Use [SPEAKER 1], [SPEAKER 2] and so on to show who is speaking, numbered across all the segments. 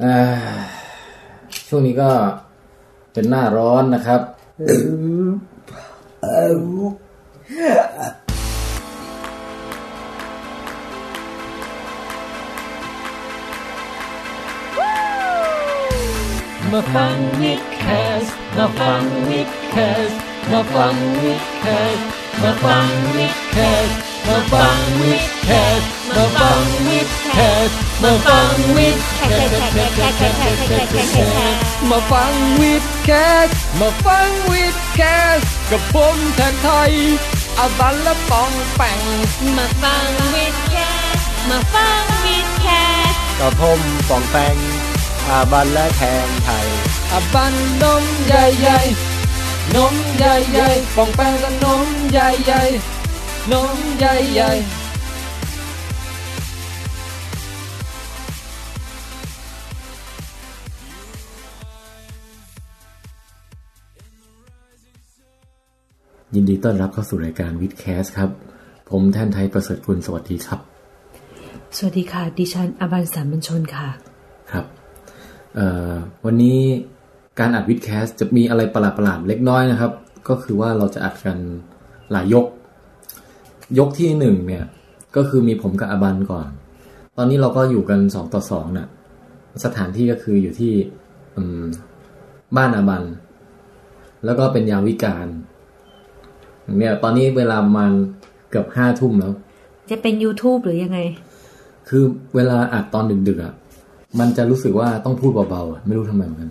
[SPEAKER 1] เอ่อช่วงนี้ก็เป็นหน้าร้อนนะครับ
[SPEAKER 2] มาฟังวิดแคสมาฟังวิดแคสมาฟังวิดแคสมาฟังวิดแคสมาฟังวิดแคสมาฟังวิดแคสมาฟังวิดแคสมาฟังวิดแคสมาฟังวิดแคสกับผมแทนไทยอาบันและปองแปง
[SPEAKER 3] มาฟังวิดแคสมาฟังวิดแคส
[SPEAKER 4] กับผมปองแปงอาบันและแทงไทย
[SPEAKER 2] อาบันนมใหญ่ๆนมใหญ่ๆปองแปงและนมใหญ่ๆนมใหญ่ๆ
[SPEAKER 1] ยินดีต้อนรับเข้าสู่รายการวิดแคสครับ ผมแทนไทยประเสริฐคุณสวัสดีครับ
[SPEAKER 5] สวัสดีค่ะ ดิฉันอบันสามัญชนค่ะ
[SPEAKER 1] ครับเอ่อวันนี้การอัดวิดแคสจะมีอะไรประหลาดๆเล็กน้อยนะครับ ก็คือว่าเราจะอัดกันหลายยก ยกที่หนึ่งเนี่ย ก็คือมีผมกับอาบันก่อน ตอนนี้เราก็อยู่กันสองต่อสองน่ะ สถานที่ก็คืออยู่ที่อืมบ้านอาบัน แล้วก็เป็นยามวิการเนี่ยตอนนี้เวลาประมาณเกือบห้าทุ่มแล้ว
[SPEAKER 5] จะเป็น YouTube หรือยังไง
[SPEAKER 1] คือเวลาอัดตอนดึกๆอ่ะ มันจะรู้สึกว่าต้องพูดเบาๆอะไม่รู้ทำไมเหมือนกัน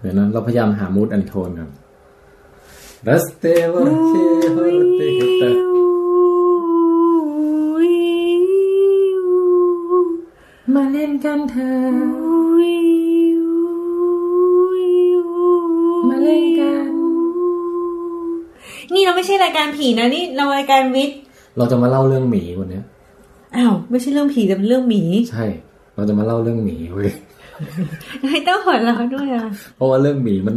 [SPEAKER 1] เดี๋ยวนั้นเราพยายามหามูดอันโทนกันรัสเตวรเชฮรเตตะมาเล่นกันเถอะมาเล่นกัน
[SPEAKER 5] นี่เราไม่ใช่รายการผีนะนี่เรารายการวิทย์
[SPEAKER 1] เราจะมาเล่าเรื่องหมีวันเนี้ย
[SPEAKER 5] อ้าวไม่ใช่เรื่องผีแต่เป็นเรื่องหมี
[SPEAKER 1] ใช่ เราจะมาเล่าเรื่องหมีเว้ย
[SPEAKER 5] นายต้องหัวเราะด้วยอ่ะ
[SPEAKER 1] เพราะว่าเรื่องหมีมัน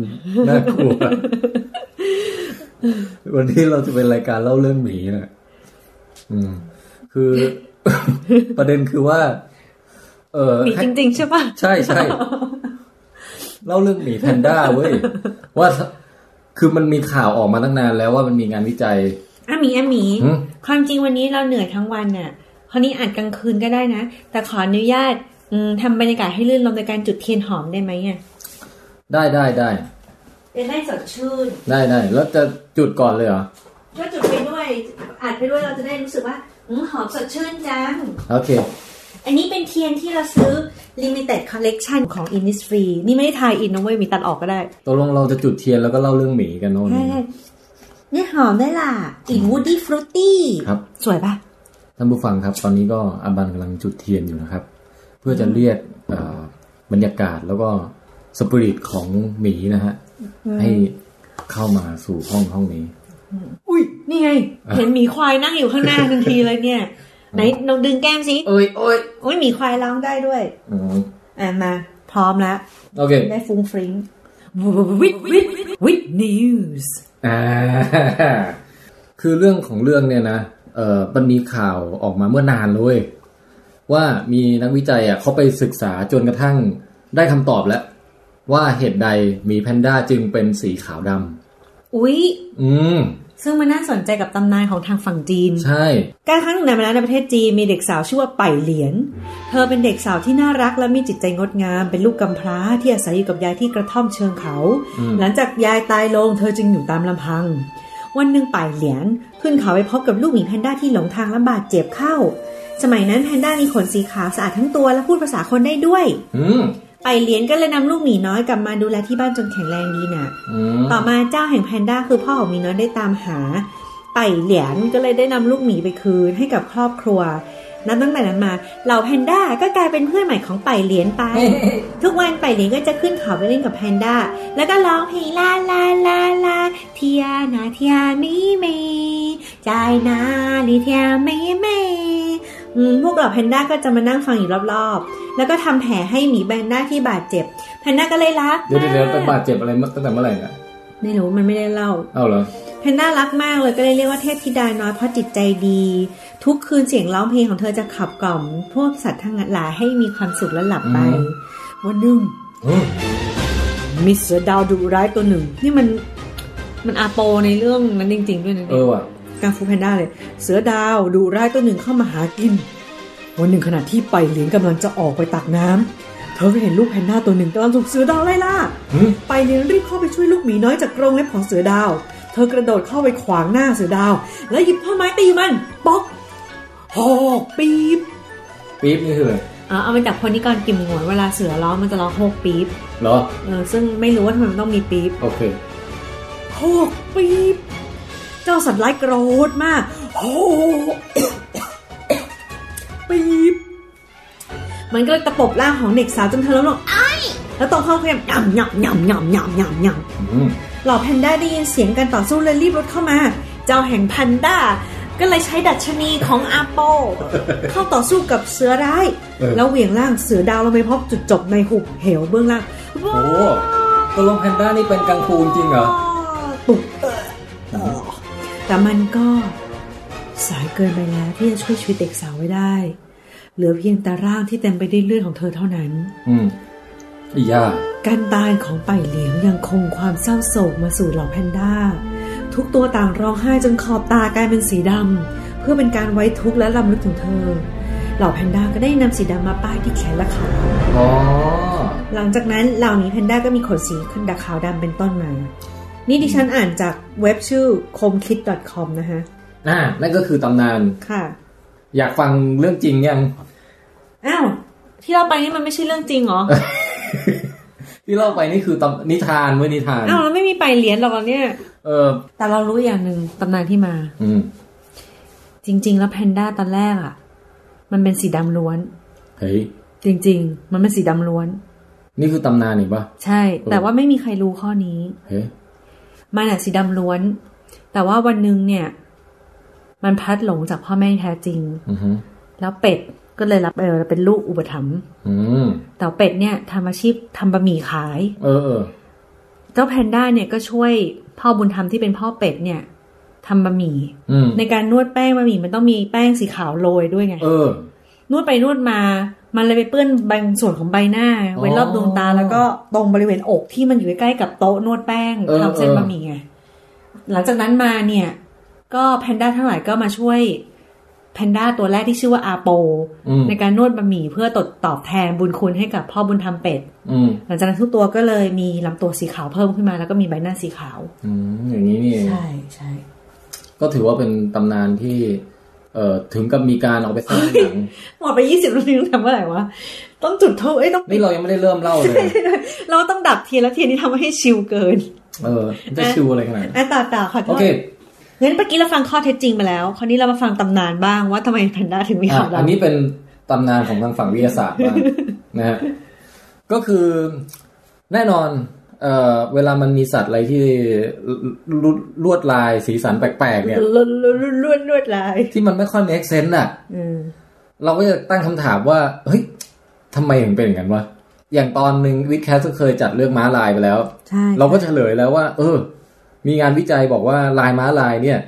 [SPEAKER 1] น่ากลัว วันนี้เราจะเป็นรายการเล่าเรื่องหมีนะอืม คือ ประเด็นคือว่า เออ
[SPEAKER 5] หมี
[SPEAKER 1] ให้
[SPEAKER 5] จริง ๆ ใช่ปะ
[SPEAKER 1] ใช่ใช่เล่าเรื่องหมีแพนด้าเว้ย ว่าคือมันมีข่าวออกมาตั้งนานแล้วว่ามันมีงานวิจัย
[SPEAKER 5] อ่ะหมีอ่ะหมี
[SPEAKER 1] หืม
[SPEAKER 5] ความจริงวันนี้เราเหนื่อยทั้งวันน่ะคราวนี้อาจกลางคืนก็ได้นะ แต่ขออนุญาตอืมทำบรรยากาศให้ลื่นลมโดยการจุดเทียนหอมได้ไหมอ่ะ
[SPEAKER 1] ได้ได้ได้
[SPEAKER 5] จะได้สดชื่น
[SPEAKER 1] ได้ได้แล้วจะจุดก่อนเลยเหรอ
[SPEAKER 5] ก็จุดไปด้วยอัดไปด้วยเราจะได้รู้สึกว่าอืมหอมสดชื่นจัง
[SPEAKER 1] โอเค
[SPEAKER 5] อันนี้เป็นเทียนที่เราซื้อ limited collection ของ Innisfree นี่ไม่ได้ทายอินนะเว้ย มีตัดออกก็ได้
[SPEAKER 1] ตกลงเราจะจุดเทียนแล้วก็เล่าเรื่องหมีกันโน่น
[SPEAKER 5] ใช่ๆเนี่ยหอมได้ล่ะกลิ่น woody fruity
[SPEAKER 1] ครับ
[SPEAKER 5] สวยปะ
[SPEAKER 1] ท่านผู้ฟังครับ ตอนนี้ก็อาบันกำลังจุดเทียนอยู่นะครับ เพื่อจะเรียกเอ่อบรรยากาศแล้วก็สปิริตของหมีนะฮะ ให้เข้ามาสู่ห้องห้องนี้
[SPEAKER 5] อุ้ย นี่ไง เห็นหมีควายนั่งอยู่ข้างหน้าทันทีเลยเนี่ย ไหนลองดึงแก้มสิ
[SPEAKER 1] เอ้ยเอ้ย
[SPEAKER 5] อุ้ยหมีควายร้องได้ด้วย
[SPEAKER 1] อืม
[SPEAKER 5] อ่ะ มา พร้อมแล้ว
[SPEAKER 1] โอเค
[SPEAKER 5] ได้ฟุ้งฟริ้งวิดวิดวิดนิวส์
[SPEAKER 1] อ่าคือเรื่องของเรื่องเนี่ยนะเอ่อมันมีข่าวออกมาเมื่อนานเลย ว่ามีนักวิจัยอ่ะเขาไปศึกษาจนกระทั่งได้คำตอบแล้ว ว่าเหตุใดหมีแพนด้าจึงเป็นสีขาวด
[SPEAKER 5] อุ้ย
[SPEAKER 1] ำอืม
[SPEAKER 5] ซึ่งมันน่าสนใจกับตำนานของทางฝั่งจีน
[SPEAKER 1] ใช่
[SPEAKER 5] การครั้งหนึ่งในมาแล้วในประเทศจีนมีเด็กสาวชื่อว่าไปเหลียน เธอเป็นเด็กสาวที่น่ารักและมีจิตใจงดงาม เป็นลูกกำพร้าที่อาศัยอยู่กับยายที่กระท่อมเชิงเขา
[SPEAKER 1] อืม
[SPEAKER 5] หลังจากยายตายลง เธอจึงอยู่ตามลำพัง วันหนึ่งไปเหลียนขึ้นเขาไปพบกับลูกหมีแพนด้าที่หลงทางและบาดเจ็บเข้า สมัยนั้นแพนด้ามีขนสีขาวสะอาดทั้งตัวและพูดภาษาคนได้ด้วย
[SPEAKER 1] อืม
[SPEAKER 5] ไปเหลียนก็เลยนำลูกหมีน้อยกลับมาดูแลที่บ้านจนแข็งแรงดีน่ะ
[SPEAKER 1] อืม
[SPEAKER 5] ต่อมาเจ้าแห่งแพนด้าคือพ่อของหมีน้อยได้ตามหา ไต่เหลียนก็เลยได้นำลูกหมีไปคืนให้กับครอบครัว นับตั้งแต่นั้นมาเหล่าแพนด้าก็กลายเป็นเพื่อนใหม่ของไป่เหลียนไป ทุกวันไป่เหลียนก็จะขึ้นเขาไปเล่นกับแพนด้า แล้วก็ร้องเพลงลาลาลาลาเทียนาเทียมีเมใจายนาลิเทียมีเมอืมพวกเหล่าแพนด้าก็จะมานั่งฟังอยู่รอบๆ แล้วก็ทำแผลให้หมีแพนด้าที่บาดเจ็บ แพนด้าก็เลยรัก
[SPEAKER 1] เดี๋ยวเดี๋ยวเดี๋ยว
[SPEAKER 5] มาก
[SPEAKER 1] ไปบาดเจ็บอะไรมาตั้งแต่เมื่อไหร่เนี่ย
[SPEAKER 5] ไม่รู้มันไม่ได้เล่า
[SPEAKER 1] เอาเหรอ
[SPEAKER 5] แพนด้ารักมากเลยก็เลยเรียกว่าเทพธิดาน้อยเพราะจิตใจดี ทุกคืนเสียงร้องเพลงของเธอจะขับกล่อม พวกสัตว์ทั้งหลายให้มีความสุขและหลับไป
[SPEAKER 1] อืม
[SPEAKER 5] วันหนึ่ง
[SPEAKER 1] อืม
[SPEAKER 5] มิสเตอร์ดาวดุร้ายตัวหนึ่ง นี่มันมันอาโปในเรื่องนั้นจริง ๆ ด้วยนะ
[SPEAKER 1] เอ
[SPEAKER 5] เนี่ย
[SPEAKER 1] อว่ะ
[SPEAKER 5] กังฟูแพนด้าเลย เสือดาวดุร้ายตัวหนึ่งเข้ามาหากิน วันหนึ่งขณะที่ไปเหลียนกำลังจะออกไปตักน้ำเธอก็เห็นลูกแพนด้าตัวหนึ่งกำลังถูกเสือดาวไล่ล่า
[SPEAKER 1] อืม
[SPEAKER 5] ไปเรียนรีบเข้าไปช่วยลูกหมีน้อยจากกรงเล็บของเสือดาว เธอกระโดดเข้าไปขวางหน้าเสือดาว แล้วหยิบผ้าไม้ตีมันป๊อกหอกปี๊บ
[SPEAKER 1] ปี๊บนี่คืออะไร
[SPEAKER 5] อ่าเอามาจากคนที่ก่อนกิมหงวนเวลาเสือร้องมันจะร้องโฮกปี๊บ
[SPEAKER 1] เหรอ
[SPEAKER 5] เออซึ่งไม่รู้ว่าทำไมมันต้องมีปี๊บ
[SPEAKER 1] โอเค
[SPEAKER 5] โฮกปี๊บเจ้าสัตว์ร้ายโกรธมากโฮก ปี๊บมันก็เลยตะปบร่างของเด็กสาวจนเธอล้มลงไอ้ายแล้วตรงเข้าพยายามย่ำย่ำย่ำย่ำย่ำย่ำย่ำ
[SPEAKER 1] อืม
[SPEAKER 5] เหล่าแพนด้าได้ยินเสียงการต่อสู้เลยรีบรุดเข้ามา เจ้าแห่งแพนด้าก็เลยใช้ดัชนีของอาโป เข้าต่อสู้กับเสือร้าย
[SPEAKER 1] เออ
[SPEAKER 5] แล้วเหวี่ยงล่างเสือดาวลงไปพบจุดจบในหุบเหวเบื้องล่าง
[SPEAKER 1] โอ้ตัวลงแพนด้านี่เป็นกังฟูจริงเหรอ
[SPEAKER 5] ตุกเออเออแต่มันก็ สายเกินไปแล้วที่จะช่วยชีวิตเด็กสาวไว้ได้ เหลือเพียงแต่ร่างที่เต็มไปด้วยเลือดของเธอเท่านั้น
[SPEAKER 1] อืมอีย่า
[SPEAKER 5] การตายของป่ายเหลียงยังคงความเศร้าโศกมาสู่เหล่าแพนด้า ทุกตัวต่างร้องไห้จนขอบตากลายเป็นสีดำ เพื่อเป็นการไว้ทุกข์และรำลึกถึงเธอ เหล่าแพนด้าก็ได้นำสีดำมาป้ายที่แขนและขา
[SPEAKER 1] อ๋อ
[SPEAKER 5] หลังจากนั้นเหล่านี้แพนด้าก็มีขนสีขึ้นดาขาวดำเป็นต้นมา นี่ดิฉันอ่านจากเว็บชื่อ comkid.com นะฮะ
[SPEAKER 1] อ่า นั่นก็คือตำนาน
[SPEAKER 5] ค่ะ
[SPEAKER 1] อยากฟังเรื่องจริงยัง
[SPEAKER 5] อ้าว ที่เราไปนี่มันไม่ใช่เรื่องจริงเหร อ
[SPEAKER 1] ที่เล่าไปนี่คือตำนิทานเว้ยนิทาน
[SPEAKER 5] อ้าวเราไม่มีไปเหรียญหรอกเราเนี่ย
[SPEAKER 1] เออ
[SPEAKER 5] แต่เรารู้อย่างหนึ่งตำนานที่มา
[SPEAKER 1] อืม
[SPEAKER 5] จริง ๆ แล้วแพนด้าตอนแรกอะ่ะ มันเป็นสีดำล้วน
[SPEAKER 1] เฮ้ย
[SPEAKER 5] จริง ๆ มันเป็นสีดำล้วน
[SPEAKER 1] นี่คือตำนานอีกปะ
[SPEAKER 5] ใช่
[SPEAKER 1] อืม
[SPEAKER 5] แต่ว่าไม่มีใครรู้ข้อนี้
[SPEAKER 1] เฮ้ย
[SPEAKER 5] มันอะสีดำล้วน แต่ว่าวันหนึ่งเนี่ย มันพลัดหลงจากพ่อแม่ที่แท้จริง
[SPEAKER 1] อือหือ
[SPEAKER 5] แล้วเป็ดก็เลยรับเออเป็นลูกอุปถัมภ์
[SPEAKER 1] อืม
[SPEAKER 5] แต่เป็ดเนี่ยทำอาชีพทำบะหมี่ขาย
[SPEAKER 1] เออเออ
[SPEAKER 5] เจ้าแพนด้าเนี่ยก็ช่วยพ่อบุญธรรมที่เป็นพ่อเป็ดเนี่ยทำบะหมี่
[SPEAKER 1] อืม
[SPEAKER 5] ในการนวดแป้งบะหมี่มันต้องมีแป้งสีขาวโรยด้วยไง
[SPEAKER 1] เออ
[SPEAKER 5] นวดไปนวดมา มันเลยไปเปื้อนบางส่วนของใบหน้า
[SPEAKER 1] อ๋อ
[SPEAKER 5] ไว้รอบดวงตาแล้วก็ตรงบริเวณอกที่มันอยู่ใกล้ๆกับโต๊ะนวดแป้ง
[SPEAKER 1] เออ
[SPEAKER 5] ทำเส้นบะหมี่ไง หลังจากนั้นมาเนี่ย ก็แพนด้าทั้งหลายก็มาช่วยแพนด้าตัวแรกที่ชื่อว่าอาโป
[SPEAKER 1] อืม
[SPEAKER 5] ในการนวดบะหมี่เพื่อตดตอบแทนบุญคุณให้กับพ่อบุญธรรมเป็ด
[SPEAKER 1] อืม
[SPEAKER 5] หลังจากนั้นทุกตัวก็เลยมีลำตัวสีขาวเพิ่มขึ้นมา แล้วก็มีใบหน้าสีขาว
[SPEAKER 1] อืม อย่างนี้นี่เอง
[SPEAKER 5] ใช่ใช่
[SPEAKER 1] ก็ถือว่าเป็นตำนานที่ เอ่อ ถึงกับมีการเอาไปสร้างห นัง
[SPEAKER 5] หมดไปยี่สิบนาทีตั้งแต่เมื่อไหร่วะต้องจุดทูบเอ้ยต้อง
[SPEAKER 1] นี่เรายังไม่ได้เริ่มเล่าเลย
[SPEAKER 5] เราต้องดับเทียนแล้วเทียนนี้ทำให้ชิลเกิน
[SPEAKER 1] เออมันจะชิวอะไรขนาดนั้น
[SPEAKER 5] อ่ะต่อต่อขอโท
[SPEAKER 1] โอ
[SPEAKER 5] ษ
[SPEAKER 1] เค
[SPEAKER 5] งั้นเมื่อกี้เราฟังข้อเท็จจริงไปแล้ว คราวนี้เรามาฟังตำนานบ้างว่าทำไมแพนด้าถึงมี
[SPEAKER 1] อ่ะ
[SPEAKER 5] ขาว
[SPEAKER 1] อันนี้
[SPEAKER 5] ดำ
[SPEAKER 1] เป็นตำนานของทางฝั่งวิทยาศาสตร์บ้าง นะฮะ ก็คือแน่นอน เอ่อ เวลามันมีสัตว์อะไรที่ลวดลวดลายสีสันแปลกๆเนี่ย
[SPEAKER 5] ลวดลวดลวดลวดลวดลาย
[SPEAKER 1] ที่มันไม่ค่อย make sense อ่ะ
[SPEAKER 5] อืม
[SPEAKER 1] เราก็จะตั้งคำถามว่า เฮ้ยทำไมถึงเป็นอย่างนั้นวะ อย่างตอนหนึ่งวิดแคสก็เคยจัดเรื่องม้าลายไปแล้ว
[SPEAKER 5] ใช่
[SPEAKER 1] เราก็เฉลยแล้วว่า เออ มีงานวิจัยบอกว่าลายม้าลายเนี่ย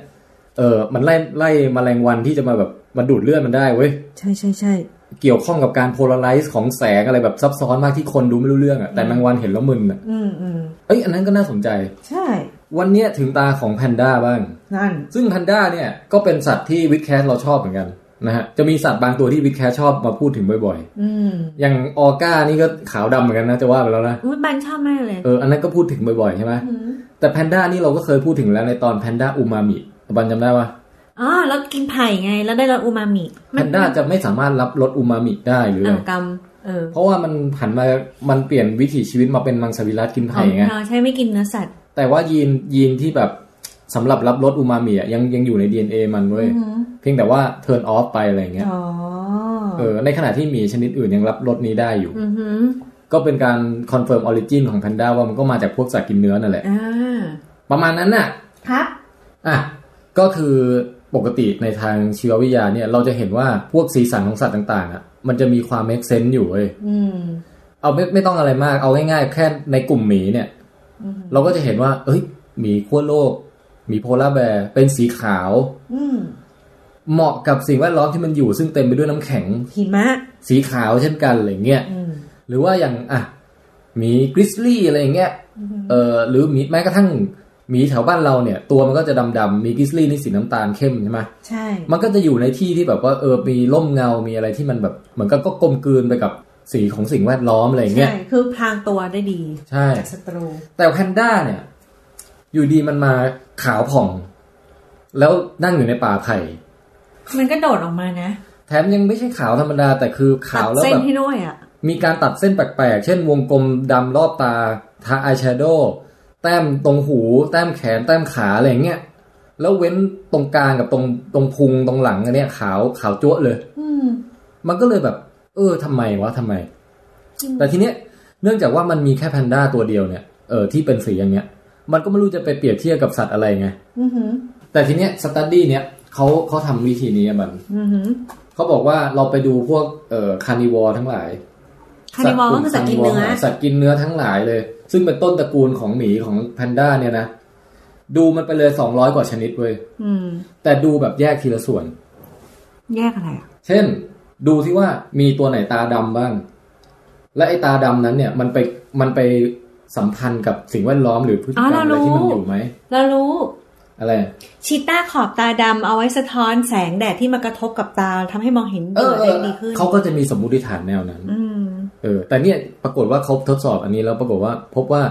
[SPEAKER 1] เออ มันไล่ไล่แมลงวันที่จะมาแบบมาดูดเลือดมันได้เว้ย
[SPEAKER 5] ใช่ใช่ใช่
[SPEAKER 1] เกี่ยวข้องกับการโพลาไรซ์ของแสงอะไรแบบซับซ้อนมากที่คนดูไม่รู้เรื่องอะแต่แมงวันเห็นแล้วมึนอะ
[SPEAKER 5] อืมอืม
[SPEAKER 1] เอ้ยอันนั้นก็น่าสนใจ
[SPEAKER 5] ใช่
[SPEAKER 1] วันเนี้ยถึงตาของแพนด้าบ้าง
[SPEAKER 5] นั่น
[SPEAKER 1] ซึ่งแพนด้าเนี่ยก็เป็นสัตว์ที่วิดแคสเราชอบเหมือนกันนะฮะจะมีสัตว์บางตัวที่วิดแคสชอบมาพูดถึงบ่อย
[SPEAKER 5] อืม
[SPEAKER 1] ๆ อย่างออก้านี่ก็ขาวดำเหมือนกันนะจะว่าไปแล้วนะ
[SPEAKER 5] อุ้ยบันชอบมากเลย
[SPEAKER 1] เอออันนั้นก็พูดถึงบ่อยๆใช่ไหม
[SPEAKER 5] ม
[SPEAKER 1] แต่แพนด้านี่เราก็เคยพูดถึงแล้วในตอนแพนด้าอูมามิบันจำได้ปะ
[SPEAKER 5] อ๋อแล้วกินไผ่ไง แล้วได้รสอูมามิ
[SPEAKER 1] แพนด้าจะไม่สามารถรับรสอูมามิได้หรืออะไร
[SPEAKER 5] อ่ากรรมเออ
[SPEAKER 1] เพราะว่ามันหันมามันเปลี่ยนวิถีชีวิตมาเป็นมังสวิรัตกินไผ่ไง
[SPEAKER 5] อ๋อใช่ไม่กินเนื้อสัตว์
[SPEAKER 1] แต่ว่ายีนยีนที่แบบสำหรับรับรสอูมามิอะยังยังอยู่ใน DNA มันเว้ย
[SPEAKER 5] อืม
[SPEAKER 1] เพียงแต่ว่า turn off ไปอะไรเงี้ย
[SPEAKER 5] อ๋อ
[SPEAKER 1] เออในขณะที่หมีชนิดอื่นยังรับรสนี้ได้อยู่
[SPEAKER 5] อือหือ
[SPEAKER 1] ก็เป็นการ confirm origin ของแพนด้าว่ามันก็มาจากพวกสัตว์กินเนื้อนั่นแหละ
[SPEAKER 5] อ่า
[SPEAKER 1] ประมาณนั้นน่ะ
[SPEAKER 5] ครับ
[SPEAKER 1] อ่ะก็คือปกติในทางชีววิทยาเนี่ย เราจะเห็นว่าพวกสีสันของสัตว์ต่างๆอะมันจะมีความ make sense อยู่เว้ย
[SPEAKER 5] อืม
[SPEAKER 1] เอาไม่ไม่ต้องอะไรมาก เอาง่ายๆ แค่ในกลุ่มหมีเนี่ย
[SPEAKER 5] อือฮึ
[SPEAKER 1] เราก็จะเห็นว่า เอ้ยหมีขั้วโลกหมีโพลาร์แบร์เป็นสีขาว
[SPEAKER 5] อืม
[SPEAKER 1] เหมาะกับสิ่งแวดล้อมที่มันอยู่ซึ่งเต็มไปด้วยน้ำแข็ง
[SPEAKER 5] หิมะ
[SPEAKER 1] สีขาวเช่นกันอะไรเงี้ย
[SPEAKER 5] อืม
[SPEAKER 1] หรือว่าอย่างอ่ะหมีกริซลี่อะไรอย่างเงี้ยเออหรือหมีแม้กระทั่งหมีแถวบ้านเราเนี่ย ตัวมันก็จะดำๆหมีกริซลี่นี่สีน้ำตาลเข้มใช่ไหม
[SPEAKER 5] ใช่
[SPEAKER 1] มันก็จะอยู่ในที่ที่แบบว่าเออมีร่มเงา มีอะไรที่มันแบบเหมือนกับก็กลมกลืนไปกับสีของสิ่งแวดล้อมอะไรอย่างเงี้ย
[SPEAKER 5] ใช่ คือพรางตัวได้ดี
[SPEAKER 1] ใช่
[SPEAKER 5] จากศัตรู
[SPEAKER 1] แต่แพนด้าเนี่ย อยู่ดีมันมาขาวผ่อง แล้วนั่งอยู่ในป่าไผ่
[SPEAKER 5] มันก็โดดออกมานะ
[SPEAKER 1] แถมยังไม่ใช่ขาวธรรมดา แต่คือขาวแล้ว
[SPEAKER 5] ตัดเส้น
[SPEAKER 1] แบบ
[SPEAKER 5] ที่ด้วยอ่ะ
[SPEAKER 1] มีการตัดเส้นแปลกๆ เช่นวงกลมดำรอบตา ทาอายแชโดว์แต้มตรงหู แต้มแขน แต้มขาอะไรอย่างเงี้ย แล้วเว้นตรงกลางกับตรงตรงพุงตรงหลังอันเนี้ยขาวขาวจั๊วะเลย
[SPEAKER 5] อืม
[SPEAKER 1] มันก็เลยแบบ เออทำไมวะทำไม
[SPEAKER 5] อืม
[SPEAKER 1] แต่ทีเนี้ยเนื่องจากว่ามันมีแค่แพนด้าตัวเดียวเนี่ยเออที่เป็นสีอย่างเงี้ย มันก็ไม่รู้จะไปเปรียบเทียบกับสัตว์อะไรไง
[SPEAKER 5] อือหือ
[SPEAKER 1] แต่ทีเนี้ยสตัดดี้เนี้ยเขาเขาทำวิธีนี้อะมัน
[SPEAKER 5] อือหือ
[SPEAKER 1] เขาบอกว่าเราไปดูพวกเอ่อคานิวอร์ทั้งหลาย
[SPEAKER 5] คานิมอลก็คือสัตว์กินเนื้อ
[SPEAKER 1] สัตว์กลุ่ม carnivore สัตว์กินเนื้อทั้งหลายเลย ซึ่งเป็นต้นตระกูลของหมีของแพนด้าเนี่ยนะดูมันไปเลยสองร้อยกว่าชนิดเว้ย
[SPEAKER 5] อืม
[SPEAKER 1] แต่ดูแบบแยกทีละส่วน
[SPEAKER 5] แยกอะไรอ่ะ
[SPEAKER 1] เช่น ดูที่ว่ามีตัวไหนตาดำบ้าง และไอ้ตาดำนั้นเนี่ยมันไปมันไปสัมพันธ์กับสิ่งแวดล้อมหรือพฤติกรรม
[SPEAKER 5] อ๋อ
[SPEAKER 1] อะไร
[SPEAKER 5] เรารู้
[SPEAKER 1] ที่มันอยู่ไหม
[SPEAKER 5] เรารู้
[SPEAKER 1] อะไร
[SPEAKER 5] ชีต้าขอบตาดำเอาไว้สะท้อนแสงแดดที่มากระทบกับตาทำให้มองเห็น
[SPEAKER 1] เอ
[SPEAKER 5] เหยื่
[SPEAKER 1] อ
[SPEAKER 5] อ
[SPEAKER 1] เออ
[SPEAKER 5] ได้ดีขึ้น
[SPEAKER 1] เขาก็จะมีสมมุติฐานแนวนั้น
[SPEAKER 5] อืม
[SPEAKER 1] เออแต่เนี่ยปรากฏว่าเขาทดสอบอันนี้แล้วปรากฏว่าพบว่า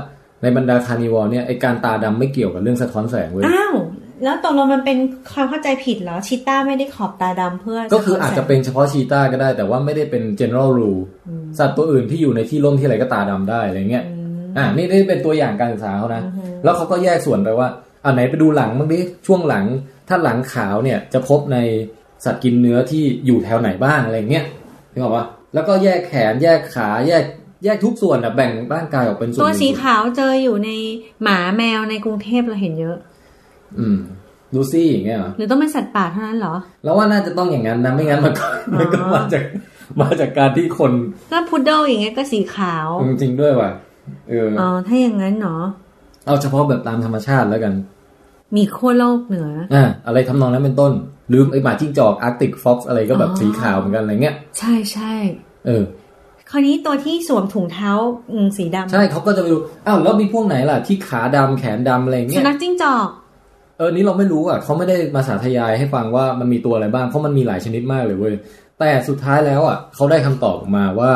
[SPEAKER 1] ในบรรดาคานิวอร์เนี่ยไอการตาดำไม่เกี่ยวกับเรื่องสะท้อนแสงเว้ย
[SPEAKER 5] อ้าว แล้วตกลงมันเป็นความเข้าใจผิดเหรอ ชีต้าไม่ได้ขอบตาดำเพื่อ
[SPEAKER 1] ก็คืออาจจะ
[SPEAKER 5] สท้นแสง
[SPEAKER 1] เป็นเฉพาะชีต้าก็ได้ แต่ว่าไม่ได้เป็น general rule
[SPEAKER 5] อืม
[SPEAKER 1] สัตว์ตัวอื่นที่อยู่ในที่ร่มที่อะไรก็ตาดำได้อะไรเงี้ย
[SPEAKER 5] อืม
[SPEAKER 1] อ่านี่นี่เป็นตัวอย่างการศึกษาเขานะ
[SPEAKER 5] อือฮึ
[SPEAKER 1] แล้วเขาก็แยกส่วนไปว่าอ่าไหนไปดูหลังบ้างดิ ช่วงหลัง ถ้าหลังขาวเนี่ยจะพบในสัตว์กินเนื้อที่อยู่แถวไหนบ้างอะไรเงี้ยนึกออกปะแล้วก็แยกแขน แยกขา แยก แยกทุกส่วนอะแบ่งร่างกายออกเป็นส่วน
[SPEAKER 5] ตัวสี
[SPEAKER 1] หนึ่ง
[SPEAKER 5] ขาวเจออยู่ในหมาแมวในกรุงเทพเราเห็นเยอะ
[SPEAKER 1] อืมลูซี่อย่างเงี้ยเหรอ
[SPEAKER 5] หรือต้องเป็นสัตว์ป่าเท่านั้นเหรอ
[SPEAKER 1] แล้วว่าน่าจะต้องอย่างนั้นนะ ไม่งั้นมันก็ มันก็มาจาก มาจากการที่คน
[SPEAKER 5] ก็พุดเดิลอย่างเงี้ยก็สีขาว
[SPEAKER 1] จริงๆด้วยว่ะ เออ
[SPEAKER 5] อ๋อถ้าอย่างนั้นเนาะ
[SPEAKER 1] เอาเฉพาะแบบตามธรรมชาติแล้วกัน
[SPEAKER 5] มีขั้วโลกเหนือ
[SPEAKER 1] อ่าอะไรทำนองนั้นเป็นต้น ลืมไอ้หมาจิ้งจอกอาร์ติกฟ็อกซ์อะไรก็แบบ
[SPEAKER 5] อ๋อ
[SPEAKER 1] สีขาวเหมือนกันอะไรเงี้ย
[SPEAKER 5] ใช่ใช่
[SPEAKER 1] เออ
[SPEAKER 5] คราวนี้ตัวที่สวมถุงเท้าอืมสีดำ
[SPEAKER 1] ใช่เขาก็จะไปดู อ้าวแล้วมีพวกไหนล่ะ ที่ขาดำแขนดำอะไร
[SPEAKER 5] สุ
[SPEAKER 1] เงี้ย
[SPEAKER 5] นัขจิ้งจอก
[SPEAKER 1] เออ นี้เราไม่รู้อ่ะเขาไม่ได้มาสาธยายให้ฟังว่ามันมีตัวอะไรบ้าง เพราะมันมีหลายชนิดมากเลยเว้ย แต่สุดท้ายแล้วอ่ะเขาได้คำตอบออกมาว่า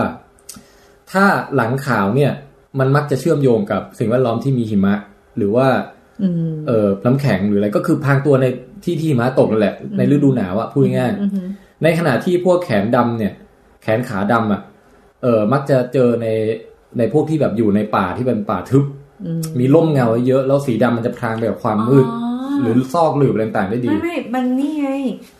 [SPEAKER 1] ถ้าหลังขาวเนี่ย มันมักจะเชื่อมโยงกับสิ่งแวดล้อมที่มีหิมะ หรือว่า
[SPEAKER 5] อืม
[SPEAKER 1] เออน้ำแข็งหรืออะไร ก็คือพรางตัวในที่ที่หิมะตกนั่นแหละ ในฤดูหนาวอ่ะพูดง่ายๆ
[SPEAKER 5] อือหือ
[SPEAKER 1] ในขณะที่พวกแขนดำเนี่ย แขนขาดำอ่ะ เออมักจะเจอในในพวกที่แบบอยู่ในป่าที่เป็นป่าทึบ
[SPEAKER 5] อืม
[SPEAKER 1] มีร่มเงาเยอะแล้วสีดำมันจะพรางไปกับความมืด
[SPEAKER 5] อ๋อ
[SPEAKER 1] หรือซอกหลืบอะไรต่างๆได้ดี
[SPEAKER 5] ไม่ไม่มันนี่ไง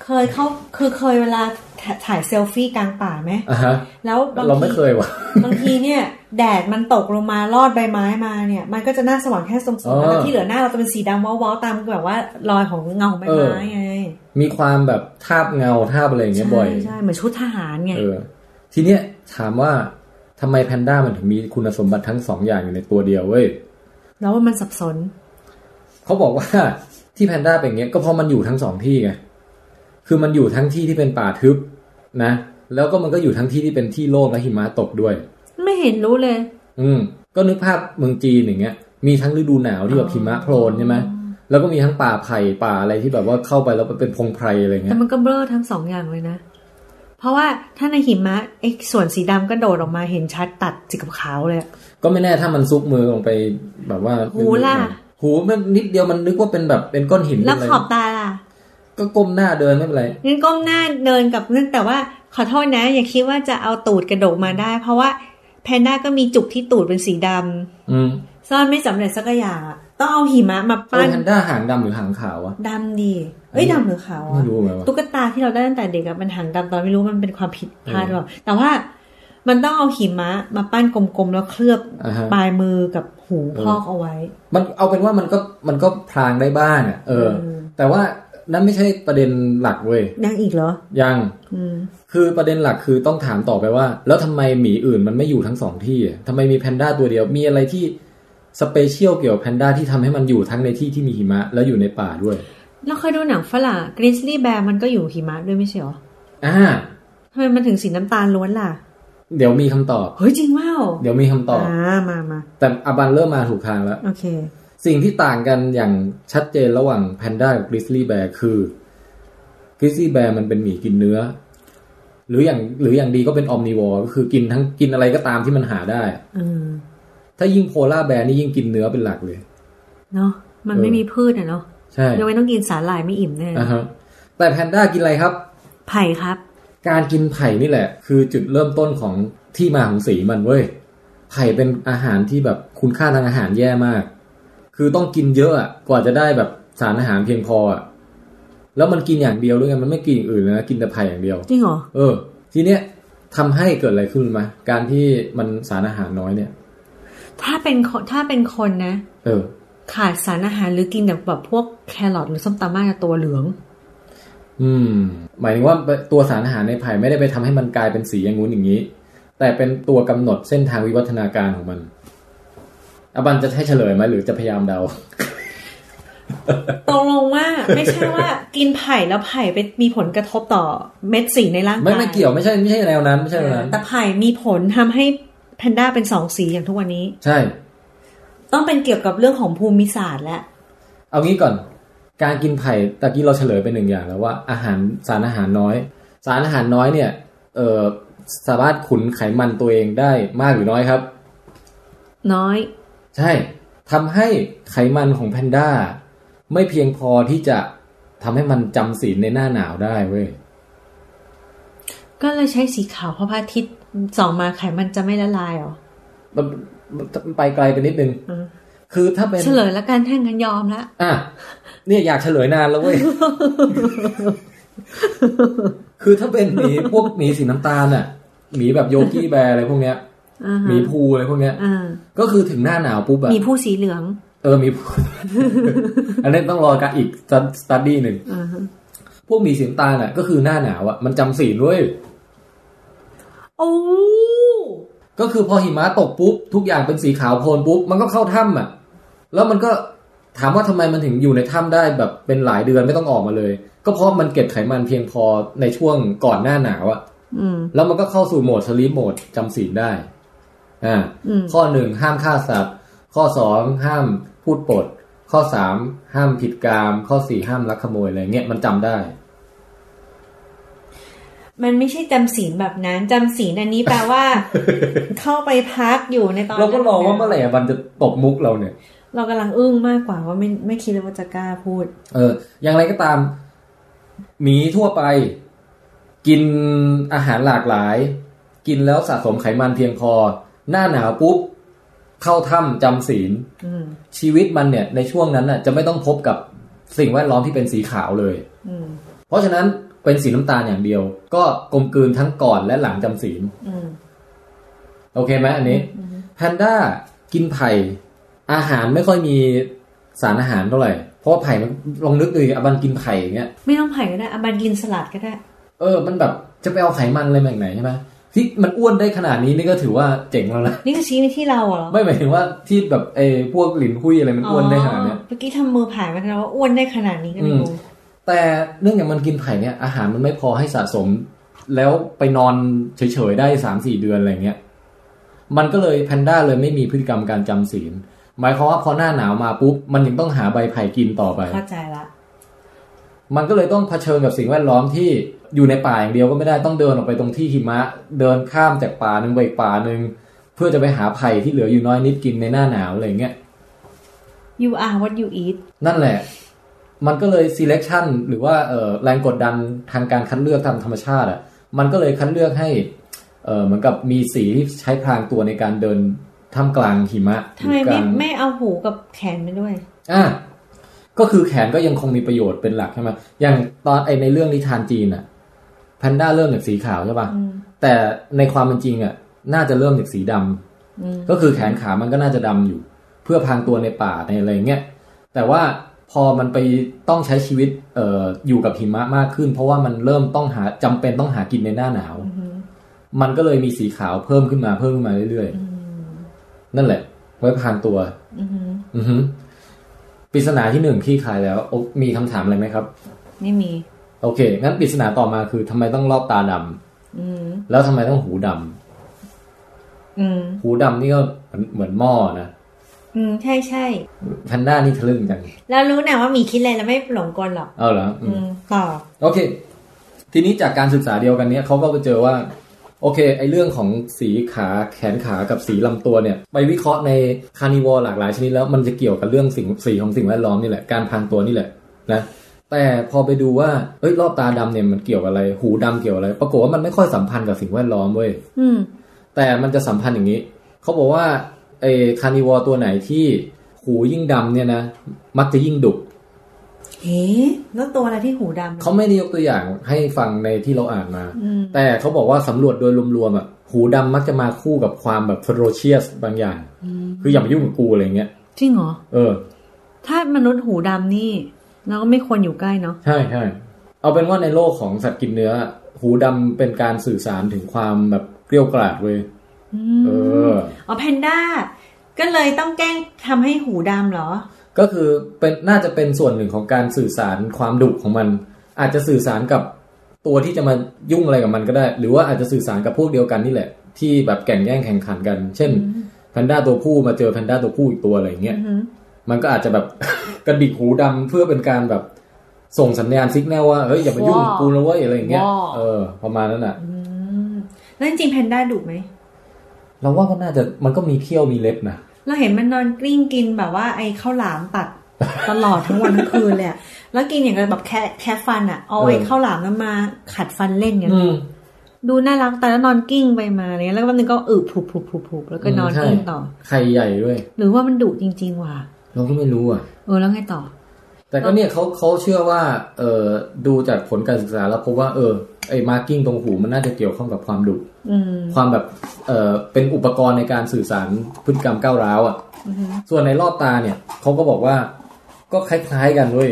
[SPEAKER 5] เคยเขาคือเคยเวลาถถ่ายเซลฟี่กลางป่าไหม
[SPEAKER 1] อ่ะฮะ
[SPEAKER 5] แล้วบาง
[SPEAKER 1] เราไม่
[SPEAKER 5] ที
[SPEAKER 1] เคยว่ะ
[SPEAKER 5] บางทีเนี่ย แดดมันตกลงมาลอดใบไม้มาเนี่ย มันก็จะหน้าสว่างแค่ทรง
[SPEAKER 1] อ๋
[SPEAKER 5] ๆ
[SPEAKER 1] อ
[SPEAKER 5] แล้วที่เหลือหน้าเราจะเป็นสีดำว้าวๆตามแบบว่ารอยของเงาของใบ
[SPEAKER 1] เออ
[SPEAKER 5] ไม้ไง
[SPEAKER 1] มีความแบบทาบเงาทาบอะไรอย่างเงี้ยบ่อย
[SPEAKER 5] ใช่ใช่เหมือนชุดทหารไง
[SPEAKER 1] เออ ทีเนี้ยถามว่าทำไมแพนด้ามันถึงมีคุณสมบัติทั้งสองอย่างอยู่ในตัวเดียวเว้ย
[SPEAKER 5] แล้วว่ามันสับสน
[SPEAKER 1] เขาบอกว่า ที่แพนด้าเป็นอย่างเงี้ยก็เพราะมันอยู่ทั้งสองที่ไง คือมันอยู่ทั้งที่ที่เป็นป่าทึบนะ แล้วก็มันก็อยู่ทั้งที่ที่เป็นที่โล่งและหิมะตกด้วย
[SPEAKER 5] ไม่เห็นรู้เลย
[SPEAKER 1] อืม ก็นึกภาพเมืองจีนอย่างเงี้ย มีทั้งฤดูหนาวที่แบบหิมะโพลนใช่ไหมแล้วก็มีทั้งป่าไผ่ป่าอะไรที่แบบว่าเข้าไปแล้วเป็นพงไพรอะไร
[SPEAKER 5] แต่
[SPEAKER 1] เงี้ย
[SPEAKER 5] มันก็เบลอทั้งสองอย่างเลยนะ เพราะว่าถ้าในหิมะไอ้ส่วนสีดำก็โดดออกมาเห็นชัดตัดสีกับขาวเลยอะ
[SPEAKER 1] ก็ไม่แน่ถ้ามันซุกมือลงไปแบบว่า
[SPEAKER 5] หูล่ะ
[SPEAKER 1] หูมันนิดเดียวมันนึกว่าเป็นแบบเป็นก้อนหิน
[SPEAKER 5] แล้ว
[SPEAKER 1] เป็นอะไร
[SPEAKER 5] ขอบตาล่ะ
[SPEAKER 1] ก็ก้มหน้าเดินไม่เป็นไร
[SPEAKER 5] งั้นก้มหน้าเดินกับนั่นแต่ว่าขอโทษนะ อย่าคิดว่าจะเอาตูดกระโดกมาได้ เพราะว่าแพนด้าก็มีจุกที่ตูดเป็นสีดำ
[SPEAKER 1] อืม
[SPEAKER 5] ซ่อนไม่สำเร็จสักอย่างอะต้องเอาหิมะมา
[SPEAKER 1] เออ
[SPEAKER 5] ปั้น
[SPEAKER 1] แพนด้าหางดำหรือหางขาวอะ
[SPEAKER 5] ดำดีเอ้ยดำหรือขาว
[SPEAKER 1] ไม่
[SPEAKER 5] อะ
[SPEAKER 1] รู้เหมือนกันว่ะ
[SPEAKER 5] ตุ๊กตาที่เราได้ตั้งแต่เด็กอะมันหางดำตอนไม่รู้มันเป็นความผิดพลาดหรอแต่ว่ามันต้องเอาหิมะมาปั้นกลมๆแล้วเคลือบ
[SPEAKER 1] อ่าฮะ
[SPEAKER 5] ปลายมือกับหู
[SPEAKER 1] เออ
[SPEAKER 5] พอกเอาไว้
[SPEAKER 1] มันเอาเป็นว่ามันก็มันก็พรางได้บ้างอ่ะเออ
[SPEAKER 5] อืม
[SPEAKER 1] แต่ว่านั่นไม่ใช่ประเด็นหลักเว้ย
[SPEAKER 5] ยังอีกเหรอ
[SPEAKER 1] ยัง
[SPEAKER 5] อืม
[SPEAKER 1] คือประเด็นหลักคือต้องถามต่อไปว่า แล้วทำไมหมีอื่นมันไม่อยู่ทั้งสองที่อะทำไมมีแพนด้าตัวเดียวมีอะไรที่สเปเชียลเกี่ยวกับแพนด้าที่ทำให้มันอยู่ทั้งในที่ที่มีหิมะ แล้วอยู่ในป่าด้วย
[SPEAKER 5] เราเคยดูหนังฝรั่งกริซลี่แบร์มันก็อยู่หิมะด้วยไม่ใช่เหรอ
[SPEAKER 1] อ่า
[SPEAKER 5] ทำไมมันถึงสีน้ำตาลล้วนล่ะ
[SPEAKER 1] เดี๋ยวมีคำตอบ
[SPEAKER 5] เฮ้ยจริงว้าว
[SPEAKER 1] เดี๋ยวมีคำตอบ
[SPEAKER 5] มามา
[SPEAKER 1] แต่อบันเริ่มมาถูกทางแล้ว
[SPEAKER 5] โอเค
[SPEAKER 1] สิ่งที่ต่างกันอย่างชัดเจนระหว่างแพนด้ากับกริซลี่แบร์คือกริซลี่แบร์มันเป็นหมีกินเนื้อ หรืออย่างหรืออย่างดีก็เป็นอมนิวอร์ก็คือกินทั้งกินอะไรก็ตามที่มันหาได้
[SPEAKER 5] อืม
[SPEAKER 1] ถ้ายิ่งโพล่าแบร์นี่ยิ่งกินเนื้อเป็นหลักเลย
[SPEAKER 5] เนาะมัน
[SPEAKER 1] เออ
[SPEAKER 5] ไม่มีพืชอ่ะเนาะ
[SPEAKER 1] ใช่
[SPEAKER 5] ยกเว้นต้องกินสาหร่ายไม่อิ่มแน่
[SPEAKER 1] อ่าฮะแต่แพนด้ากินอะไรครับ
[SPEAKER 5] ไผ่ครับ
[SPEAKER 1] การกินไผ่นี่แหละ คือจุดเริ่มต้นของที่มาของสีมันเว้ยไผ่เป็นอาหารที่แบบคุณค่าทางอาหารแย่มาก คือต้องกินเยอะอะกว่าจะได้แบบสารอาหารเพียงพออะแล้วมันกินอย่างเดียวด้วยไงมันไม่กินอย่างอื่นเลยนะกินแต่ไผ่อย่างเดียว
[SPEAKER 5] จริงเหรอ
[SPEAKER 1] เออ ทีเนี้ยทำให้เกิดอะไรขึ้นรู้ไหมการที่มันสารอาหารน้อยเนี่ย
[SPEAKER 5] ถ้าเป็นคนถ้าเป็นคนนะ
[SPEAKER 1] เออ
[SPEAKER 5] ขาดสารอาหารหรือกินแต่แบบพวกแครอทหรือส้มตำมากจะตัวเหลือง
[SPEAKER 1] อืม หมายถึงว่าตัวสารอาหารในไผ่ไม่ได้ไปทำให้มันกลายเป็นสีอย่างงู้นอย่างนี้ แต่เป็นตัวกำหนดเส้นทางวิวัฒนาการของมันอบันจะให้เฉลยไหมหรือจะพยายามเดา
[SPEAKER 5] ตกลงว่า ไม่ใช่ว่ากินไผ่แล้วไผ่ไปมีผลกระทบต่อเม็ดสีในร่างกาย
[SPEAKER 1] ไม่ไม่เกี่ยวไม่ใช่ไม่ใช่แนวนั้นไม่ใช่แนวนั้น
[SPEAKER 5] แต่ไผ่มีผลทำให้แพนด้าเป็นสองสีอย่างทุกวันนี้
[SPEAKER 1] ใช่
[SPEAKER 5] ต้องเป็นเกี่ยวกับเรื่องของภูมิศาสตร์และ
[SPEAKER 1] เอางี้ก่อน การกินไผ่ตะกี้เราเฉลยไปหนึ่งอย่างแล้วว่าอาหารสารอาหารน้อย สารอาหารน้อยเนี่ย เออสามารถขุนไขมันตัวเองได้มากหรือน้อยครับ
[SPEAKER 5] น้อย
[SPEAKER 1] ใช่ทำให้ไขมันของแพนด้า ไม่เพียงพอที่จะทำให้มันจำศีลในหน้าหนาวได้เว้ย
[SPEAKER 5] ก็เลยใช้สีขาวเพราะพระอาทิตย์ส่องมาไขมันจะไม่ละลายเหรอ
[SPEAKER 1] มันไปไกลไปนิดนึง
[SPEAKER 5] อืม
[SPEAKER 1] คือถ้าเป็น
[SPEAKER 5] เฉลยแล้วกันถ้างั้นยอมละ
[SPEAKER 1] อ่ะเนี่ยอยากเฉลยนานแล้วเว้ย คือถ้าเป็นหมีพวกหมีสีน้ำตาลอ่ะหมีแบบโยกี้แบร์อะไรพวกเนี้ย
[SPEAKER 5] อ่า
[SPEAKER 1] ห
[SPEAKER 5] ฮะ
[SPEAKER 1] มีภูอะไรพวกเนี้ย
[SPEAKER 5] อ่า
[SPEAKER 1] ก็คือถึงหน้าหนาวปุ๊บอะ
[SPEAKER 5] มีผู้สีเหลือง
[SPEAKER 1] เออหมีภู อันนี้ต้องรอกันอีกสตัดดี้หนึ่ง
[SPEAKER 5] อ่าฮะ
[SPEAKER 1] พวกหมีสีน้ำตาลอ่ะ ก็คือหน้าหนาวอ่ะมันจำศีลเว้ย
[SPEAKER 5] โอ้
[SPEAKER 1] ก็คือพอหิมะตกปุ๊บ ทุกอย่างเป็นสีขาวโพลนปุ๊บ มันก็เข้าถ้ำอ่ะ แล้วมันก็ถามว่าทำไมมันถึงอยู่ในถ้ำได้แบบเป็นหลายเดือนไม่ต้องออกมาเลย ก็เพราะมันเก็บไขมันเพียงพอในช่วงก่อนหน้าหนาวอ่ะ
[SPEAKER 5] อืม
[SPEAKER 1] แล้วมันก็เข้าสู่โหมดสลีปโหมดจำศีลได้ อ่า
[SPEAKER 5] อืม
[SPEAKER 1] ข้อหนึ่งห้ามฆ่าสัตว์ ข้อสองห้ามพูดปด ข้อสามห้ามผิดกาม ข้อสี่ห้ามลักขโมยอะไรเงี้ยมันจำได้
[SPEAKER 5] มันไม่ใช่จำศีลแบบนั้นจำศีลอันนี้แปลว่า เข้าไปพักอยู่ในตอน
[SPEAKER 1] เราก็รอว่าเมื่อไหร่มันจะตบมุกเราเนี่ย
[SPEAKER 5] เรากำลังอึ้งมากกว่าว่าไม่ไม่คิดเลยว่าจะกล้าพูด
[SPEAKER 1] เออ อย่างไรก็ตาม หมีทั่วไป กินอาหารหลากหลาย กินแล้วสะสมไขมันเพียงพอ หน้าหนาวปุ๊บ เข้าถ้ำจำศีล
[SPEAKER 5] อืม
[SPEAKER 1] ชีวิตมันเนี่ย ในช่วงนั้นน่ะ จะไม่ต้องพบกับสิ่งแวดล้อมที่เป็นสีขาวเลย
[SPEAKER 5] อืม
[SPEAKER 1] เพราะฉะนั้นเป็นสีน้ำตาลอย่างเดียว ก็กลมกลืนทั้งก่อนและหลังจำศีล
[SPEAKER 5] อืม
[SPEAKER 1] โอเคไหมอันนี้แพนด้ากินไผ่อาหารไม่ค่อยมีสารอาหารเท่าไหร่เพราะว่าไผ่มันลองนึกดูดิอะบันกินไผ่อย่างเงี้ย
[SPEAKER 5] ไม่ต้องไผ่ก็ได้อาบันกินสลัดก็ได้
[SPEAKER 1] เออ มันแบบจะไปเอาไขมันอะไรมาจากไหนใช่ไหมที่มันอ้วนได้ขนาดนี้นี่ก็ถือว่าเจ๋งแล้วนะ
[SPEAKER 5] นี่ก็ชี้ไปที่เราเหรอ
[SPEAKER 1] ไม่หมายถึงว่าที่แบบไอ้พวกหลินหุ้ยอะไรมันอ้วนได้ขนาดเนี้ย
[SPEAKER 5] เมื่อกี้ทำมือผ่านมาแล้วว่าอ้วนได้ขนาดนี้ก็ไม่รู้
[SPEAKER 1] แต่เนื่องจากมันกินไผ่เนี่ยอาหารมันไม่พอให้สะสม แล้วไปนอนเฉยๆได้สามสี่เดือนอะไรเงี้ย มันก็เลยแพนด้าเลยไม่มีพฤติกรรมการจำศีล หมายความว่าพอหน้าหนาวมาปุ๊บ มันยังต้องหาใบไผ่กินต่อไป
[SPEAKER 5] เข้าใจละ
[SPEAKER 1] มันก็เลยต้องเผชิญกับสิ่งแวดล้อมที่อยู่ในป่าอย่างเดียวก็ไม่ได้ต้องเดินออกไปตรงที่หิมะ เดินข้ามจากป่าหนึ่งไปอีกป่าหนึ่งเพื่อจะไปหาไผ่ที่เหลืออยู่น้อยนิดกินในหน้าหนาวอะไรเงี้ย
[SPEAKER 5] ยูอาร์วัดยูอีท
[SPEAKER 1] นั่นแหละ มันก็เลย selection หรือว่าเอ่อแรงกดดันทางการคัดเลือกทางธรรมชาติอ่ะ มันก็เลยคัดเลือกให้ เอ่อเหมือนกับมีสีที่ใช้พรางตัวในการเดินท่ามกลางหิมะ
[SPEAKER 5] ทำไม
[SPEAKER 1] หรือก
[SPEAKER 5] ไม่
[SPEAKER 1] ลาง
[SPEAKER 5] ไม่เอาหูกับแขนไปด้วย
[SPEAKER 1] อ่ะก็คือแขนก็ยังคงมีประโยชน์เป็นหลักใช่ไหมอย่างตอนไอในเรื่องนิทานจีนอ่ะแพนด้าเริ่มจากสีขาวใช่ป่ะ
[SPEAKER 5] อืม
[SPEAKER 1] แต่ในความเป็นจริงอ่ะ น่าจะเริ่มจากสีดำ
[SPEAKER 5] อืม
[SPEAKER 1] ก็คือแขนขามันก็น่าจะดำอยู่ เพื่อพรางตัวในป่าในอะไรเงี้ยแต่ว่าพอมันไปต้องใช้ชีวิตเอ่ออยู่กับหิมะมากขึ้น เพราะว่ามันเริ่มต้องหาจำเป็นต้องหากินในหน้าหนาว มันก็เลยมีสีขาวเพิ่มขึ้นมาเพิ่มขึ้นมาเรื่อยๆ นั่นแหละ ไว้พรางตัว
[SPEAKER 5] อือหือ
[SPEAKER 1] อือฮึปริศนาที่หนึ่งขี้คายแล้วโอ้มีคำถามอะไรไหมครับ
[SPEAKER 5] ไม่มี
[SPEAKER 1] โอเค งั้นปริศนาต่อมาคือทำไมต้องรอบตาดำ
[SPEAKER 5] อืม
[SPEAKER 1] แล้วทำไมต้องหูดำ
[SPEAKER 5] อืม
[SPEAKER 1] หูดำนี่ก็เหมือนเหมือนหม้อนะ
[SPEAKER 5] อืม ใช่ใช่
[SPEAKER 1] แพนด้านี่ทะลึ่งจัง
[SPEAKER 5] เรารู้นะว่าหมีคิดอะไรแล้วไม่หลงกลหรอก
[SPEAKER 1] เอาเหรออื
[SPEAKER 5] อื
[SPEAKER 1] ม
[SPEAKER 5] มต่อ
[SPEAKER 1] โอเค ทีนี้จากการศึกษาเดียวกันเนี้ยเขาก็ไปเจอว่า โอเค ไอเรื่องของสีขาแขนขากับสีลำตัวเนี่ย ไปวิเคราะห์ในคานิวอหลากหลายชนิดแล้วมันจะเกี่ยวกับเรื่องสิ่งสีของสิ่งแวดล้อมนี่แหละการพรางตัวนี่แหละนะแต่พอไปดูว่าเอ้ยรอบตาดำเนี่ยมันเกี่ยวกับอะไร หูดำเกี่ยวกับอะไร ปรากฏว่ามันไม่ค่อยสัมพันธ์กับสิ่งแวดล้อมเว้ย
[SPEAKER 5] อืม
[SPEAKER 1] แต่มันจะสัมพันธ์อย่างนี้ เขาบอกว่าไอ้คานิวอตัวไหนที่หูยิ่งดำเนี่ยนะมักจะยิ่งดุ
[SPEAKER 5] เฮ้แล้วตัวอะไรที่หูดำ
[SPEAKER 1] เขาไม่ได้ยกตัวอย่างให้ฟังในที่เราอ่านมา
[SPEAKER 5] อืม
[SPEAKER 1] แต่เขาบอกว่าสำรวจโดยรวมๆอ่ะหูดำมักจะมาคู่กับความแบบ ferocious บางอย่าง
[SPEAKER 5] อืม
[SPEAKER 1] คืออย่ามายุ่งกับกูอะไรเงี้ย
[SPEAKER 5] จริงเหรอ
[SPEAKER 1] เออ
[SPEAKER 5] ถ้ามนุษย์หูดำนี่เราก็ไม่ควรอยู่ใกล้เนาะ
[SPEAKER 1] ใช่ใช่เอาเป็นว่าในโลกของสัตว์กินเนื้อ หูดำเป็นการสื่อสารถึงความแบบเกลียวกราดเว้ย
[SPEAKER 5] อื
[SPEAKER 1] เออ
[SPEAKER 5] มอ๋อแพนด้า ก็เลยต้องแกล้งทำให้หูดำเหรอ
[SPEAKER 1] ก็คือเป็นน่าจะเป็นส่วนหนึ่งของการสื่อสารความดุของมัน อาจจะสื่อสารกับตัวที่จะมายุ่งอะไรกับมันก็ได้ หรือว่าอาจจะสื่อสารกับพวกเดียวกันนี่แหละ ที่แบบแข่งแย่งแข่งขันกัน เช่นแพนด้าตัวผู้มาเจอแพนด้าตัวผู้อีกตัวอะไรอย่างเงี้ย
[SPEAKER 5] อือฮึ
[SPEAKER 1] มันก็อาจจะแบบ กระดิกหูดำเพื่อเป็นการแบบส่งสัญญาณซิกแนลว่าเฮ้ยอย่ามายุ่งกับกูนะเว้ยอะไรอย่างเงี้ย
[SPEAKER 5] ว้าว
[SPEAKER 1] เออประมาณนั้นอ่ะ
[SPEAKER 5] อืมแล้วจริงๆแพนด้าดุไหม
[SPEAKER 1] เราว่าก็น่าจะมันก็มีเขี้ยวมีเล็บนะ
[SPEAKER 5] เราเห็นมันนอนกลิ้งกินแบบว่าไอ้ข้าวหลามตัด ตลอดทั้งวันทั้งคืนเลยอะแล้วกินอย่างกับแบบแค่แค่ฟันอะเอาไอ้ข้าวหลามนั้นมาขัดฟันเล่นอย่างเงี้
[SPEAKER 1] อืม
[SPEAKER 5] ยดูน่ารักแต่แล้วนอนกลิ้งไปมาอะไรเงี้ยแล้วก็วันหนึงก็อึผูบผูบผูบผูบแล้วก็นอน
[SPEAKER 1] อืมใช่
[SPEAKER 5] กลิ้งต่อ
[SPEAKER 1] ไข่ใหญ่ด้วย
[SPEAKER 5] หรือว่ามันดุจริง ๆ ว่ะ
[SPEAKER 1] เราก็ไม่รู้อ่ะ
[SPEAKER 5] เออแล้วไงต่อ
[SPEAKER 1] แต่ก็เนี่ยเขาเขาเชื่อว่าเออดูจากผลการศึกษาแล้วพบว่าเออไอ้มาร์กิ้งตรงหูมันน่าจะเกี่ยวข้องกับความดุ
[SPEAKER 5] อืม
[SPEAKER 1] ความแบบเออเป็นอุปกรณ์ในการสื่อสารพฤติกรรมก้าวร้าวอ่ะ
[SPEAKER 5] อือฮึ
[SPEAKER 1] ส่วนในรอบตาเนี่ยเขาก็บอกว่าก็คล้ายๆกันเว้ย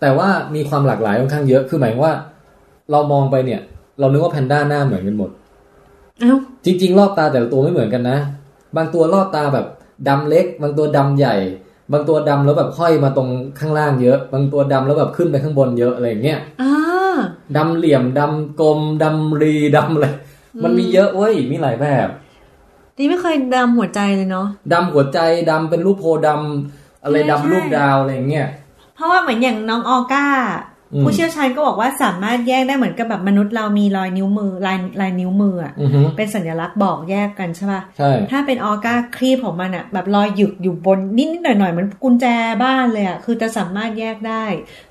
[SPEAKER 1] แต่ว่ามีความหลากหลายค่อนข้างเยอะคือหมายว่า เรามองไปเนี่ย เรานึกว่าแพนด้าหน้าเหมือนกันหมด
[SPEAKER 5] เอ้า
[SPEAKER 1] จริง ๆ รอบตาแต่ละตัวไม่เหมือนกันนะ บางตัวรอบตาแบบดำเล็ก บางตัวดำใหญ่ บางตัวดำแล้วแบบห้อยมาตรงข้างล่างเยอะ บางตัวดำแล้วแบบขึ้นไปข้างบนเยอะอะไรอย่างเงี้ย
[SPEAKER 5] อ่า
[SPEAKER 1] ดำเหลี่ยมดำกลมดำรีดำอะไรมันมีเยอะเว้ยมีหลายแบบ
[SPEAKER 5] ดีไม่เคยดำหัวใจเลยเนาะ
[SPEAKER 1] ดำหัวใจดำเป็นรูปโพธิ์ดำอะไรดำรูปดาวอะไรอย่างเงี้ย
[SPEAKER 5] เพราะว่าเหมือนอย่างน้องออก้า
[SPEAKER 1] อืม
[SPEAKER 5] ผู้เชี่ยวชาญก็บอกว่าสามารถแยกได้เหมือนกับแบบมนุษย์เรามีรอยนิ้วมือลายลายนิ้วมืออะ
[SPEAKER 1] อือฮึ
[SPEAKER 5] เป็นสัญลักษณ์บอกแยกกันใช่ป่ะ
[SPEAKER 1] ใช่
[SPEAKER 5] ถ้าเป็นออก้าครีบของมันอะแบบรอยหยึกอยู่บนนิดนิดๆหน่อยหน่อยๆเหมือนกุญแจบ้านเลยอะคือจะสามารถแยกได้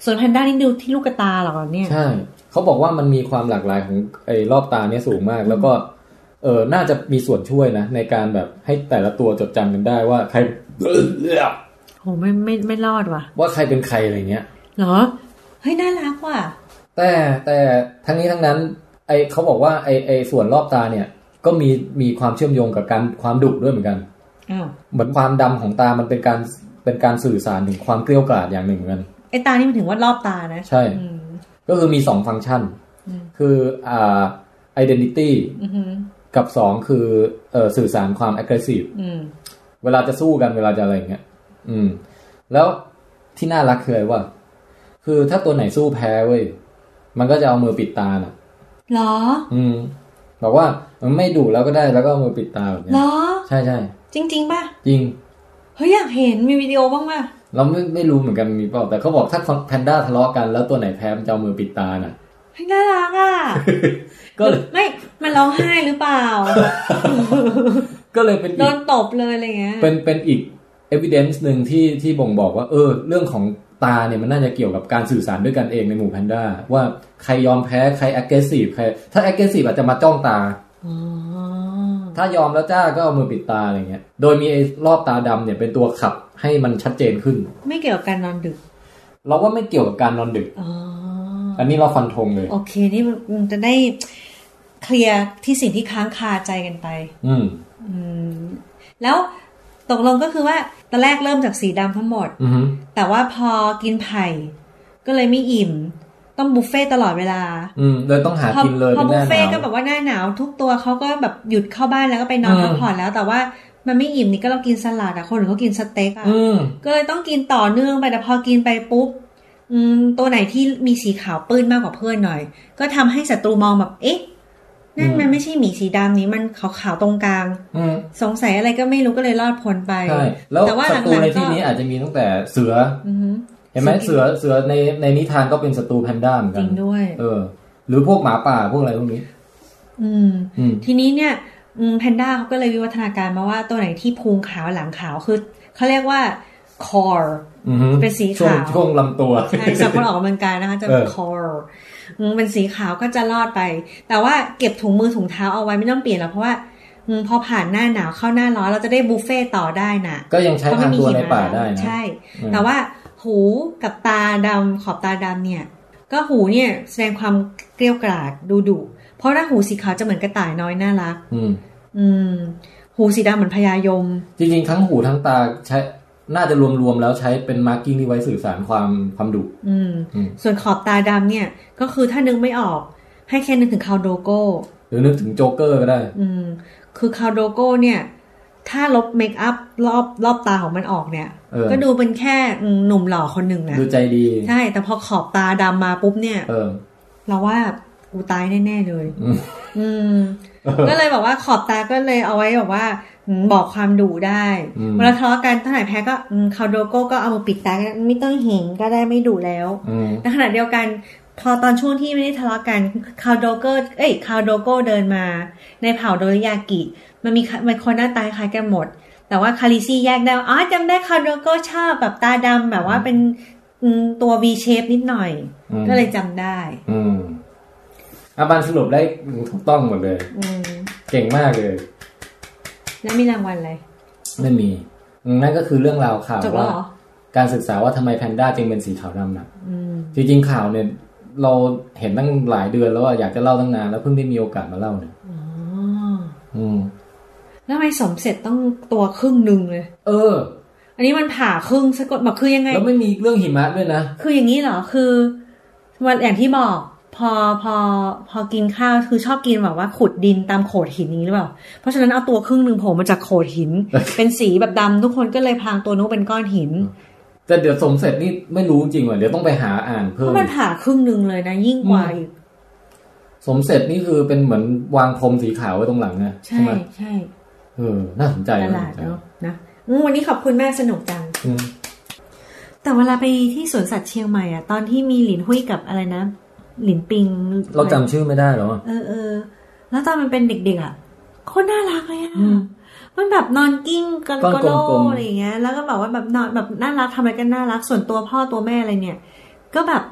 [SPEAKER 5] ส่วนแพนด้านี่ดูที่ลูกตาเหรอเนี่ย
[SPEAKER 1] ใช่ เขาบอกว่ามันมีความหลากหลายของไอ้รอบตาเนี่ยสูงมาก แล้วก็ เออน่าจะมีส่วนช่วยนะ ในการแบบให้แต่ละตัวจดจำกันได้ว่าใคร
[SPEAKER 5] โหไม่ไม่ไม่รอดว่ะ
[SPEAKER 1] ว่าใครเป็นใครอะไรเงี้ย
[SPEAKER 5] เหรอ เฮ้ยน่ารักว่ะ
[SPEAKER 1] แต่แต่ทั้งนี้ทั้งนั้น ไอเขาบอกว่าไอไอส่วนรอบตาเนี่ย ก็มีมีความเชื่อมโยงกับการความดุด้วยเหมือนกัน
[SPEAKER 5] อ้าว
[SPEAKER 1] เหมือนความดำของตามันเป็นการเป็นการสื่อสารถึงความเกลียวกราดอย่างหนึ่งเหมือนกัน
[SPEAKER 5] ไอ้ตานี่มันถึงว่ารอบตานะ
[SPEAKER 1] ใช่
[SPEAKER 5] อืม
[SPEAKER 1] ก็คือมีสองฟังก์ชัน
[SPEAKER 5] อืม
[SPEAKER 1] คืออ่า identity
[SPEAKER 5] อือหือ
[SPEAKER 1] กับสองคือเออสื่อสารความ aggressive
[SPEAKER 5] อืม
[SPEAKER 1] เวลาจะสู้กันเวลาจะอะไรอย่างเงี้ย อืม แล้วที่น่ารักคืออะไรวะ คือถ้าตัวไหนสู้แพ้เว้ย มันก็จะเอามือปิดตาน่ะ
[SPEAKER 5] เหรอ
[SPEAKER 1] อืม บอกว่ามันไม่ดุแล้วก็ได้แล้วก็เอามือปิดตาแบบเนี้
[SPEAKER 5] เหร
[SPEAKER 1] ย
[SPEAKER 5] อ
[SPEAKER 1] ใช่ใช่
[SPEAKER 5] จริง ๆป่ะ
[SPEAKER 1] จริง
[SPEAKER 5] เฮ้ยอยากเห็นมีวิดีโอบ้างป่ะ
[SPEAKER 1] เราไม่ไม่รู้เหมือนกันมีเปล่าแต่เขาบอกถ้าแพนด้าทะเลาะกันแล้วตัวไหนแพ้มันจะเอามือปิดตาน่ะ
[SPEAKER 5] เฮ้ยน่ารักอ่ะ
[SPEAKER 1] ก็เลย
[SPEAKER 5] ไม่ มันร้องไห้หรือ เปล่า
[SPEAKER 1] ก็เลยเป็น
[SPEAKER 5] โด
[SPEAKER 1] อีก
[SPEAKER 5] นตบเลยอะไรเงี้ย
[SPEAKER 1] เป็นเป็นอีก evidence หนึ่งที่ที่บ่งบอกว่า เออ เรื่องของตาเนี่ยมันน่าจะเกี่ยวกับการสื่อสารด้วยกันเองในหมู่แพนด้าว่าใครยอมแพ้ใคร aggressive ใครถ้า aggressive อาจจะมาจ้องตา
[SPEAKER 5] อ๋อ
[SPEAKER 1] ถ้ายอมแล้วจ้าก็เอามือปิดตาอะไรเงี้ย โดยมีไอ้รอบตาดำเนี่ยเป็นตัวขับให้มันชัดเจนขึ้น
[SPEAKER 5] ไม่เกี่ยวกับการนอนดึก
[SPEAKER 1] เราว่าไม่เกี่ยวกับการนอนดึก
[SPEAKER 5] อ๋อ
[SPEAKER 1] อันนี้เราฟันธงเลย
[SPEAKER 5] โอเค นี่มันจะได้เคลียร์ที่สิ่งที่ค้างคาใจกันไป
[SPEAKER 1] อืม
[SPEAKER 5] อืม แล้วตกลงก็คือว่าตอนแรกเริ่มจากสีดำทั้งหมด
[SPEAKER 1] อืม
[SPEAKER 5] แต่ว่าพอกินไผ่ ก็เลยไม่อิ่ม ต้องบุฟเฟ่ต์ตลอดเวลา
[SPEAKER 1] อืมเลยต้องหา
[SPEAKER 5] พอ
[SPEAKER 1] กินเลย
[SPEAKER 5] พอ
[SPEAKER 1] เป็นห
[SPEAKER 5] บุ
[SPEAKER 1] น้า
[SPEAKER 5] ฟ
[SPEAKER 1] ห
[SPEAKER 5] เฟ่ต์ก็
[SPEAKER 1] นา
[SPEAKER 5] แบ
[SPEAKER 1] ว
[SPEAKER 5] บว่าหน้าหนาวทุกตัวเขาก็แบบหยุดเข้าบ้านแล้วก็ไปนอน
[SPEAKER 1] อืม
[SPEAKER 5] พักผ่อนแล้ว แต่ว่ามันไม่อิ่มนี่ก็เรากินสลัดอะคนอื่นเขากินสเต็กอะ
[SPEAKER 1] อืม
[SPEAKER 5] ก็เลยต้องกินต่อเนื่องไปแต่พอกินไปปุ๊บอืมตัวไหนที่มีสีขาวปื้นมากกว่าเพื่อนหน่อย ก็ทำให้ศัตรูมองแบบเอ๊ะ นั่นมันไม่ใช่หมีสีดำนี้มันขาวๆตรงกลาง
[SPEAKER 1] อืม
[SPEAKER 5] สงสัยอะไรก็ไม่รู้ก็เลยรอดพ้นไป
[SPEAKER 1] ใช่แล้ว
[SPEAKER 5] แต่ว่า
[SPEAKER 1] ศัตรู
[SPEAKER 5] หลังๆ
[SPEAKER 1] ใน
[SPEAKER 5] ก็
[SPEAKER 1] ที่นี้อาจจะมีตั้งแต่เสือ
[SPEAKER 5] อือฮึ
[SPEAKER 1] เห็นไหมเสือเสือในในนิทานก็เป็นศัตรูแพนด้าเหมือน
[SPEAKER 5] จ
[SPEAKER 1] กั
[SPEAKER 5] ริ
[SPEAKER 1] น
[SPEAKER 5] งด้วย
[SPEAKER 1] เออ หรือพวกหมาป่าพวกอะไรพวกนี้
[SPEAKER 5] อืม
[SPEAKER 1] อืม
[SPEAKER 5] ทีนี้เนี่ยอืมแพนด้าเขาก็เลยวิวัฒนาการมาว่าตัวไหนที่พุงขาวหลังขาวคือเขาเรียกว่า core
[SPEAKER 1] อือฮึ
[SPEAKER 5] เป็นสี
[SPEAKER 1] ช่วง
[SPEAKER 5] ขาว
[SPEAKER 1] ช่วงลำตัว
[SPEAKER 5] ใช่สำหรับคนออกกำลังกายนะคะจะเป็น
[SPEAKER 1] เออ
[SPEAKER 5] core อืมเป็นสีขาวก็จะรอดไป แต่ว่าเก็บถุงมือถุงเท้าเอาไว้ไม่ต้องเปลี่ยนแล้วเพราะว่าอืมพอผ่านหน้าหนาวเข้าหน้าร้อนเราจะได้บุฟเฟ่ต์ต่อได้นะ
[SPEAKER 1] ก็ยังใช้
[SPEAKER 5] เพราะไม่
[SPEAKER 1] ทาง
[SPEAKER 5] มี
[SPEAKER 1] ตัว
[SPEAKER 5] หิ
[SPEAKER 1] ใน
[SPEAKER 5] มะ
[SPEAKER 1] ป่าได้นะ
[SPEAKER 5] ใช่
[SPEAKER 1] อืม
[SPEAKER 5] แต่ว่าหูกับตาดำขอบตาดำเนี่ย ก็หูเนี่ยแสดงความเกลียวกราดดูดุเพราะถ้าหูสีขาวจะเหมือนกระต่ายน้อยน่ารัก
[SPEAKER 1] อืม
[SPEAKER 5] อืม หูสีดำเหมือนพญายม
[SPEAKER 1] จริงๆ ทั้งหูทั้งตาใช้น่าจะรวมๆ แล้วใช้เป็นมาร์กิ้งที่ไว้สื่อสารความความดุ
[SPEAKER 5] อืม
[SPEAKER 1] อืม
[SPEAKER 5] ส่วนขอบตาดำเนี่ย ก็คือถ้านึกไม่ออก ให้แค่นึกถึงคาวโดโก้
[SPEAKER 1] หรือนึกถึงโจ๊กเกอร์ก็ได้
[SPEAKER 5] อืม คือคาวโดโก้เนี่ย ถ้าลบเมคอัพรอบรอบตาของมันออกเนี่ย
[SPEAKER 1] เออ
[SPEAKER 5] ก็ดูเป็นแค่อืมหนุ่มหล่อคนหนึ่งนะ
[SPEAKER 1] ดูใจดี
[SPEAKER 5] ใช่ แต่พอขอบตาดำมาปุ๊บเนี่ย
[SPEAKER 1] เออ
[SPEAKER 5] เราว่ากูตายแน่ๆเลย
[SPEAKER 1] อืม
[SPEAKER 5] อืม ก็เลยบอกว่าขอบตาก็เลยเอาไว้แบบว่าอืมบอกความดุได้
[SPEAKER 1] อืม
[SPEAKER 5] เวลาทะเลาะกันเท่าไหร่แพ้ก็อืมคาวโดโก้ก็เอามือปิดตาก็ไม่ต้องเห็นก็ได้ไม่ดุแล้ว
[SPEAKER 1] อืม
[SPEAKER 5] ในขณะเดียวกัน พอตอนช่วงที่ไม่ได้ทะเลาะกันคาวโดโก้เอ้ยคาวโดโก้เดินมา ในเผ่าโดริยากิมันมีมันคนหน้าตาคล้ายกันหมด แต่ว่าคาริซี่แยกได้ว่าอ๋อจำได้คาวโดโก้ชอบแบบตาดำแบบว่าเป็นอืมตัว V shape นิดหน่อย
[SPEAKER 1] อืม
[SPEAKER 5] ก็เลยจำได้
[SPEAKER 1] อืมอาบันสรุปได้ถูกต้องหมดเลย
[SPEAKER 5] อืม
[SPEAKER 1] เก่งมากเลย
[SPEAKER 5] แล้วมีรางวัลอะไร
[SPEAKER 1] ไม่มีอืมนั่นก็คือเรื่องราวข่าว
[SPEAKER 5] จบแล้ว
[SPEAKER 1] ว่า
[SPEAKER 5] เหรอ
[SPEAKER 1] การศึกษาว่าทำไมแพนด้าจึงเป็นสีขาวดำนะ
[SPEAKER 5] อืม
[SPEAKER 1] จริงๆข่าวเนี่ย เราเห็นตั้งหลายเดือนแล้วอะอยากจะเล่าตั้งนานแล้วเพิ่งได้มีโอกาสมาเล่าเนี่ย
[SPEAKER 5] อ๋อ
[SPEAKER 1] อืม
[SPEAKER 5] แล้วทำไมสมเสร็จต้องตัวครึ่งหนึ่งเลย
[SPEAKER 1] เออ
[SPEAKER 5] อันนี้มันผ่าครึ่งสะกดมาคือยังไง
[SPEAKER 1] แล้วไม่มีเรื่องหิมะด้วยนะ
[SPEAKER 5] คืออย่างนี้เหรอ คือวันอย่างที่บอก พอพอพอกินข้าวคือชอบกินแบบว่าขุดดินตามโขดหินอย่างนี้หรือเปล่า เพราะฉะนั้นเอาตัวครึ่งหนึ่งโผล่มาจากโขด หิน เป็นสีแบบดำทุกคนก็เลยพรางตัวนู้นเป็นก้อนหิน
[SPEAKER 1] แต่เดี๋ยวสมเสร็จนี่ไม่รู้จริงว่ะเดี๋ยวต้องไปหาอ่าน
[SPEAKER 5] เพ
[SPEAKER 1] เพิ่ม
[SPEAKER 5] ราะมันผ่าครึ่งหนึ่งเลยนะ ยิ่งกว่า
[SPEAKER 1] อืม
[SPEAKER 5] อีก
[SPEAKER 1] สมเสร็จนี่คือเป็นเหมือนวางพรมสีขาวไว้ตรงหลังนะ
[SPEAKER 5] ใช่
[SPEAKER 1] ไหม
[SPEAKER 5] ใช่
[SPEAKER 1] เออ น่าสนใจ
[SPEAKER 5] ตลาดเนาะนะอืมวันนี้ขอบคุณมากสนุกจัง
[SPEAKER 1] อืม
[SPEAKER 5] แต่เวลาไปที่สวนสัตว์เชียงใหม่อ่ะ ตอนที่มีหลินหุ้ยกับอะไรนะ หลินปิง
[SPEAKER 1] เราจำชื่อไม่ได้หรอ
[SPEAKER 5] เออเออ แล้วตอนมันเป็นเด็กๆอ่ะโคตรน่ารักเลยอ่ะ
[SPEAKER 1] อืม
[SPEAKER 5] มันแบบนอนกิ้งกัน
[SPEAKER 1] ก้อน
[SPEAKER 5] ก็โล
[SPEAKER 1] กลมๆ
[SPEAKER 5] อะไรอย่างเงี้ย แล้วก็แบบว่าแบบนอนแบบน่ารักทำอะไรกันน่ารัก ส่วนตัวพ่อตัวแม่อะไรเนี่ย ก็แบบ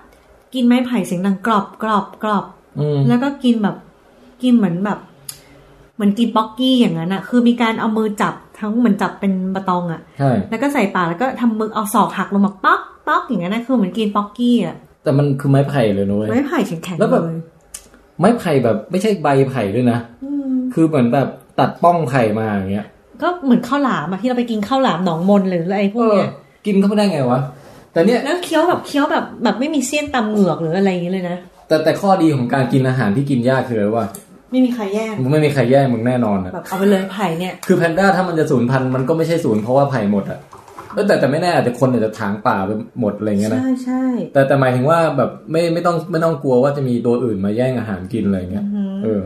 [SPEAKER 5] กินไม้ไผ่เสียงดังกรอบกรอบกรอบ
[SPEAKER 1] อืม
[SPEAKER 5] แล้วก็กินแบบกินเหมือนแบบ เหมือนกินป๊อกกี้อย่างนั้นอ่ะ คือมีการเอามือจับทั้งเหมือนจับเป็นบะตองอ่ะ
[SPEAKER 1] ใช่
[SPEAKER 5] แล้วก็ใส่ปากแล้วก็ทำมือเอาศอกหักลงมาป๊อกป๊อกอย่างนั้นนะคือเหมือนกินป๊อกกี้อ่ะ
[SPEAKER 1] แต่มันคือไม้ไผ่เลยนุ้ย
[SPEAKER 5] ไม้ไผ่แข็งๆ
[SPEAKER 1] แล้วแบบ
[SPEAKER 5] เย
[SPEAKER 1] ไม้ไผ่แบบไม่ใช่ใบไผ่ด้วยนะ
[SPEAKER 5] อืม
[SPEAKER 1] คือเหมือนแบบตัดป้องไผ่มาอย่างเงี้ย
[SPEAKER 5] ก็เหมือนข้าวหลามอะที่เราไปกินข้าวหลามหนองมนหรืออะไรพวกเนี้ย
[SPEAKER 1] เออกินเข้าไม่ได้ไงวะ แต่เนี่ย
[SPEAKER 5] แล้วเคี้ยวแบบเคี้ยวแบบแบบไม่มีเสี้ยนตำเหงือกหรืออะไรอย่างเงี้ยเลยนะ
[SPEAKER 1] แต่แต่ข้อดีของการกินอาหารที่กินยากคืออะไรว่า
[SPEAKER 5] ไม่มีใครแย่ง
[SPEAKER 1] มึงไม่มีใครแย่งมึงแน่นอนอะ
[SPEAKER 5] แบบเอาไปเลยไผ่เนี่ย
[SPEAKER 1] คือแพนด้าถ้ามันจะสูญพันธุ์มันก็ไม่ใช่สูญเพราะว่าไผ่หมดอ่ะเออแต่แต่ไม่แน่อาจจะคนอาจจะถางป่าไปหมดอะไรเงี้ยนะ
[SPEAKER 5] ใช่ใช่
[SPEAKER 1] แต่แต่หมายถึงว่าแบบไม่ไม่ต้องไม่ต้องกลัวว่าจะมีตัวอื่นมาแย่งอาหารกินอะไรเงี้ยเออ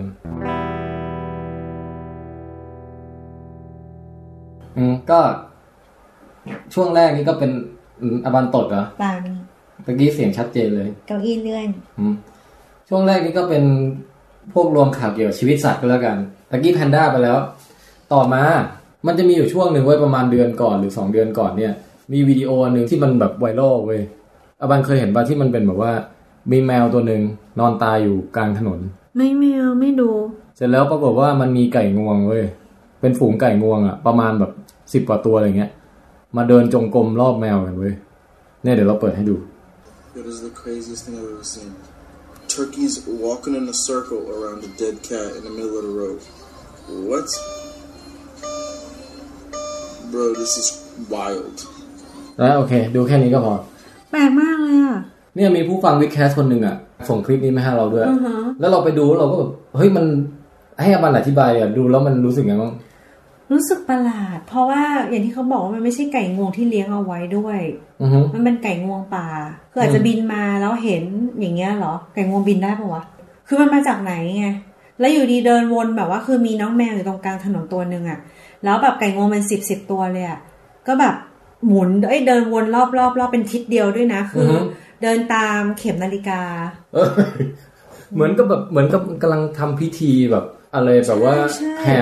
[SPEAKER 1] อืมก็ ช่วงแรกนี่ก็เป็นอืมอบันตดเหรอ
[SPEAKER 5] ปาง
[SPEAKER 1] ตะกี้เสียงชัดเจนเลย
[SPEAKER 5] เก้าอี้เลื่อน
[SPEAKER 1] อืมช่วงแรกนี่ก็เป็นพวกรวมข่าวเกี่ยวกับชีวิตสัตว์ก็แล้วกันตะกี้แพนด้าไปแล้ว ต่อมา มันจะมีอยู่ช่วงหนึ่งเว้ยประมาณเดือนก่อนหรือสองเดือนก่อนเนี่ย มีวิดีโออันหนึ่งที่มันแบบไวรัลเว้ยอาบันเคยเห็นป่ะที่มันเป็นแบบว่า มีแมวตัวหนึ่งนอนตายอยู่กลางถนน
[SPEAKER 5] ไม่แมวไม่ดู
[SPEAKER 1] เสร็จแล้วปรากฏว่ามันมีไก่งวงเว้ยเป็นฝูงไก่งวงอะประมาณแบบสิบ10 กว่าตัวอะไรเงี้ย มาเดินจงกรมรอบแมวกันเว้ยเนี่ยเดี๋ยวเราเปิดให้ดู
[SPEAKER 6] That is the craziest thing I've ever seen. Turkeys walking in a circle around a dead cat in the middle of the road. What? Bro, this is wild.
[SPEAKER 1] นะโอเค ดูแค่นี้ก็พอ
[SPEAKER 5] แปลกมากเลยอะ
[SPEAKER 1] เนี่ยมีผู้ฟังวิดแคสคนหนึ่งอ่ะ ส่งคลิปนี้มาให้เราด้วย
[SPEAKER 5] อือฮะ
[SPEAKER 1] แล้วเราไปดูแล้วเราก็แบบเฮ้ยมันให้อาบันอธิบายอ่ะ ดูแล้วมันรู้สึกไงบ้าง
[SPEAKER 5] รู้สึกประหลาด เพราะว่าอย่างที่เขาบอกว่ามันไม่ใช่ไก่งวงที่เลี้ยงเอาไว้ด้วย
[SPEAKER 1] อือฮึ
[SPEAKER 5] มันเป็นไก่งวงป่าคืออาจจะบินมาแล้วเห็นอย่างเงี้ยเหรอ ไก่งวงบินได้ปะวะ คือมันมาจากไหนไง แล้วอยู่ดีเดินวนแบบว่าคือมีน้องแมวอยู่ตรงกลางถนนตัวหนึ่งอะแล้วแบบไก่งวงเป็นสิบสิบตัวเลยอะก็แบบหมุนเอ้ยเดินวนรอบรอบรอบเป็นทิศเดียวด้วยนะ คืออ
[SPEAKER 1] อฮึ
[SPEAKER 5] เดินตามเข็มนาฬิกา
[SPEAKER 1] เออเหมือนกับแบบเหมือนกับกำลังทำพิธีแบบ อะไรแบบว่า
[SPEAKER 5] ใช่ใช่
[SPEAKER 1] แห่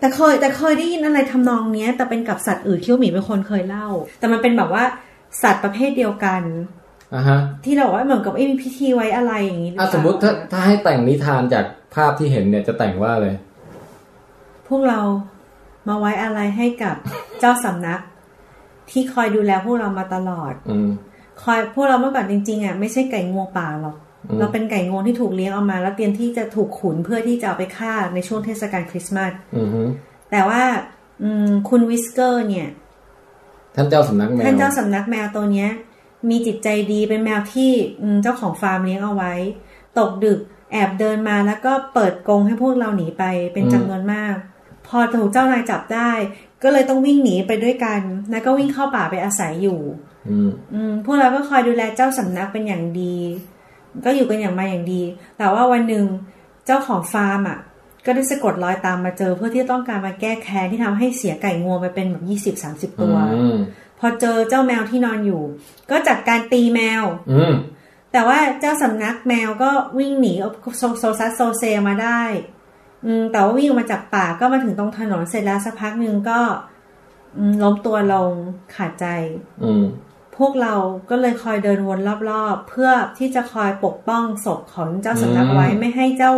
[SPEAKER 5] แต่เคยแต่เคยได้ยินอะไรทำนองเนี้ย แต่เป็นกับสัตว์อื่นที่ว่าหมีเป็นคนเคยเล่า แต่มันเป็นแบบว่าสัตว์ประเภทเดียวกัน
[SPEAKER 1] อ่ะฮะ
[SPEAKER 5] ที่เราว่าเหมือนกับเอ้ยมีพิธีไว้อะไรอย่างนี้หรื
[SPEAKER 1] อ่ะ
[SPEAKER 5] เปล่
[SPEAKER 1] สมมติถ้าถ้าให้แต่งนิทานจากภาพที่เห็นเนี่ยจะแต่งว่าอะไร
[SPEAKER 5] พวกเรามาไว้อะไรให้กับเจ้าสำนัก ที่คอยดูแลพวกเรามาตลอด
[SPEAKER 1] อืม
[SPEAKER 5] คอยพวกเราเมื่อก่อนจริงๆอ่ะไม่ใช่ไก่งวงป่าหรอก
[SPEAKER 1] อืม
[SPEAKER 5] เราเป็นไก่งวงที่ถูกเลี้ยงเอามา แล้วเตรียมที่จะถูกขุนเพื่อที่จะเอาไปฆ่าในช่วงเทศกาลคริสต์มาส
[SPEAKER 1] อือฮึ
[SPEAKER 5] แต่ว่า อืมคุณวิสเกอร์เนี่ย
[SPEAKER 1] ท่านเจ้าสำนักแมว
[SPEAKER 5] ท่านเจ้าสำนักแมวตัวเนี้ย มีจิตใจดีเป็นแมวที่อืมเจ้าของฟาร์มเลี้ยงเอาไว้ ตกดึกแอบเดินมาแล้วก็เปิดกรงให้พวกเราหนีไปเป็นจำนวนมาก พอถูกเจ้านายจับได้ ก็เลยต้องวิ่งหนีไปด้วยกัน แล้วก็วิ่งเข้าป่าไปอาศัยอยู่
[SPEAKER 1] อืม
[SPEAKER 5] อืมพวกเราก็คอยดูแลเจ้าสำนักเป็นอย่างดี ก็อยู่กันอย่างมาอย่างดี แต่ว่าวันหนึ่งเจ้าของฟาร์มอ่ะ ก็ได้สะกดรอยตามมาเจอ เพื่อที่ต้องการมาแก้แค้นที่ทำให้เสียไก่งวงไปเป็นแบบยี่สิบสามสิบตัว
[SPEAKER 1] อืม
[SPEAKER 5] พอเจอเจ้าแมวที่นอนอยู่ ก็จัดการตีแมว
[SPEAKER 1] อืม
[SPEAKER 5] แต่ว่าเจ้าสำนักแมวก็วิ่งหนีโซโซซัสโซเซมาได้ อืมแต่ว่าวิ่งออกมาจากป่าก็มาถึงตรงถนนเสร็จแล้วสักพักหนึ่งก็อืมล้มตัวลงขาดใจ
[SPEAKER 1] อืม
[SPEAKER 5] พวกเราก็เลยคอยเดินวนรอบๆ เพื่อที่จะคอยปกป้องศพของเจ้าสำนักไว้ไม่ให้เจ้า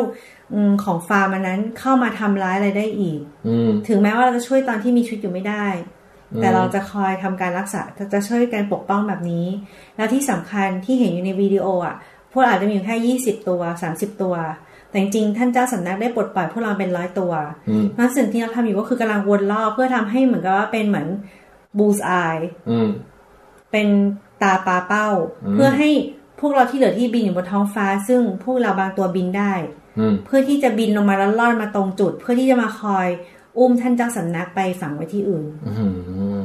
[SPEAKER 5] อืมของฟาร์มอันนั้นเข้ามาทำร้ายอะไรได้อีก
[SPEAKER 1] อืม
[SPEAKER 5] ถึงแม้ว่าเราจะช่วยตอนที่มีชีวิตอยู่ไม่ได้
[SPEAKER 1] อืม
[SPEAKER 5] แต่เราจะคอยทำการรักษาจะช่วยกันปกป้องแบบนี้ แล้วที่สำคัญที่เห็นอยู่ในวิดีโออ่ะ พวกเราอาจจะมีอยู่แค่ยี่สิบตัวสามสิบตัว แต่จริงๆท่านเจ้าสำนักได้ปลดปล่อยพวกเราเป็นร้อยตัว
[SPEAKER 1] อืม
[SPEAKER 5] นั้นสิ่งที่เราทำอยู่ก็คือกำลังวนรอบเพื่อทำให้เหมือนกับว่าเป็นเหมือนบูสไอ
[SPEAKER 1] อืม
[SPEAKER 5] เป็นตาปลาเป้า
[SPEAKER 1] อืม
[SPEAKER 5] เพื่อให้พวกเราที่เหลือที่บินอยู่บนท้องฟ้า ซึ่งพวกเราบางตัวบินได้
[SPEAKER 1] อืม
[SPEAKER 5] เพื่อที่จะบินลงมาแล้วล่อนมาตรงจุด เพื่อที่จะมาคอย อุ้มท่านเจ้าสำนักไปฝังไว้ที่อื่น
[SPEAKER 1] อื้อหือ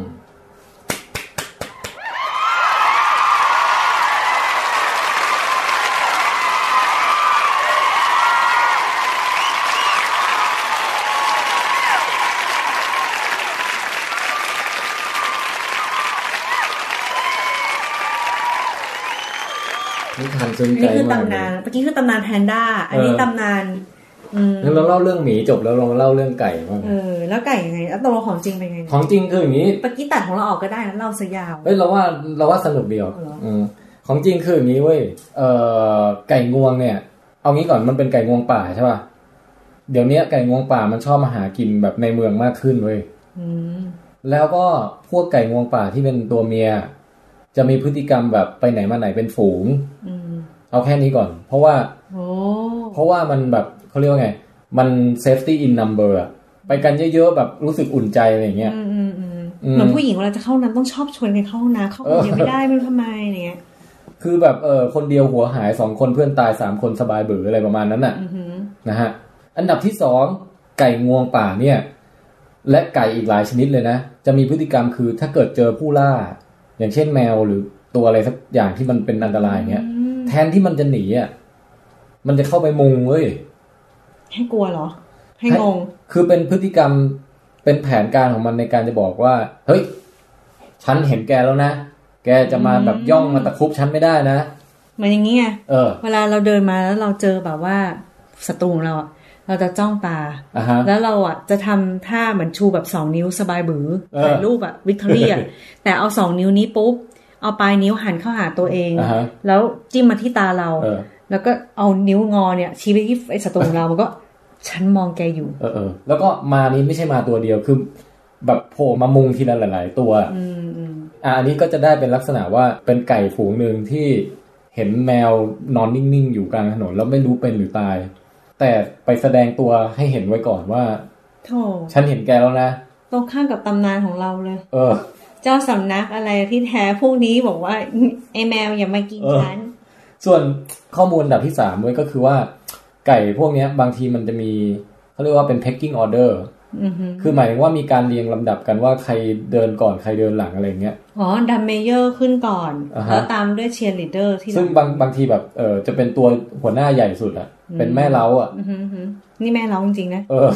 [SPEAKER 1] นิทานซึ้ง
[SPEAKER 5] อัน
[SPEAKER 1] ใจ
[SPEAKER 5] นี้คือ
[SPEAKER 1] มาก
[SPEAKER 5] ตำ
[SPEAKER 1] เล
[SPEAKER 5] นาย นเมื่อกี้คือตำนานแพนด้าอันนี้
[SPEAKER 1] เออ
[SPEAKER 5] ตำนานอืม
[SPEAKER 1] งั้นเราเล่าเรื่องหมีจบแล้วเรามาเล่าเรื่องไก่บ้าง
[SPEAKER 5] เออ แล้วไก่ยังไงแล้วตัวของจริงเป็นไง
[SPEAKER 1] ของจริงคืออย่างนี้
[SPEAKER 5] เมื่อกี้ตัดของเราออกก็ได้นะเล่าซะยาว
[SPEAKER 1] เอ้ยเราว่าเราว่าสนุกดีอ่ะ
[SPEAKER 5] เหรออื
[SPEAKER 1] มของจริงคืออย่างนี้เว้ยเอ่อไก่งวงเนี่ย เอางี้ก่อนมันเป็นไก่งวงป่าใช่ป่ะเดี๋ยวนี้ไก่งวงป่ามันชอบมาหากินแบบในเมืองมากขึ้นเว้ย
[SPEAKER 5] อืม
[SPEAKER 1] แล้วก็พวกไก่งวงป่าที่เป็นตัวเมีย จะมีพฤติกรรมแบบไปไหนมาไหนเป็นฝูง
[SPEAKER 5] อืม
[SPEAKER 1] เอาแค่นี้ก่อน เพราะว่า
[SPEAKER 5] โอ้
[SPEAKER 1] เพราะว่ามันแบบเขาเรียกว่าไง มัน safety in number อะไปกันเยอะๆแบบรู้สึกอุ่นใจอะไรอย่างเงี้ย
[SPEAKER 5] อืมอืมอืม
[SPEAKER 1] อืม
[SPEAKER 5] เหมือนผู้หญิงเวลาจะเข้าน้ำต้องชอบชวนกันเข้าห้องน้ำเข้าคนเดียวไม่ได้ไม่รู้ทำไมอะไรเงี้ย
[SPEAKER 1] คือแบบเออคนเดียวหัวหายสองคนเพื่อนตายสามคนสบายเบื่ออะไรประมาณนั้นน่ะ
[SPEAKER 5] อือหือ
[SPEAKER 1] นะฮะอันดับที่สองไก่งวงป่าเนี่ย และไก่อีกหลายชนิดเลยนะ จะมีพฤติกรรมคือถ้าเกิดเจอผู้ล่า อย่างเช่นแมวหรือตัวอะไรสักอย่างที่มันเป็นอันตรายเงี้ย
[SPEAKER 5] อืม
[SPEAKER 1] แทนที่มันจะหนีอ่ะมันจะเข้าไปมุงเว้ย
[SPEAKER 5] ให้กลัวเหรอ ให้งง
[SPEAKER 1] คือเป็นพฤติกรรมเป็นแผนการของมันในการจะบอกว่า เฮ้ย ฉันเห็นแกแล้วนะ แกจะมาแบบย่องมาตะครุบฉันไม่ได้นะ
[SPEAKER 5] เหมือนอย่างนี้ไง
[SPEAKER 1] เออ
[SPEAKER 5] เวลาเราเดินมาแล้วเราเจอแบบว่าศัตรูของเราอะเราจะจ้องตา
[SPEAKER 1] อ่ะฮะ
[SPEAKER 5] แล้วเราอ่ะจะทำท่าเหมือนชูแบบสองนิ้วสบายบือ
[SPEAKER 1] เออ
[SPEAKER 5] ถ่ายรูปอ่ะวิกตอ รี่อ่ะ แต่เอาสองนิ้วนี้ปุ๊บ เอาปลายนิ้วหันเข้าหาตัวเอง
[SPEAKER 1] อ่าฮะ
[SPEAKER 5] แล้วจิ้มมาที่ตาเรา
[SPEAKER 1] เออ
[SPEAKER 5] แล้วก็เอานิ้วงอเนี่ย ชี้ไปที่ไอ้ศัตรูของเรามันก็ ฉันมองแกอยู่
[SPEAKER 1] เออเออแล้วก็มานี้ไม่ใช่มาตัวเดียวคือ แบบโผล่มามุงทีละหลาย ๆ ตัว
[SPEAKER 5] อืมอืม
[SPEAKER 1] อ่ะอันนี้ก็จะได้เป็นลักษณะว่าเป็นไก่ฝูงหนึ่งที่เห็นแมวนอนนิ่ง ๆ อยู่กลางถนนแล้วไม่รู้เป็นหรือตาย แต่ไปแสดงตัวให้เห็นไว้ก่อนว่า
[SPEAKER 5] โถ
[SPEAKER 1] ฉันเห็นแกแล้วนะ
[SPEAKER 5] ตรงข้ามกับตำนานของเราเลย
[SPEAKER 1] เออ
[SPEAKER 5] เจ้าสำนักอะไรที่แท้พวกนี้บอกว่า ไอ้แมวอย่ามากิน
[SPEAKER 1] เออ
[SPEAKER 5] ฉัน
[SPEAKER 1] ส่วนข้อมูลอันดับที่สามเว้ยก็คือว่า ไก่พวกเนี้ยบางทีมันจะมีเขาเรียกว่าเป็น pecking order
[SPEAKER 5] อือหือ
[SPEAKER 1] คือหมายถึงว่ามีการเรียงลำดับกันว่าใครเดินก่อนใครเดินหลังอะไรอย่างเงี้ย
[SPEAKER 5] อ๋อ ดัมเมเยอร์ขึ้นก่อน
[SPEAKER 1] อ่าฮะ
[SPEAKER 5] แล้วตามด้วยเชียร์ลีดเดอร์ที่หลั
[SPEAKER 1] ซึ่งบางบางทีแบบเออจะเป็นตัวหัวหน้าใหญ่สุดอะเป็นแม่เล้าอะ
[SPEAKER 5] อือหือหือ นี่แม่ร้องจริงๆนะ
[SPEAKER 7] เออ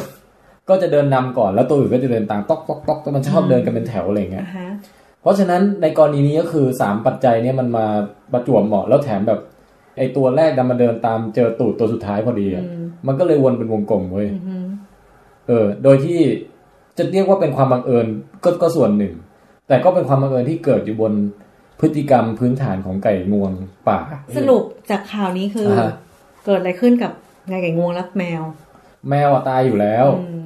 [SPEAKER 7] ก็จะเดินนำก่อนแล้วตัวอื่นก็จะเดินตามต๊อกต๊อกต๊อกแล้วมันชอบเดินกันเป็นแถวอะไรอย่างเงี้ย
[SPEAKER 5] อ่าฮะ
[SPEAKER 7] เพราะฉะนั้นในกรณีนี้ก็คือสามปัจจัยเนี่ยมันมาประจวบเหมาะแล้วแถมแบบ ไอตัวแรกดันมาเดินตามเจอตูดตัวสุดท้ายพอดีอะมันก็เลยวนเป็นวงกลมเว้ยเออ โดยที่จะเรียกว่าเป็นความบังเอิญก็ก็ส่วนหนึ่ง แต่ก็เป็นความบังเอิญที่เกิดอยู่บนพฤติกรรมพื้นฐานของไก่งวงป่า
[SPEAKER 5] สรุปจากข่าวนี้คือ
[SPEAKER 7] าฮะ
[SPEAKER 5] เกิดอะไรขึ้นกับนายไก่งวงรับแมว
[SPEAKER 7] แมวอะตายอยู่แล้ว
[SPEAKER 5] อืม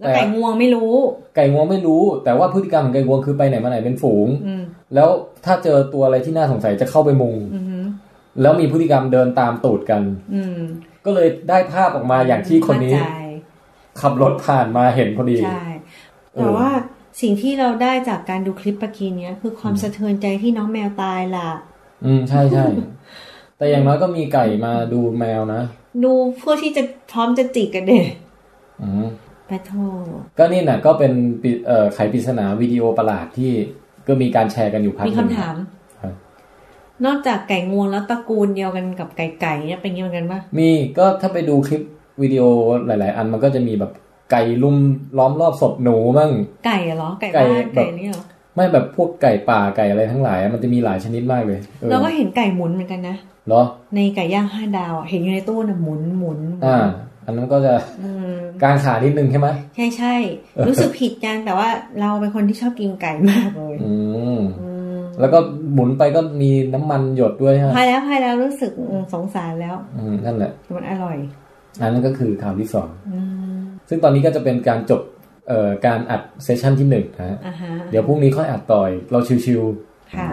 [SPEAKER 5] แล้วไก่งวงไม่รู้
[SPEAKER 7] ไก่งวงไม่รู้ แต่ว่าพฤติกรรมของไก่งวงคือไปไหนมาไหนเป็นฝูง
[SPEAKER 5] อืม
[SPEAKER 7] แล้วถ้าเจอตัวอะไรที่น่าสงสัยจะเข้าไปมุง
[SPEAKER 5] อือหือ
[SPEAKER 7] แล้วมีพฤติกรรมเดินตามตูดกัน
[SPEAKER 5] อืม
[SPEAKER 7] ก็เลยได้ภาพออกมาอย่างที่คนนี้
[SPEAKER 5] มั่ใจ
[SPEAKER 7] ขับรถผ่านมาเห็นพอดี
[SPEAKER 5] ใช่
[SPEAKER 7] เออ
[SPEAKER 5] แต่ว่าสิ่งที่เราได้จากการดูคลิปปะกี้เนี้ยคือความสะเทือนใจที่น้องแมวตายล่ะ
[SPEAKER 7] อืมใช่ใช่ แต่อย่างน้อยก็มีไก่มาดูแมวนะ
[SPEAKER 5] ดูเพื่อที่จะพร้อมจะจิกกันเด็ก
[SPEAKER 7] อืม
[SPEAKER 5] ปะโท
[SPEAKER 7] ก็นี่น่ะ ก็เป็นปิเอ่อไขปริศนาวิดีโอประหลาดที่ก็มีการแชร์กันอยู่พัก
[SPEAKER 5] มี
[SPEAKER 7] ห
[SPEAKER 5] คำ
[SPEAKER 7] นึ่ง
[SPEAKER 5] ถาม
[SPEAKER 7] ครับ
[SPEAKER 5] นอกจากไก่งวงแล้วตระกูลเดียวกันกับไก่ไก่เนี่ยเป็นเดียวกันปะ
[SPEAKER 7] มีก็ถ้าไปดูคลิปวิดีโอหลาย ๆ อันมันก็จะมีแบบไก่ลุมล้อมรอบศพหนูมั่ง
[SPEAKER 5] ไก่อะเหรอ ไก่
[SPEAKER 7] ไก่
[SPEAKER 5] บ้าน
[SPEAKER 7] แบบ
[SPEAKER 5] ไก่เนี่ยเหรอ
[SPEAKER 7] ไม่แบบพวกไก่ป่าไก่อะไรทั้งหลายอะมันจะมีหลายชนิดมากเลยเออ
[SPEAKER 5] เราก็เห็นไก่หมุนเหมือนกันนะ
[SPEAKER 7] เหรอ
[SPEAKER 5] ในไก่ย่างห้าดาวอะเห็นอยู่ในตู้น่ะหมุนหมุนหมุน
[SPEAKER 7] อ่า อันนั้นก็จะ
[SPEAKER 5] อืม
[SPEAKER 7] กางขานิดนึงใช่ไหม
[SPEAKER 5] ใช่ใช่รู้สึกผิดกันแต่ว่าเราเป็นคนที่ชอบกินไก่มากเลย
[SPEAKER 7] อืม
[SPEAKER 5] อืม
[SPEAKER 7] แล้วก็หมุนไปก็มีน้ำมันหยดด้วยฮะ
[SPEAKER 5] พายแล้วพายแล้วรู้สึกอืมสงสารแล้ว
[SPEAKER 7] อืมนั่นแหละ
[SPEAKER 5] แต่มันอร่อย
[SPEAKER 7] อันนั้นก็คือข่าวที่สอง
[SPEAKER 5] อืม
[SPEAKER 7] ซึ่งตอนนี้ก็จะเป็นการจบเอ่อการอัดเซสชั่นที่หนึ่งนะฮะ
[SPEAKER 5] อ่าฮะ
[SPEAKER 7] เดี๋ยวพรุ่งนี้ค่อยอัดต่อย เราชิว
[SPEAKER 5] ค่ะ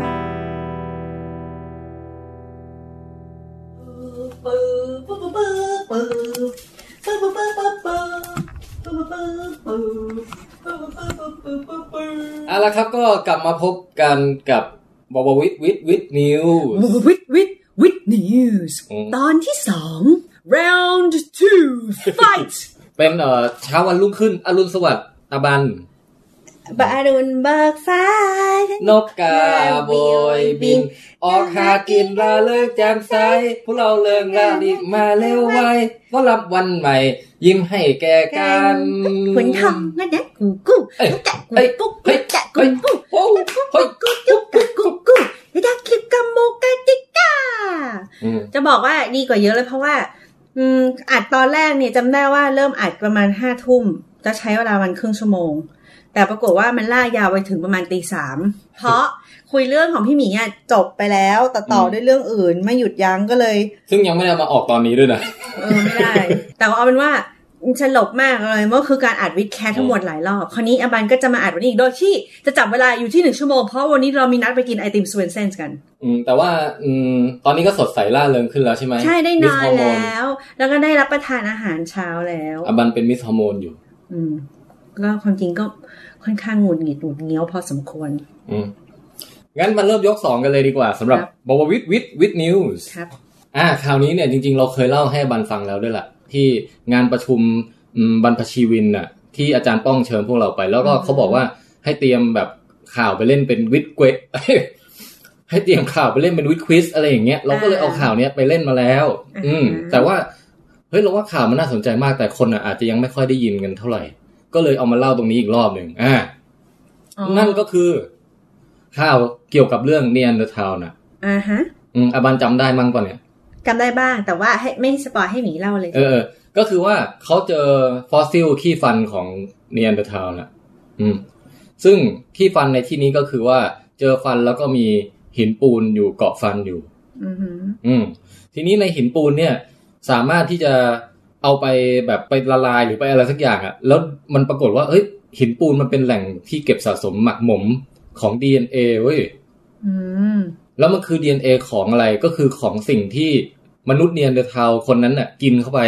[SPEAKER 1] เอาละครับก็กลับมาพบกันกับบอบวิทวิทวิทนิว
[SPEAKER 2] วิดวิดวิด news ตอนที่สอง round two fight
[SPEAKER 1] เป็นเอ่อเช้าวันรุ่งขึ้น อรุณสวัสดิ์อาบัน
[SPEAKER 5] บารุนเบิกฟ้าน
[SPEAKER 1] กกาโบยบิน ออกหากินลาเลิกแจ่มใสพวกเราเลิงลาดิมาเร็วไวต้อนรับวันใหม่ ยิ้มให้แก่กัน
[SPEAKER 2] ขนทองงั้นนะกูกู
[SPEAKER 1] เอ้ย
[SPEAKER 2] แกะกู
[SPEAKER 1] เอ้ย
[SPEAKER 2] ปุ๊ก
[SPEAKER 1] เฮ้ย
[SPEAKER 2] แกะกูปุ๊ก
[SPEAKER 1] โอ้เฮ้ย
[SPEAKER 2] กูจุ๊กกูกูกูแล้วได้คลิปกัมโมกาติก้า
[SPEAKER 1] อืม
[SPEAKER 2] จะบอกว่าดีกว่าเยอะเลยเพราะว่า อืมอัดตอนแรกเนี่ยจำได้ว่าเริ่มอัดประมาณห้าทุ่ม จะใช้เวลามันครึ่งชั่วโมง แต่ปรากฏว่ามันล่ายาวไปถึงประมาณตีสามเพราะคุยเรื่องของพี่หมีอ่ะจบไปแล้วแต่ต่อด้วยเรื่องอื่น ไม่หยุดยั้งก็เลย
[SPEAKER 1] ซึ่งยังไม่ได้มาออกตอนนี้ด้วยนะ
[SPEAKER 2] เออไม่ได้ แต่ว่าเอาเป็นว่าฉลบมากเลยมันก็คือการอัดวิดแคสทั้งหมดหลายรอบ คราวนี้อบันก็จะมาอัดวันนี้อีกโดยที่จะจับเวลาอยู่ที่หนึ่งชั่วโมงเพราะวันนี้เรามีนัดไปกินไอติมสวนเซนส์กัน
[SPEAKER 1] อืมแต่ว่าอืมตอนนี้ก็สดใสล่าเริงขึ้นแล้วใช่ไหม
[SPEAKER 2] ใช่ได้
[SPEAKER 1] มิส
[SPEAKER 2] นอน
[SPEAKER 1] ฮอร์โมน
[SPEAKER 2] แล้ว แล้วก็ได้รับประทานอาหารเช้าแล้ว
[SPEAKER 1] อาบันเป็นมิสฮอร์โมนอยู่
[SPEAKER 2] อืมก็ความจริงก็ค่อนข้างหงุดหงิดหงุดเงี้ยวพอสมควร
[SPEAKER 1] อืมงั้นมาเริ่มยกสองกันเลยดีกว่าสำหรับ
[SPEAKER 2] ครับ
[SPEAKER 1] บววิทวิทวิทนิวส์
[SPEAKER 2] ครับ
[SPEAKER 1] อ่าคราวนี้เนี่ยจริงๆ เราเคยเล่าให้บันฟังแล้วด้วยล่ะ ที่งานประชุมอืมบรรพชีวินน่ะที่อาจารย์ป้องเชิญพวกเราไป แล้วก็เขาบอกว่าให้เตรียมแบบข่าวไปเล่นเป็นวิดเกว ให้เตรียมข่าวไปเล่นเป็นวิดควิสอะไรอย่างเงี้ยเราก็เลยเอาข่าวเนี้ยไปเล่นมาแล้ว
[SPEAKER 2] อ่าฮะ
[SPEAKER 1] อืม แต่ว่าเฮ้ยเราว่าข่าวมันน่าสนใจมากแต่คนน่ะอาจจะยังไม่ค่อยได้ยินกันเท่าไหร่ ก็เลยเอามาเล่าตรงนี้อีกรอบหนึ่งอ่า
[SPEAKER 2] อ๋อ
[SPEAKER 1] นั่นก็คือข่าวเกี่ยวกับเรื่องเนียนเดอร์ทาวน่ะ
[SPEAKER 2] อ่าฮะ
[SPEAKER 1] อืมอาบันจำได้มั้งก่อนเนี่ย
[SPEAKER 2] จำได้บ้างแต่ว่าให้ไม่สปอยให้หมีเล่าเลย
[SPEAKER 1] เออ ก็คือว่าเขาเจอฟอสซิลขี้ฟันของเนียนเดอร์ทาวน่ะ อืม ซึ่งขี้ฟันในที่นี้ก็คือว่าเจอฟันแล้วก็มีหินปูนอยู่เกาะฟันอยู่
[SPEAKER 2] อือหือ
[SPEAKER 1] อืม ทีนี้ในหินปูนเนี่ย สามารถที่จะเอาไปแบบไปละลายหรือไปอะไรสักอย่างอะแล้วมันปรากฏว่า เอ้ย หินปูนมันเป็นแหล่งที่เก็บสะสมหมักหมมของ DNA เว้ย
[SPEAKER 2] อืม
[SPEAKER 1] แล้วมันคือ DNA ของอะไรก็คือของสิ่งที่มนุษย์เนียนเดอร์ทาวคนนั้นน่ะ กินเข้าไป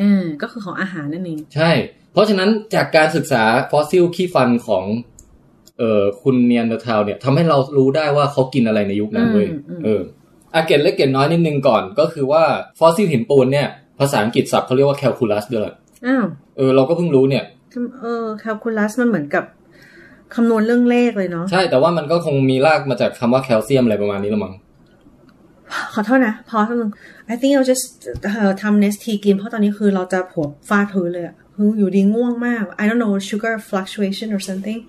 [SPEAKER 2] อ่าก็คือของอาหารนั่นเอง
[SPEAKER 1] ใช่ เพราะฉะนั้นจากการศึกษาฟอสซิลขี้ฟันของเอ่อคุณเนียนเดอร์ทาวเนี่ยทำให้เรารู้ได้ว่าเขากินอะไรในยุคนั้นเว้ย
[SPEAKER 2] อืมอืม
[SPEAKER 1] เอออาเกตเล็กเกตน้อยนิดนึงก่อน ก็คือว่าฟอสซิลหินปูนเนี่ย ภาษาอังกฤษศัพท์เขาเรียกว่าแคลคูลัสด้วยล่ะ
[SPEAKER 2] อ้าว
[SPEAKER 1] เออเราก็เพิ่งรู้เนี่ย
[SPEAKER 2] ทำเออแคลคูลัสมันเหมือนกับคำนวณเรื่องเลขเลยเนาะ
[SPEAKER 1] ใช่แต่ว่ามันก็คงมีรากมาจากคำว่าแคลเซียมอะไรประมาณนี้ละมั้ง
[SPEAKER 2] ขอโทษนะ พอสักนึง I think I'll just เอ่อทำ Nestea กิน เพราะตอนนี้คือเราจะหัวฟาดพื้นเลยอะคืออยู่ดีง่วงมาก I don't know sugar fluctuation or something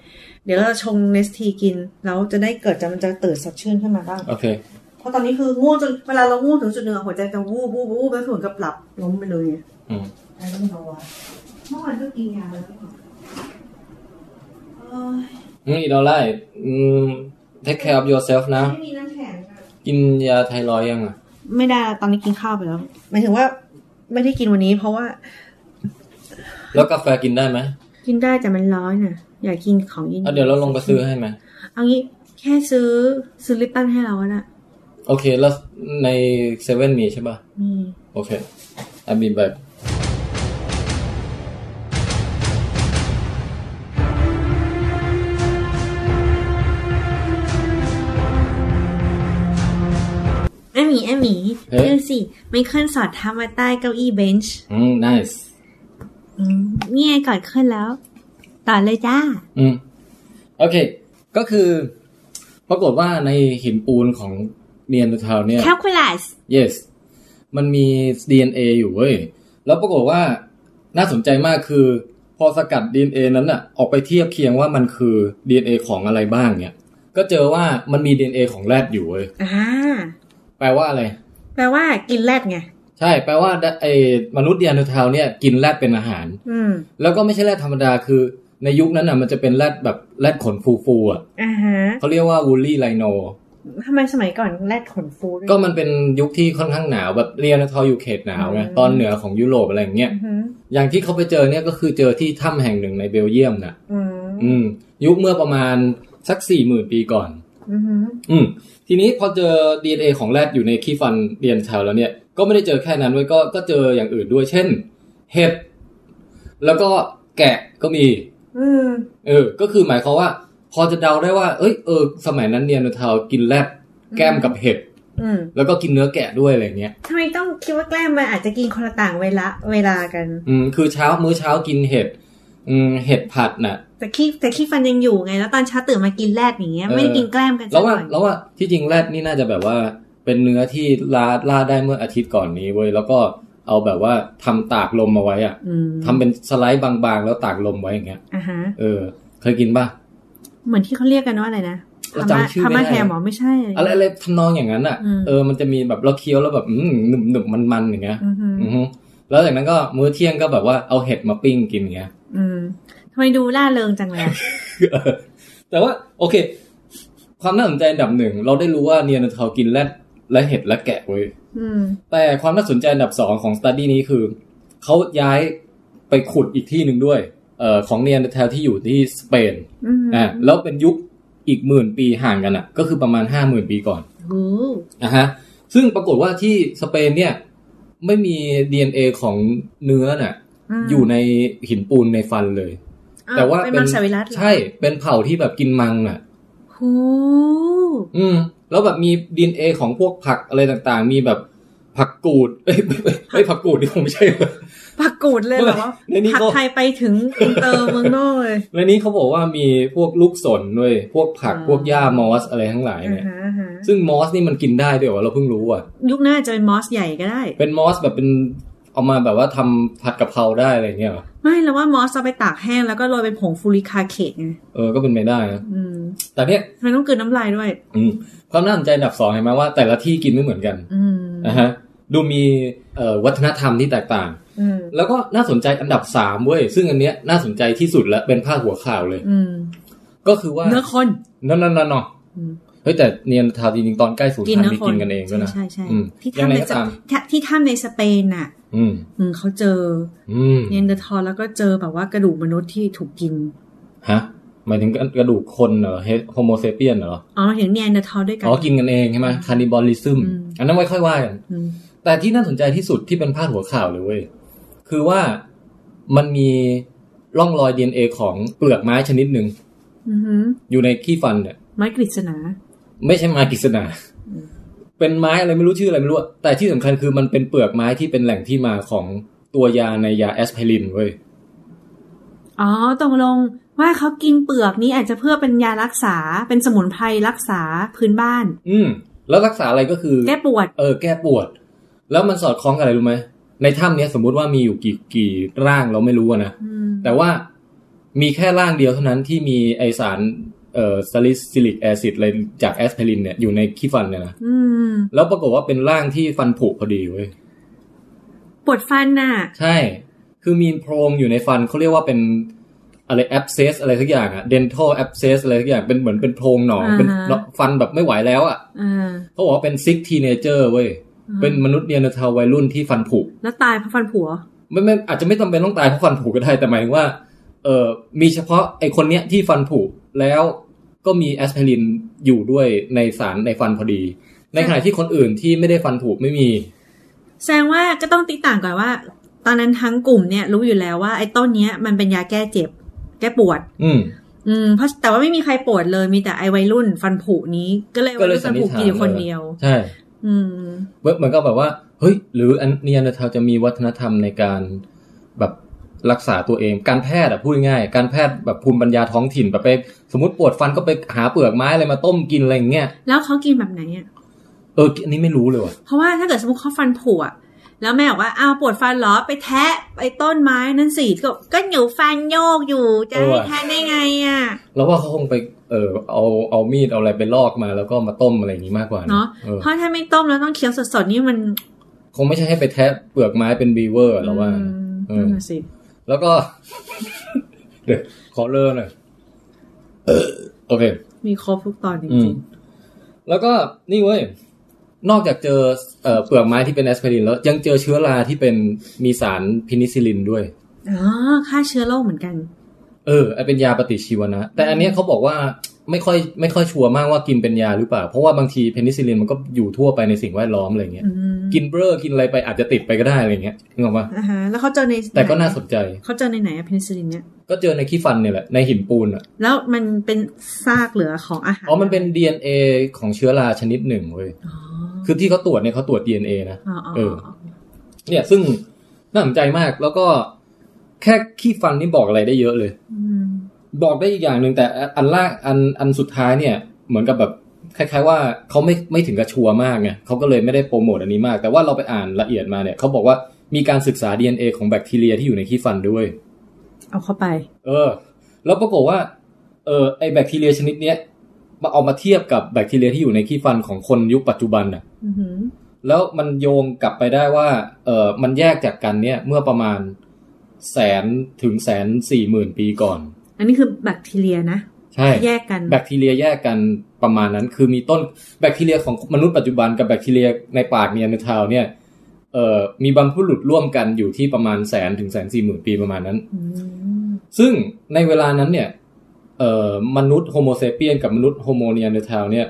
[SPEAKER 2] เดี๋ยวเราจะชง Nestea กิน แล้วจะได้เกิดจะมันจะตื่นสดชื่นขึ้นมาบ้าง
[SPEAKER 1] โอเค
[SPEAKER 2] เพราะตอนนี้คือง่วงจนเวลาเราง่วงถึงจุดหนึ่งอะหัวใจจะวูบวูบวูบแล้วถึงกับหลับล้มไปเลยอะ
[SPEAKER 1] อืม
[SPEAKER 2] อะไรก็ไม่รู้อะเมื่อวานก็กินยาแล้วก็
[SPEAKER 1] อื
[SPEAKER 2] เอ้ย
[SPEAKER 1] มอีดอลไลท์อืม take care of yourself นะ
[SPEAKER 2] ไม่มีน้ำแข็งอะ
[SPEAKER 1] กินยาไทรอยด์ยังอ่ะ
[SPEAKER 2] ไม่ได้ตอนนี้กินข้าวไปแล้วหมายถึงว่าไม่ได้กินวันนี้เพราะว่า
[SPEAKER 1] แล้วกาแฟกินได้ไหม
[SPEAKER 2] กินได้แต่มันร้อนน่ะ อยากกินของเย็น
[SPEAKER 1] อ่ะเดี๋ยวเราลงไปซื้อให้ไหม
[SPEAKER 2] เอางี้แค่ซื้อซื้อลิปตันให้เราอะน่ะ
[SPEAKER 1] โอเค แล้วในเซเว่นมีใช่ป่ะ
[SPEAKER 2] มี
[SPEAKER 1] โอเคอาบินแบบ
[SPEAKER 2] ไอหมีไอหมีดูสิไมเคิลสอดเท้ามาใต้เก้าอี้เบนช์
[SPEAKER 1] อืม nice
[SPEAKER 2] อืมนี่ไงกอดขึ้นแล้ว ต่อเลยจ้า
[SPEAKER 1] อืม โอเค ก็คือ ปรากฏว่าในหินปูนของเนียนทาวเนี่ย
[SPEAKER 2] แคลคูลัส
[SPEAKER 1] yes มันมี DNA อยู่เว้ย แล้วปรากฏว่าน่าสนใจมากคือ พอสกัด DNA นั้นน่ะ ออกไปเทียบเคียงว่ามันคือ DNA ของอะไรบ้างเนี่ย ก็เจอว่ามันมี DNA ของแรดอยู่เว้ย
[SPEAKER 2] อ่า
[SPEAKER 1] แปลว่าอะไร
[SPEAKER 2] แปลว่ากินแรดไง
[SPEAKER 1] ใช่ แปลว่าไอ้มนุษย์เดียนเทาวเนี่ยกินแรดเป็นอาหาร
[SPEAKER 2] อืม
[SPEAKER 1] แล้วก็ไม่ใช่แรดธรรมดาคือ ในยุคนั้นน่ะมันจะเป็นแรดแบบแรดขนฟูฟูๆอ่ะ
[SPEAKER 2] อ่าฮะ
[SPEAKER 1] เขาเรียกว่าวูลลี่ไลโน
[SPEAKER 2] ทำไมสมัยก่อนแรดขนฟูด้วย
[SPEAKER 1] ก็มันเป็นยุคที่ค่อนข้างหนาวแบบเรียนทออยู่เขตหนาวไงตอนเหนือของยุโรปอะไรอย่างเงี้ย
[SPEAKER 2] อือฮึ
[SPEAKER 1] อย่างที่เขาไปเจอเนี่ยก็คือเจอที่ถ้ำแห่งหนึ่งในเบลเยียมนะ
[SPEAKER 2] อืม
[SPEAKER 1] อืม ยุคเมื่อประมาณสักสี่หมื่นปีก่อน
[SPEAKER 2] อือฮึ
[SPEAKER 1] อืม ทีนี้พอเจอ DNA ของแรดอยู่ในขี้ฟันเดียนชาวแล้วเนี่ย ก็ไม่ได้เจอแค่นั้นไว้ยก็ก็เจออย่างอื่นด้วย เช่น เห็ด แล้วก็แกะก็มี
[SPEAKER 2] อืม
[SPEAKER 1] เออ ก็คือหมายความว่า พอจะเดาได้ว่า เอ้ย เออ สมัยนั้นเนียนเทากินแรดแก้มกับเห็ด
[SPEAKER 2] อืม
[SPEAKER 1] แล้วก็กินเนื้อแกะด้วยอะไรเงี้ย
[SPEAKER 2] ทำไมต้องคิดว่าแกล้มมันอาจจะกินคนละต่างเวลาเวลากัน
[SPEAKER 1] อืม คือเช้ามื้อเช้ากินเห็ด อืม เห็ดผัดน่ะ
[SPEAKER 2] แต่ขี้แต่ขี้ฟันยังอยู่ไง แล้วตอนเช้าตื่นมากินแรดอย่างเงี้ย
[SPEAKER 1] เออ
[SPEAKER 2] ไม่ได้กินแกล้มกัน
[SPEAKER 1] แล้วว่า
[SPEAKER 2] สักหน่อย
[SPEAKER 1] แล้วว่าที่จริงแรดนี่น่าจะแบบว่า เป็นเนื้อที่ล่าล่าได้เมื่ออาทิตย์ก่อนนี้เว้ย แล้วก็เอาแบบว่าทำตากลมมาไว้อะ
[SPEAKER 2] อืม
[SPEAKER 1] ทำเป็นสไลด์บางๆ แล้วตากลมไว้อย่างเงี้ย
[SPEAKER 2] อ่ะฮะ
[SPEAKER 1] เออ เคยกินป่ะ
[SPEAKER 2] เหมือนที่เขาเรียกกันว่าอะไรนะ
[SPEAKER 1] เราจำชื่อ
[SPEAKER 2] พา
[SPEAKER 1] ไม่
[SPEAKER 2] มา
[SPEAKER 1] ได้
[SPEAKER 2] แฮมหรอไม่ใช่
[SPEAKER 1] อะไรอะไรทำนองอย่างนั้นอ่ะ เออ มันจะมีแบบเราเคี้ยวแล้วแบบอืมหนึบหนึบมันมันๆอย่างเงี้ย
[SPEAKER 2] อือฮึ
[SPEAKER 1] อือฮึแล้วจากนั้นก็มื้อเที่ยงก็แบบว่าเอาเห็ดมาปิ้งกินอย่างเงี้ ย
[SPEAKER 2] อืมทำไมดูล่าเริงจังเลยอะ
[SPEAKER 1] แต่ว่าโอเค ความน่าสนใจอันดับหนึ่งเราได้รู้ว่าเนียนเทากินแรดและเห็ดและแกะเว้ย
[SPEAKER 2] อืม
[SPEAKER 1] แต่ความน่าสนใจอันดับสองของสต u d ดี้นี้คือเขาย้ายไปขุดอีกที่หนึ่งด้วย เอ่อของเนียนเทลที่อยู่ที่สเปน
[SPEAKER 2] อืม
[SPEAKER 1] อ่ะแล้วเป็นยุคอีกหมื่นปีห่างกันอ่ะ ก็คือประมาณห้าหมื่นปีก่อน
[SPEAKER 2] โอ้
[SPEAKER 1] นะฮะซึ่งปรากฏว่าที่สเปนเนี่ย ไม่มี DNA ของเนื้อน่ะ
[SPEAKER 2] ม
[SPEAKER 1] อยู่ในหินปูนในฟันเลย
[SPEAKER 2] อ้
[SPEAKER 1] แต่ว่า
[SPEAKER 2] เป็นมังสวิรัตเหรอ
[SPEAKER 1] ใช่เป็นเผ่าที่แบบกินมังน่ะ
[SPEAKER 2] โอ้
[SPEAKER 1] อืม แล้วแบบมี DNA ของพวกผักอะไรต่างๆ มีแบบผักกูด เอ้ยไม่ไม่ไม่ผักกูดนี่คงไม่ใช่เว้ย
[SPEAKER 2] ผักกูดเลยเหรอ
[SPEAKER 1] ในนี้
[SPEAKER 2] ผัก
[SPEAKER 1] เขา
[SPEAKER 2] ไทยไปถึงอินเตอร์เมืองนอกเลย
[SPEAKER 1] ในนี้เขาบอกว่ามีพวกลูกสนด้วย พวกผักพวกหญ้ามอสอะไรทั้งหลาย
[SPEAKER 2] อ่า
[SPEAKER 1] เนี่ย
[SPEAKER 2] ฮะอ่าฮะ
[SPEAKER 1] ซึ่งมอสนี่มันกินได้ด้วยวะเราเพิ่งรู้อ่ะ
[SPEAKER 2] ยุคหน้าจะเป็นมอสใหญ่ก็ได้
[SPEAKER 1] เป็นมอสแบบเป็นเอามาแบบว่าทำผัดกะเพราได้อะไรเงี้ยเหรอ
[SPEAKER 2] ไม่แล้วว่ามอสเอาไปตากแห้งแล้วก็โรยเป็นผงฟูริคาเคนไง
[SPEAKER 1] เออก็เป็นไปได้นะ
[SPEAKER 2] อืม
[SPEAKER 1] แต่เนี้ย
[SPEAKER 2] ทำไมต้องกลืนน้ำลายด้วย
[SPEAKER 1] อืมความน่าสนใจอันดับสองเห็นไหมว่าแต่ละที่กินไม่เหมือนกัน
[SPEAKER 2] อืม
[SPEAKER 1] นะฮะดูมีเอ่อวัฒนธรรมที่แตกต่าง
[SPEAKER 2] อืม
[SPEAKER 1] แล้วก็น่าสนใจอันดับสามเว้ยซึ่งอันเนี้ยน่าสนใจที่สุดและเป็นพาดหัวข่าวเลย
[SPEAKER 2] อืม
[SPEAKER 1] ก็คือว่า
[SPEAKER 2] เนื้อคน
[SPEAKER 1] นั่นนั่นนั่นเนาะ
[SPEAKER 2] อืม
[SPEAKER 1] เฮ้ยแต่เนียนทาวจริงๆตอนใกล้สูญ
[SPEAKER 2] กิน
[SPEAKER 1] พัน
[SPEAKER 2] เนื้
[SPEAKER 1] ธุ์มี
[SPEAKER 2] อค
[SPEAKER 1] กิ
[SPEAKER 2] น
[SPEAKER 1] นกันเองด้วยนะ
[SPEAKER 2] ใช่ใช่
[SPEAKER 1] อืม
[SPEAKER 2] ที่
[SPEAKER 1] ยัง
[SPEAKER 2] ถ้ำ
[SPEAKER 1] ไง
[SPEAKER 2] ใน
[SPEAKER 1] ก็
[SPEAKER 2] ส
[SPEAKER 1] ตาม
[SPEAKER 2] ที่ที่ถ้ำในสเปนน่ะ
[SPEAKER 1] อืม
[SPEAKER 2] อืมเขาเจอ
[SPEAKER 1] อืม
[SPEAKER 2] เนนเดอร์ทอลแล้วก็เจอแบบว่ากระดูกมนุษย์ที่ถูกกิน
[SPEAKER 1] ฮะหมายถึงกระดูกคนเหรอโฮโมเซเปียนเหรอ
[SPEAKER 2] อ๋อหมายถึงเนนเดอร์ทอลด้วยกั
[SPEAKER 1] อ๋อ กินกันเองใช่ไหมคานิบอลิซึม อันนั้นไว้ค่อยว่ากัน
[SPEAKER 2] อืม
[SPEAKER 1] แต่ที่น่าสนใจที่สุดที่เป็นพาดหัวข่าวเลยเว้ย คือว่ามันมีร่องรอย DNA ของเปลือกไม้ชนิดหนึ่ง
[SPEAKER 2] อือหือ
[SPEAKER 1] อยู่ในขี้ฟันเนี่ย
[SPEAKER 2] ไม้กฤษณา
[SPEAKER 1] ไม่ใช่ไม้กฤษณาเป็นไม้อะไรไม่รู้ชื่ออะไรไม่รู้อะแต่ที่สำคัญคือมันเป็นเปลือกไม้ที่เป็นแหล่งที่มาของตัวยาในยาแอสไพรินเว้ย
[SPEAKER 2] อ๋อตกลงว่าเขากินเปลือกนี้อาจจะเพื่อเป็นยารักษาเป็นสมุนไพรรักษาพื้นบ้าน
[SPEAKER 1] อืม แล้วรักษาอะไรก็คือ
[SPEAKER 2] แก้ปวด
[SPEAKER 1] เออแก้ปวด แล้วมันสอดคล้องกับอะไรรู้ไหมในถ้ำเนี้ยสมมุติว่ามีอยู่กี่กี่ร่างเราไม่รู้อะนะ แต่ว่ามีแค่ร่างเดียวเท่านั้นที่มีไอสารเอ่อซาลิซิลิกแอซิดอะไรจากแอสไพรินเนี่ยอยู่ในขี้ฟันเนี่ยนะ
[SPEAKER 2] อืม
[SPEAKER 1] แล้วปรากฏว่าเป็นร่างที่ฟันผุพอดีเว้ย
[SPEAKER 2] ปวดฟันน่ะ
[SPEAKER 1] ใช่ คือมีโพรงอยู่ในฟันเขาเรียกว่าเป็นอะไรแอปเซสอะไรสักอย่างอะ dental abscess อะไรสักอย่าง เป็นเหมือนเป็นโพรงหนอง
[SPEAKER 2] อ่าฮะ
[SPEAKER 1] เป็นฟันแบบไม่ไหวแล้วอะ
[SPEAKER 2] เออ
[SPEAKER 1] เขาบอกว่าเป็นซิกทีเนเจอร์เว้ย เป็นมนุษย์เนียนเทาวัยรุ่นที่ฟันผุ
[SPEAKER 2] แล้วตายเพราะฟันผัว
[SPEAKER 1] ไม่ไม่อาจจะไม่จำเป็นต้องตายเพราะฟันผุก็ได้ แต่หมายถึงว่า เออมีเฉพาะไอคนเนี้ยที่ฟันผุแล้วก็มีแอสไพรินอยู่ด้วยในสารในฟันพอดี ในขณะที่คนอื่นที่ไม่ได้ฟันผุไม่มี
[SPEAKER 2] แสดงว่าก็ต้องติต่างก่อนว่า ตอนนั้นทั้งกลุ่มเนี่ยรู้อยู่แล้วว่าไอ้ต้นเนี้ยมันเป็นยาแก้เจ็บ แก้ปวด
[SPEAKER 1] อืม
[SPEAKER 2] อืม เพราะแต่ว่าไม่มีใครปวดเลยมีแต่ไอ้วัยรุ่นฟันผุนี้ ก็เลย
[SPEAKER 1] ก็
[SPEAKER 2] วัย
[SPEAKER 1] เลย
[SPEAKER 2] รุ่น
[SPEAKER 1] สั
[SPEAKER 2] ฟั
[SPEAKER 1] น
[SPEAKER 2] น
[SPEAKER 1] นิ
[SPEAKER 2] ผุ
[SPEAKER 1] ษฐาน
[SPEAKER 2] กินอยู่คน
[SPEAKER 1] เลย
[SPEAKER 2] เดียว
[SPEAKER 1] ใช่
[SPEAKER 2] อืม
[SPEAKER 1] เว้ยมันก็แบบว่า เฮ้ย หรืออันเนียนเทาจะมีวัฒนธรรมในการแบบรักษาตัวเอง การแพทย์อะพูดง่ายๆการแพทย์แบบภูมิปัญญาท้องถิ่นแบบไปสมมติปวดฟันก็ไปหาเปลือกไม้อะไรมาต้มกินอะไรอย่างเงี้ย
[SPEAKER 2] แล้วเขากินแบบไหนอ่ะ
[SPEAKER 1] เออ อันนี้ไม่รู้เลยว่ะ
[SPEAKER 2] เพราะว่าถ้าเกิดสมมติเขาฟันผุอะแล้วแม่บอกว่าอ้าวปวดฟันเหรอไปแทะไอ้ต้นไม้นั่นสิก็ก็หนูฟันโยกอยู่จะ
[SPEAKER 1] เออ
[SPEAKER 2] ให้
[SPEAKER 1] ว่ะ
[SPEAKER 2] แทะได้ไงอ่ะ
[SPEAKER 1] เราว่าเขาคงไป เออเอาเอามีดเอาอะไรไปลอกมาแล้วก็มาต้มอะไรอย่างงี้มากกว่า
[SPEAKER 2] เนาะ
[SPEAKER 1] ออ
[SPEAKER 2] เพราะถ้าไม่ต้มแล้วต้องเคี้ยวสดๆนี่มัน
[SPEAKER 1] คงไม่ใช่ให้ไปแทะเปลือกไม้เป็นบีเวอร์เราว่า
[SPEAKER 2] อืมนั่นน่ะสิ
[SPEAKER 1] แล้วก็ เดี๋ยวขอเลอหน่อย เออโอเค
[SPEAKER 2] มีครบทุกตอนจ
[SPEAKER 1] อืม
[SPEAKER 2] ริง
[SPEAKER 1] แล้วก็นี่เว้ย นอกจากเจอเอ่อเปลือกไม้ที่เป็นแอสไพรินแล้วยังเจอเชื้อราที่เป็นมีสารพินิซิลินด้วย
[SPEAKER 2] ๆอ๋อฆ่าเชื้อโรคเหมือนกัน
[SPEAKER 1] เอออันเป็นยาปฏิชีวนะ แต่อันเนี้ยเขาบอกว่าไม่ค่อยไม่ค่อยชัวร์มากว่ากินเป็นยาหรือเปล่า เพราะว่าบางทีเพนิซิลินมันก็อยู่ทั่วไปในสิ่งแวดล้อมอะไรเงี้ย
[SPEAKER 2] อืม
[SPEAKER 1] กินเบลอกินอะไรไปอาจจะติดไปก็ได้อะไรเงี้ยนึกออกปะ
[SPEAKER 2] อ่าฮะแล้วเขาเจอใน
[SPEAKER 1] แต่ก็น่าสนใจ
[SPEAKER 2] เขาเจอในไหนอะเพนิซิลินเนี่ย
[SPEAKER 1] ก็เจอในขี้ฟันเนี่ยแหละในหินปูนอ่ะ
[SPEAKER 2] แล้วมันเป็นซากเหลือของอาหาร
[SPEAKER 1] อ๋อมันเป็น DNA ของเชื้อราชนิดหนึ่งเว้ย
[SPEAKER 2] อ๋อ
[SPEAKER 1] คือที่เขาตรวจเนี่ยเขาตรวจ DNA นะ
[SPEAKER 2] อ๋ออ๋อ
[SPEAKER 1] เออ
[SPEAKER 2] อ๋อ
[SPEAKER 1] เนี่ยซึ่งน่าสนใจมากแล้วก็แค่ขี้ฟันนี่บอกอะไรได้เยอะเลย
[SPEAKER 2] ม
[SPEAKER 1] บอกได้อีกอย่างหนึ่งแต่อันล่างอันอันสุดท้ายเนี่ยเหมือนกับแบบคล้ายๆว่าเขาไม่ไม่ถึงกับชัวร์มากไงเขาก็เลยไม่ได้โปรโมทอันนี้มาก แต่ว่าเราไปอ่านละเอียดมาเนี่ยเขาบอกว่ามีการศึกษา DNA ของแบคทีเรียที่อยู่ในขี้ฟันด้วย
[SPEAKER 2] เอาเข้าไป
[SPEAKER 1] เออ แล้วปรากฏว่า เออไอแบคทีเรียชนิดเนี้ยมาเอามาเทียบกับแบคทีเรียที่อยู่ในขี้ฟันของคนยุคปัจจุบันน่ะ
[SPEAKER 2] อือหือ
[SPEAKER 1] แล้วมันโยงกลับไปได้ว่า เออมันแยกจากกันเนี่ยเมื่อประมาณแสนถึงแสนสี่หมื่นปีก่อน
[SPEAKER 2] อันนี้คือแบคทีเรียนะ
[SPEAKER 1] ใช่
[SPEAKER 2] แยกกัน
[SPEAKER 1] แบคทีเรียแยกกันประมาณนั้น คือมีต้นแบคทีเรียของมนุษย์ปัจจุบันกับแบคทีเรียในปากเนียนเทาวเนี่ยเอ่อมีบรรพบุรุษร่วมกันอยู่ที่ประมาณแสนถึงแสนสี่หมื่นปีประมาณนั้น
[SPEAKER 2] อืม
[SPEAKER 1] ซึ่งในเวลานั้นเนี่ยเอ่อมนุษย์โฮโมเซเปียนกับมนุษย์โฮโมเนียนเทาวเนี่ย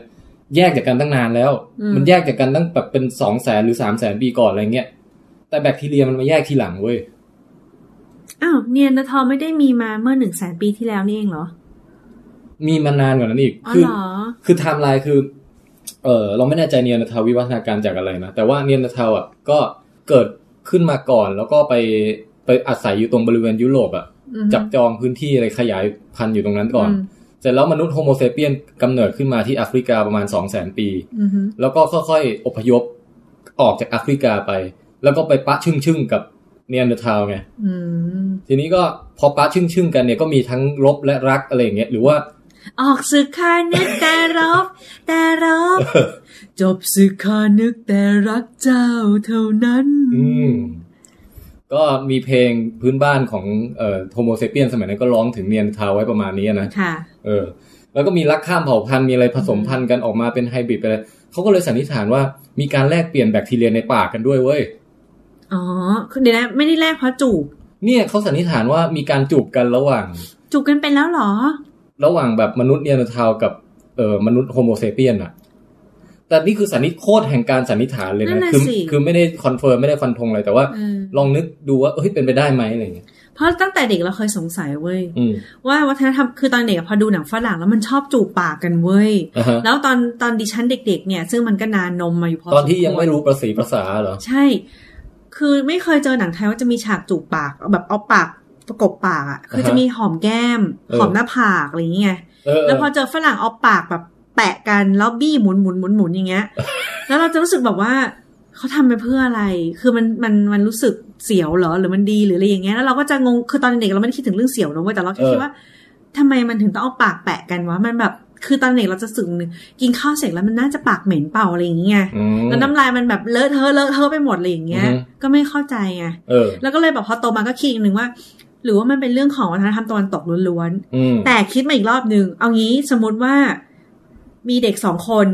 [SPEAKER 1] แยกจากกันตั้งนานแล้ว มันแยกจากกันตั้งแบบเป็นสองแสนหรือสามแสนปีก่อนอะไรเงี้ยแต่แบคทีเรียมันมาแยกทีหลังเว้ย
[SPEAKER 2] อ้าวเนียนทอไม่ได้มีมาเมื่อหนึ่งแสนปีที่แล้วนี่เองเหรอ
[SPEAKER 1] มีมานานกว่านั้นอีก
[SPEAKER 2] อ๋อ
[SPEAKER 1] คื
[SPEAKER 2] เหรอ
[SPEAKER 1] คือไทม์ไลน์คือ เออเราไม่แน่ใจเนียนทาวิวัฒนาการจากอะไรนะ แต่ว่าเนียนทาอ่ะก็เกิดขึ้นมาก่อน แล้วก็ไปไปอาศัยอยู่ตรงบริเวณยุโรปอ่ะ
[SPEAKER 2] อือหือ
[SPEAKER 1] จับจองพื้นที่อะไรขยายพันธุ์อยู่ตรงนั้นก่อน
[SPEAKER 2] ม
[SPEAKER 1] เสร็จแล้วมนุษย์โฮโมเซเปียนกำเนิดขึ้นมาที่แอฟริกาประมาณ 2 0 0 0 0 0 ปี
[SPEAKER 2] อือหือ
[SPEAKER 1] แล้วก็ค่อยๆ อพยพออกจากแอฟริกาไป แล้วก็ไปปะชึ่งชึ่งๆกับเนียนทาไง
[SPEAKER 2] อืม
[SPEAKER 1] ทีนี้ก็พอปะชึ่งชึ่งๆกันเนี่ยก็มีทั้งลบและรักอะไรอย่างเงี้ย หรือว่า
[SPEAKER 2] ออกศึกคานึกแต่ร บแต่รบจบศึกคานึกแต่รักเจ้าเท่านั้น
[SPEAKER 1] อืม ก็มีเพลงพื้นบ้านของเอ่อโฮโมเซเปียนสมัยนั้นก็ร้องถึงเนียนทาวไว้ประมาณนี้นะ
[SPEAKER 2] ค่ะ
[SPEAKER 1] เออ แล้วก็มีรักข้ามเผ่าพันธุ์มีอะไรผสมพันธุ์กันออกมาเป็นไฮบริดไปเลยเขาก็เลยสันนิษฐานว่ามีการแลกเปลี่ยนแบคทีเรียในปากกันด้วยเว้ย
[SPEAKER 2] อ๋อคือเดี๋ยวนะไม่ได้แลกเพราะจูบ
[SPEAKER 1] เนี่ยเขาสันนิษฐานว่ามีการจูบกันระหว่าง
[SPEAKER 2] จูบกันไปแล้วเหรอ
[SPEAKER 1] ระหว่างแบบมนุษย์เนียนทาวกับเอ่อมนุษย์โฮโมเซเปียนอะแต่นี่คือสันนิษโคตรแห่งการสันนิษฐานเลย
[SPEAKER 2] นั่
[SPEAKER 1] นะ
[SPEAKER 2] นน่ะ
[SPEAKER 1] คื
[SPEAKER 2] สิ
[SPEAKER 1] คือไม่ได้คอนเฟิร์มไม่ได้ฟันธงอะไรแต่ว่า
[SPEAKER 2] เออ
[SPEAKER 1] ลองนึกดูว่าเอ้ยเป็นไปได้ไหมอะไรอย่างเงี้ย
[SPEAKER 2] เพราะตั้งแต่เด็กเราเคยสงสัยเว้ย
[SPEAKER 1] อืม
[SPEAKER 2] ว่าวัฒนธรรมคือตอนเด็กอะพอดูหนังฝรั่งแล้วมันชอบจูบปากกันเว้ย
[SPEAKER 1] อ่าฮะ
[SPEAKER 2] แล้วตอนตอนดิฉันเด็ก ๆ เนี่ย ซึ่งมันก็นานนมมาอยู่พอ
[SPEAKER 1] ตอนที่ยังไม่
[SPEAKER 2] ส
[SPEAKER 1] รู้ประสีภาษาเหรอ
[SPEAKER 2] ควรใช่ คือไม่เคยเจอหนังไทยว่าจะมีฉากจูบปากเอาแบบเอาปากประกบปากอะ่ะ คือจะมีหอมแก้ม
[SPEAKER 1] เออ
[SPEAKER 2] หอมหน้าผากอะไรอย่างเงี้ย
[SPEAKER 1] เออ
[SPEAKER 2] แล้วพอเจอฝรั่งเอาปากแบบ แปะกันแล้วบี้หมุนหมุนหมุนหมุนอย่าง เงี้ย แล้วเราจะรู้สึกแบบว่าเขาทำไปเพื่ออะไร คือมันมันมันรู้สึกเสียวเหรอหรือมันดีหรืออะไรอย่างเงี้ยแล้วเราก็จะงงคือตอนเด็กเราไม่ได้คิดถึงเรื่องเสียวนะเว้ยแต่เราแค่คิดว่าทำไมมันถึงต้องเอาปากแปะกันวะมันแบบคือตอนเด็กเราจะสึกนึงกินข้าวเสร็จแล้วมันน่าจะปากเหม็นเป่าอะไรอย่างเงี้ย
[SPEAKER 1] อืม
[SPEAKER 2] แล้วน้ำลายมันแบบเลอะเทอะเลอะเทอะไปหมดอะไรอย่างเงี้ย
[SPEAKER 1] อือฮึ
[SPEAKER 2] ก็ไม่เข้าใจไง
[SPEAKER 1] เออ
[SPEAKER 2] แล้วก็เลยแบบพอโตมาก็คิดอีกหนึ่งว่า หรือว่ามันเป็นเรื่องของวัฒนธรรมตะวันตกล้วน
[SPEAKER 1] อืม
[SPEAKER 2] ๆ แต่คิดมาอีกรอบหนึ่งเอางี้สมมติว่ามีเด็กสองคน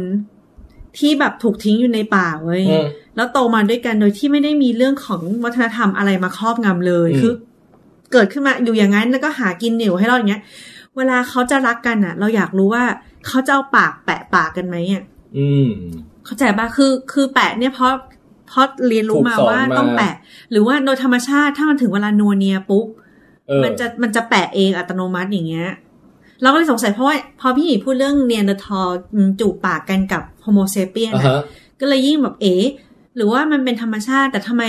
[SPEAKER 2] ที่แบบถูกทิ้งอยู่ในป่าเว้ย
[SPEAKER 1] อืม
[SPEAKER 2] แล้วโตมาด้วยกันโดยที่ไม่ได้มีเรื่องของวัฒนธรรมอะไรมาครอบงำเลย
[SPEAKER 1] อืม
[SPEAKER 2] คือ เกิดขึ้นมาอยู่อย่างนั้นแล้วก็หากินเหนียวให้รอดอย่างเงี้ย เวลาเขาจะรักกันอ่ะ เราอยากรู้ว่าเขาจะเอาปากแปะปากกันไหมอ่ะ
[SPEAKER 1] อืม
[SPEAKER 2] เข้าใจปะคือ คือแปะเนี่ยเพราะ เพราะเรียนรู้มา
[SPEAKER 1] ถูกสอน
[SPEAKER 2] ว่า
[SPEAKER 1] มา
[SPEAKER 2] ต้องแปะ หรือว่าโดยธรรมชาติถ้ามันถึงเวลานัวเนียปุ๊บ
[SPEAKER 1] เออ
[SPEAKER 2] มันจะ มันจะแปะเองอัตโนมัติอย่างเงี้ย เราก็เลยสงสัยเพราะว่า พอพี่หมีพูดเรื่องเนียนเดอร์ทอลอืมจูบปากกันกับโฮโมเซเปียน
[SPEAKER 1] อ่ะฮะ
[SPEAKER 2] ก็เลยยิ่งแบบเอ๋หรือว่ามันเป็นธรรมชาติแต่ทำไม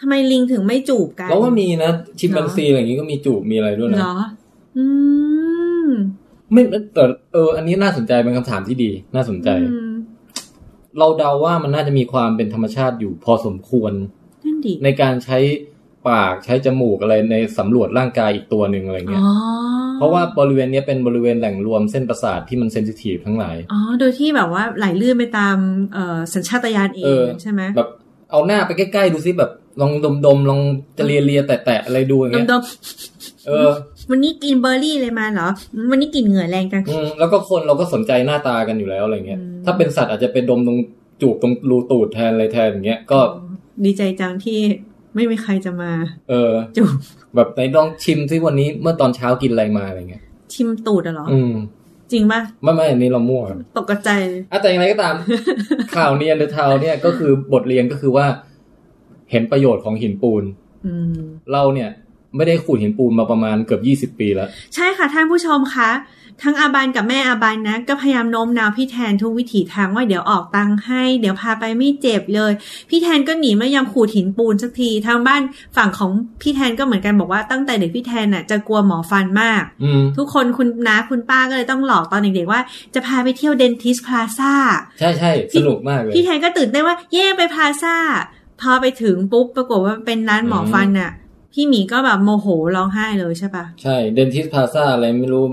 [SPEAKER 2] ทำไมลิงถึงไม่จูบกัน
[SPEAKER 1] แล้วว่ามีนะชิมแปนซีอะไรอย่างงี้ก็มีจูบมีอะไรด้วยนะ
[SPEAKER 2] เหรอ อืม
[SPEAKER 1] ไม่แต่เออ อันนี้น่าสนใจเป็นคำถามที่ดี น่าสนใจ
[SPEAKER 2] อืม
[SPEAKER 1] เราเดาว่ามันน่าจะมีความเป็นธรรมชาติอยู่พอสมควร
[SPEAKER 2] นั่นดิ
[SPEAKER 1] ในการใช้ปากใช้จมูกอะไรในสำรวจร่างกายอีกตัวหนึ่งอะไรเงี้ย
[SPEAKER 2] อ๋อ
[SPEAKER 1] เพราะว่าบริเวณเนี้ยเป็นบริเวณแหล่งรวมเส้นประสาทที่มันเซนซิทีฟทั้งหลาย
[SPEAKER 2] อ๋อ โดยที่แบบว่าไหลลื่นไปตามเอ่อสัญชาตญาณเอ
[SPEAKER 1] เอง อ
[SPEAKER 2] ใช่ไหม
[SPEAKER 1] แบบเอาหน้าไปใกล้ๆดูซิแบบลองดมๆลองจะเลียๆแตะๆอะไรดูอย่าง
[SPEAKER 2] ดม
[SPEAKER 1] เงี้ย
[SPEAKER 2] ดม
[SPEAKER 1] เออ
[SPEAKER 2] วันนี้กินเบอร์รี่เลยมาเหรอ วันนี้กินเหงื่อแรงจัง
[SPEAKER 1] อืมแล้วก็คนเราก็สนใจหน้าตากันอยู่แล้วอะไรเงี้ย
[SPEAKER 2] อืม
[SPEAKER 1] ถ้าเป็นสัตว์อาจจะไปดมตรงจูบตรงรูตูดแทนอะไรแทนอย่างเงี้ยก็
[SPEAKER 2] ดีใจจังที่ไม่มีใครจะมา
[SPEAKER 1] เออ
[SPEAKER 2] จูบ
[SPEAKER 1] แบบไหนลองชิมที่วันนี้เมื่อตอนเช้ากินอะไรมาอะไรเงี้ย
[SPEAKER 2] ชิมตูดอะเหรอ
[SPEAKER 1] อืม
[SPEAKER 2] จริงป่ะ
[SPEAKER 1] ไม่ไม่อันนี้เรามั่ว
[SPEAKER 2] ตกใจเลย
[SPEAKER 1] อะแต่อย่างไรก็ ตาม ข่าวเนียนเดอร์ทาวเนี่ยก็คือบทเรียนก็คือว่า เห็นประโยชน์ของหินปูน
[SPEAKER 2] อืม
[SPEAKER 1] เราเนี่ย ไม่ได้ขูดหินปูนมาประมาณเกือบยี่สิบ20 ปีแล้ว
[SPEAKER 2] ใช่ค่ะท่านผู้ชมคะ ทั้งอาบานกับแม่อาบานนะ ก็พยายามโน้มน้าวพี่แทนทุกวิถีทางว่าเดี๋ยวออกตังค์ให้ เดี๋ยวพาไปไม่เจ็บเลย พี่แทนก็หนีไม่ยอมขูดหินปูนสักทีทางบ้านฝั่งของพี่แทนก็เหมือนกันบอกว่าตั้งแต่เด็กพี่แทนน่ะจะกลัวหมอฟันมาก
[SPEAKER 1] อืม
[SPEAKER 2] ทุกคนคุณน้าคุณป้าก็เลยต้องหลอกตอนเด็กๆว่า จะพาไปเที่ยวเดนทิสพลาซ่า
[SPEAKER 1] ใช่ใช่สนุกมากเลย
[SPEAKER 2] พี่แทนก็ตื่นเต้นว่า เย่ไปพลาซ่า พอไปถึงปุ๊บปรากฏว่าเป็นร้านหมอฟันน่ะ พี่หมีก็แบบโมโหร้องไห้เลยใช่ปะ
[SPEAKER 1] ใช่เดนทิสพาซาอะไรไม่รู้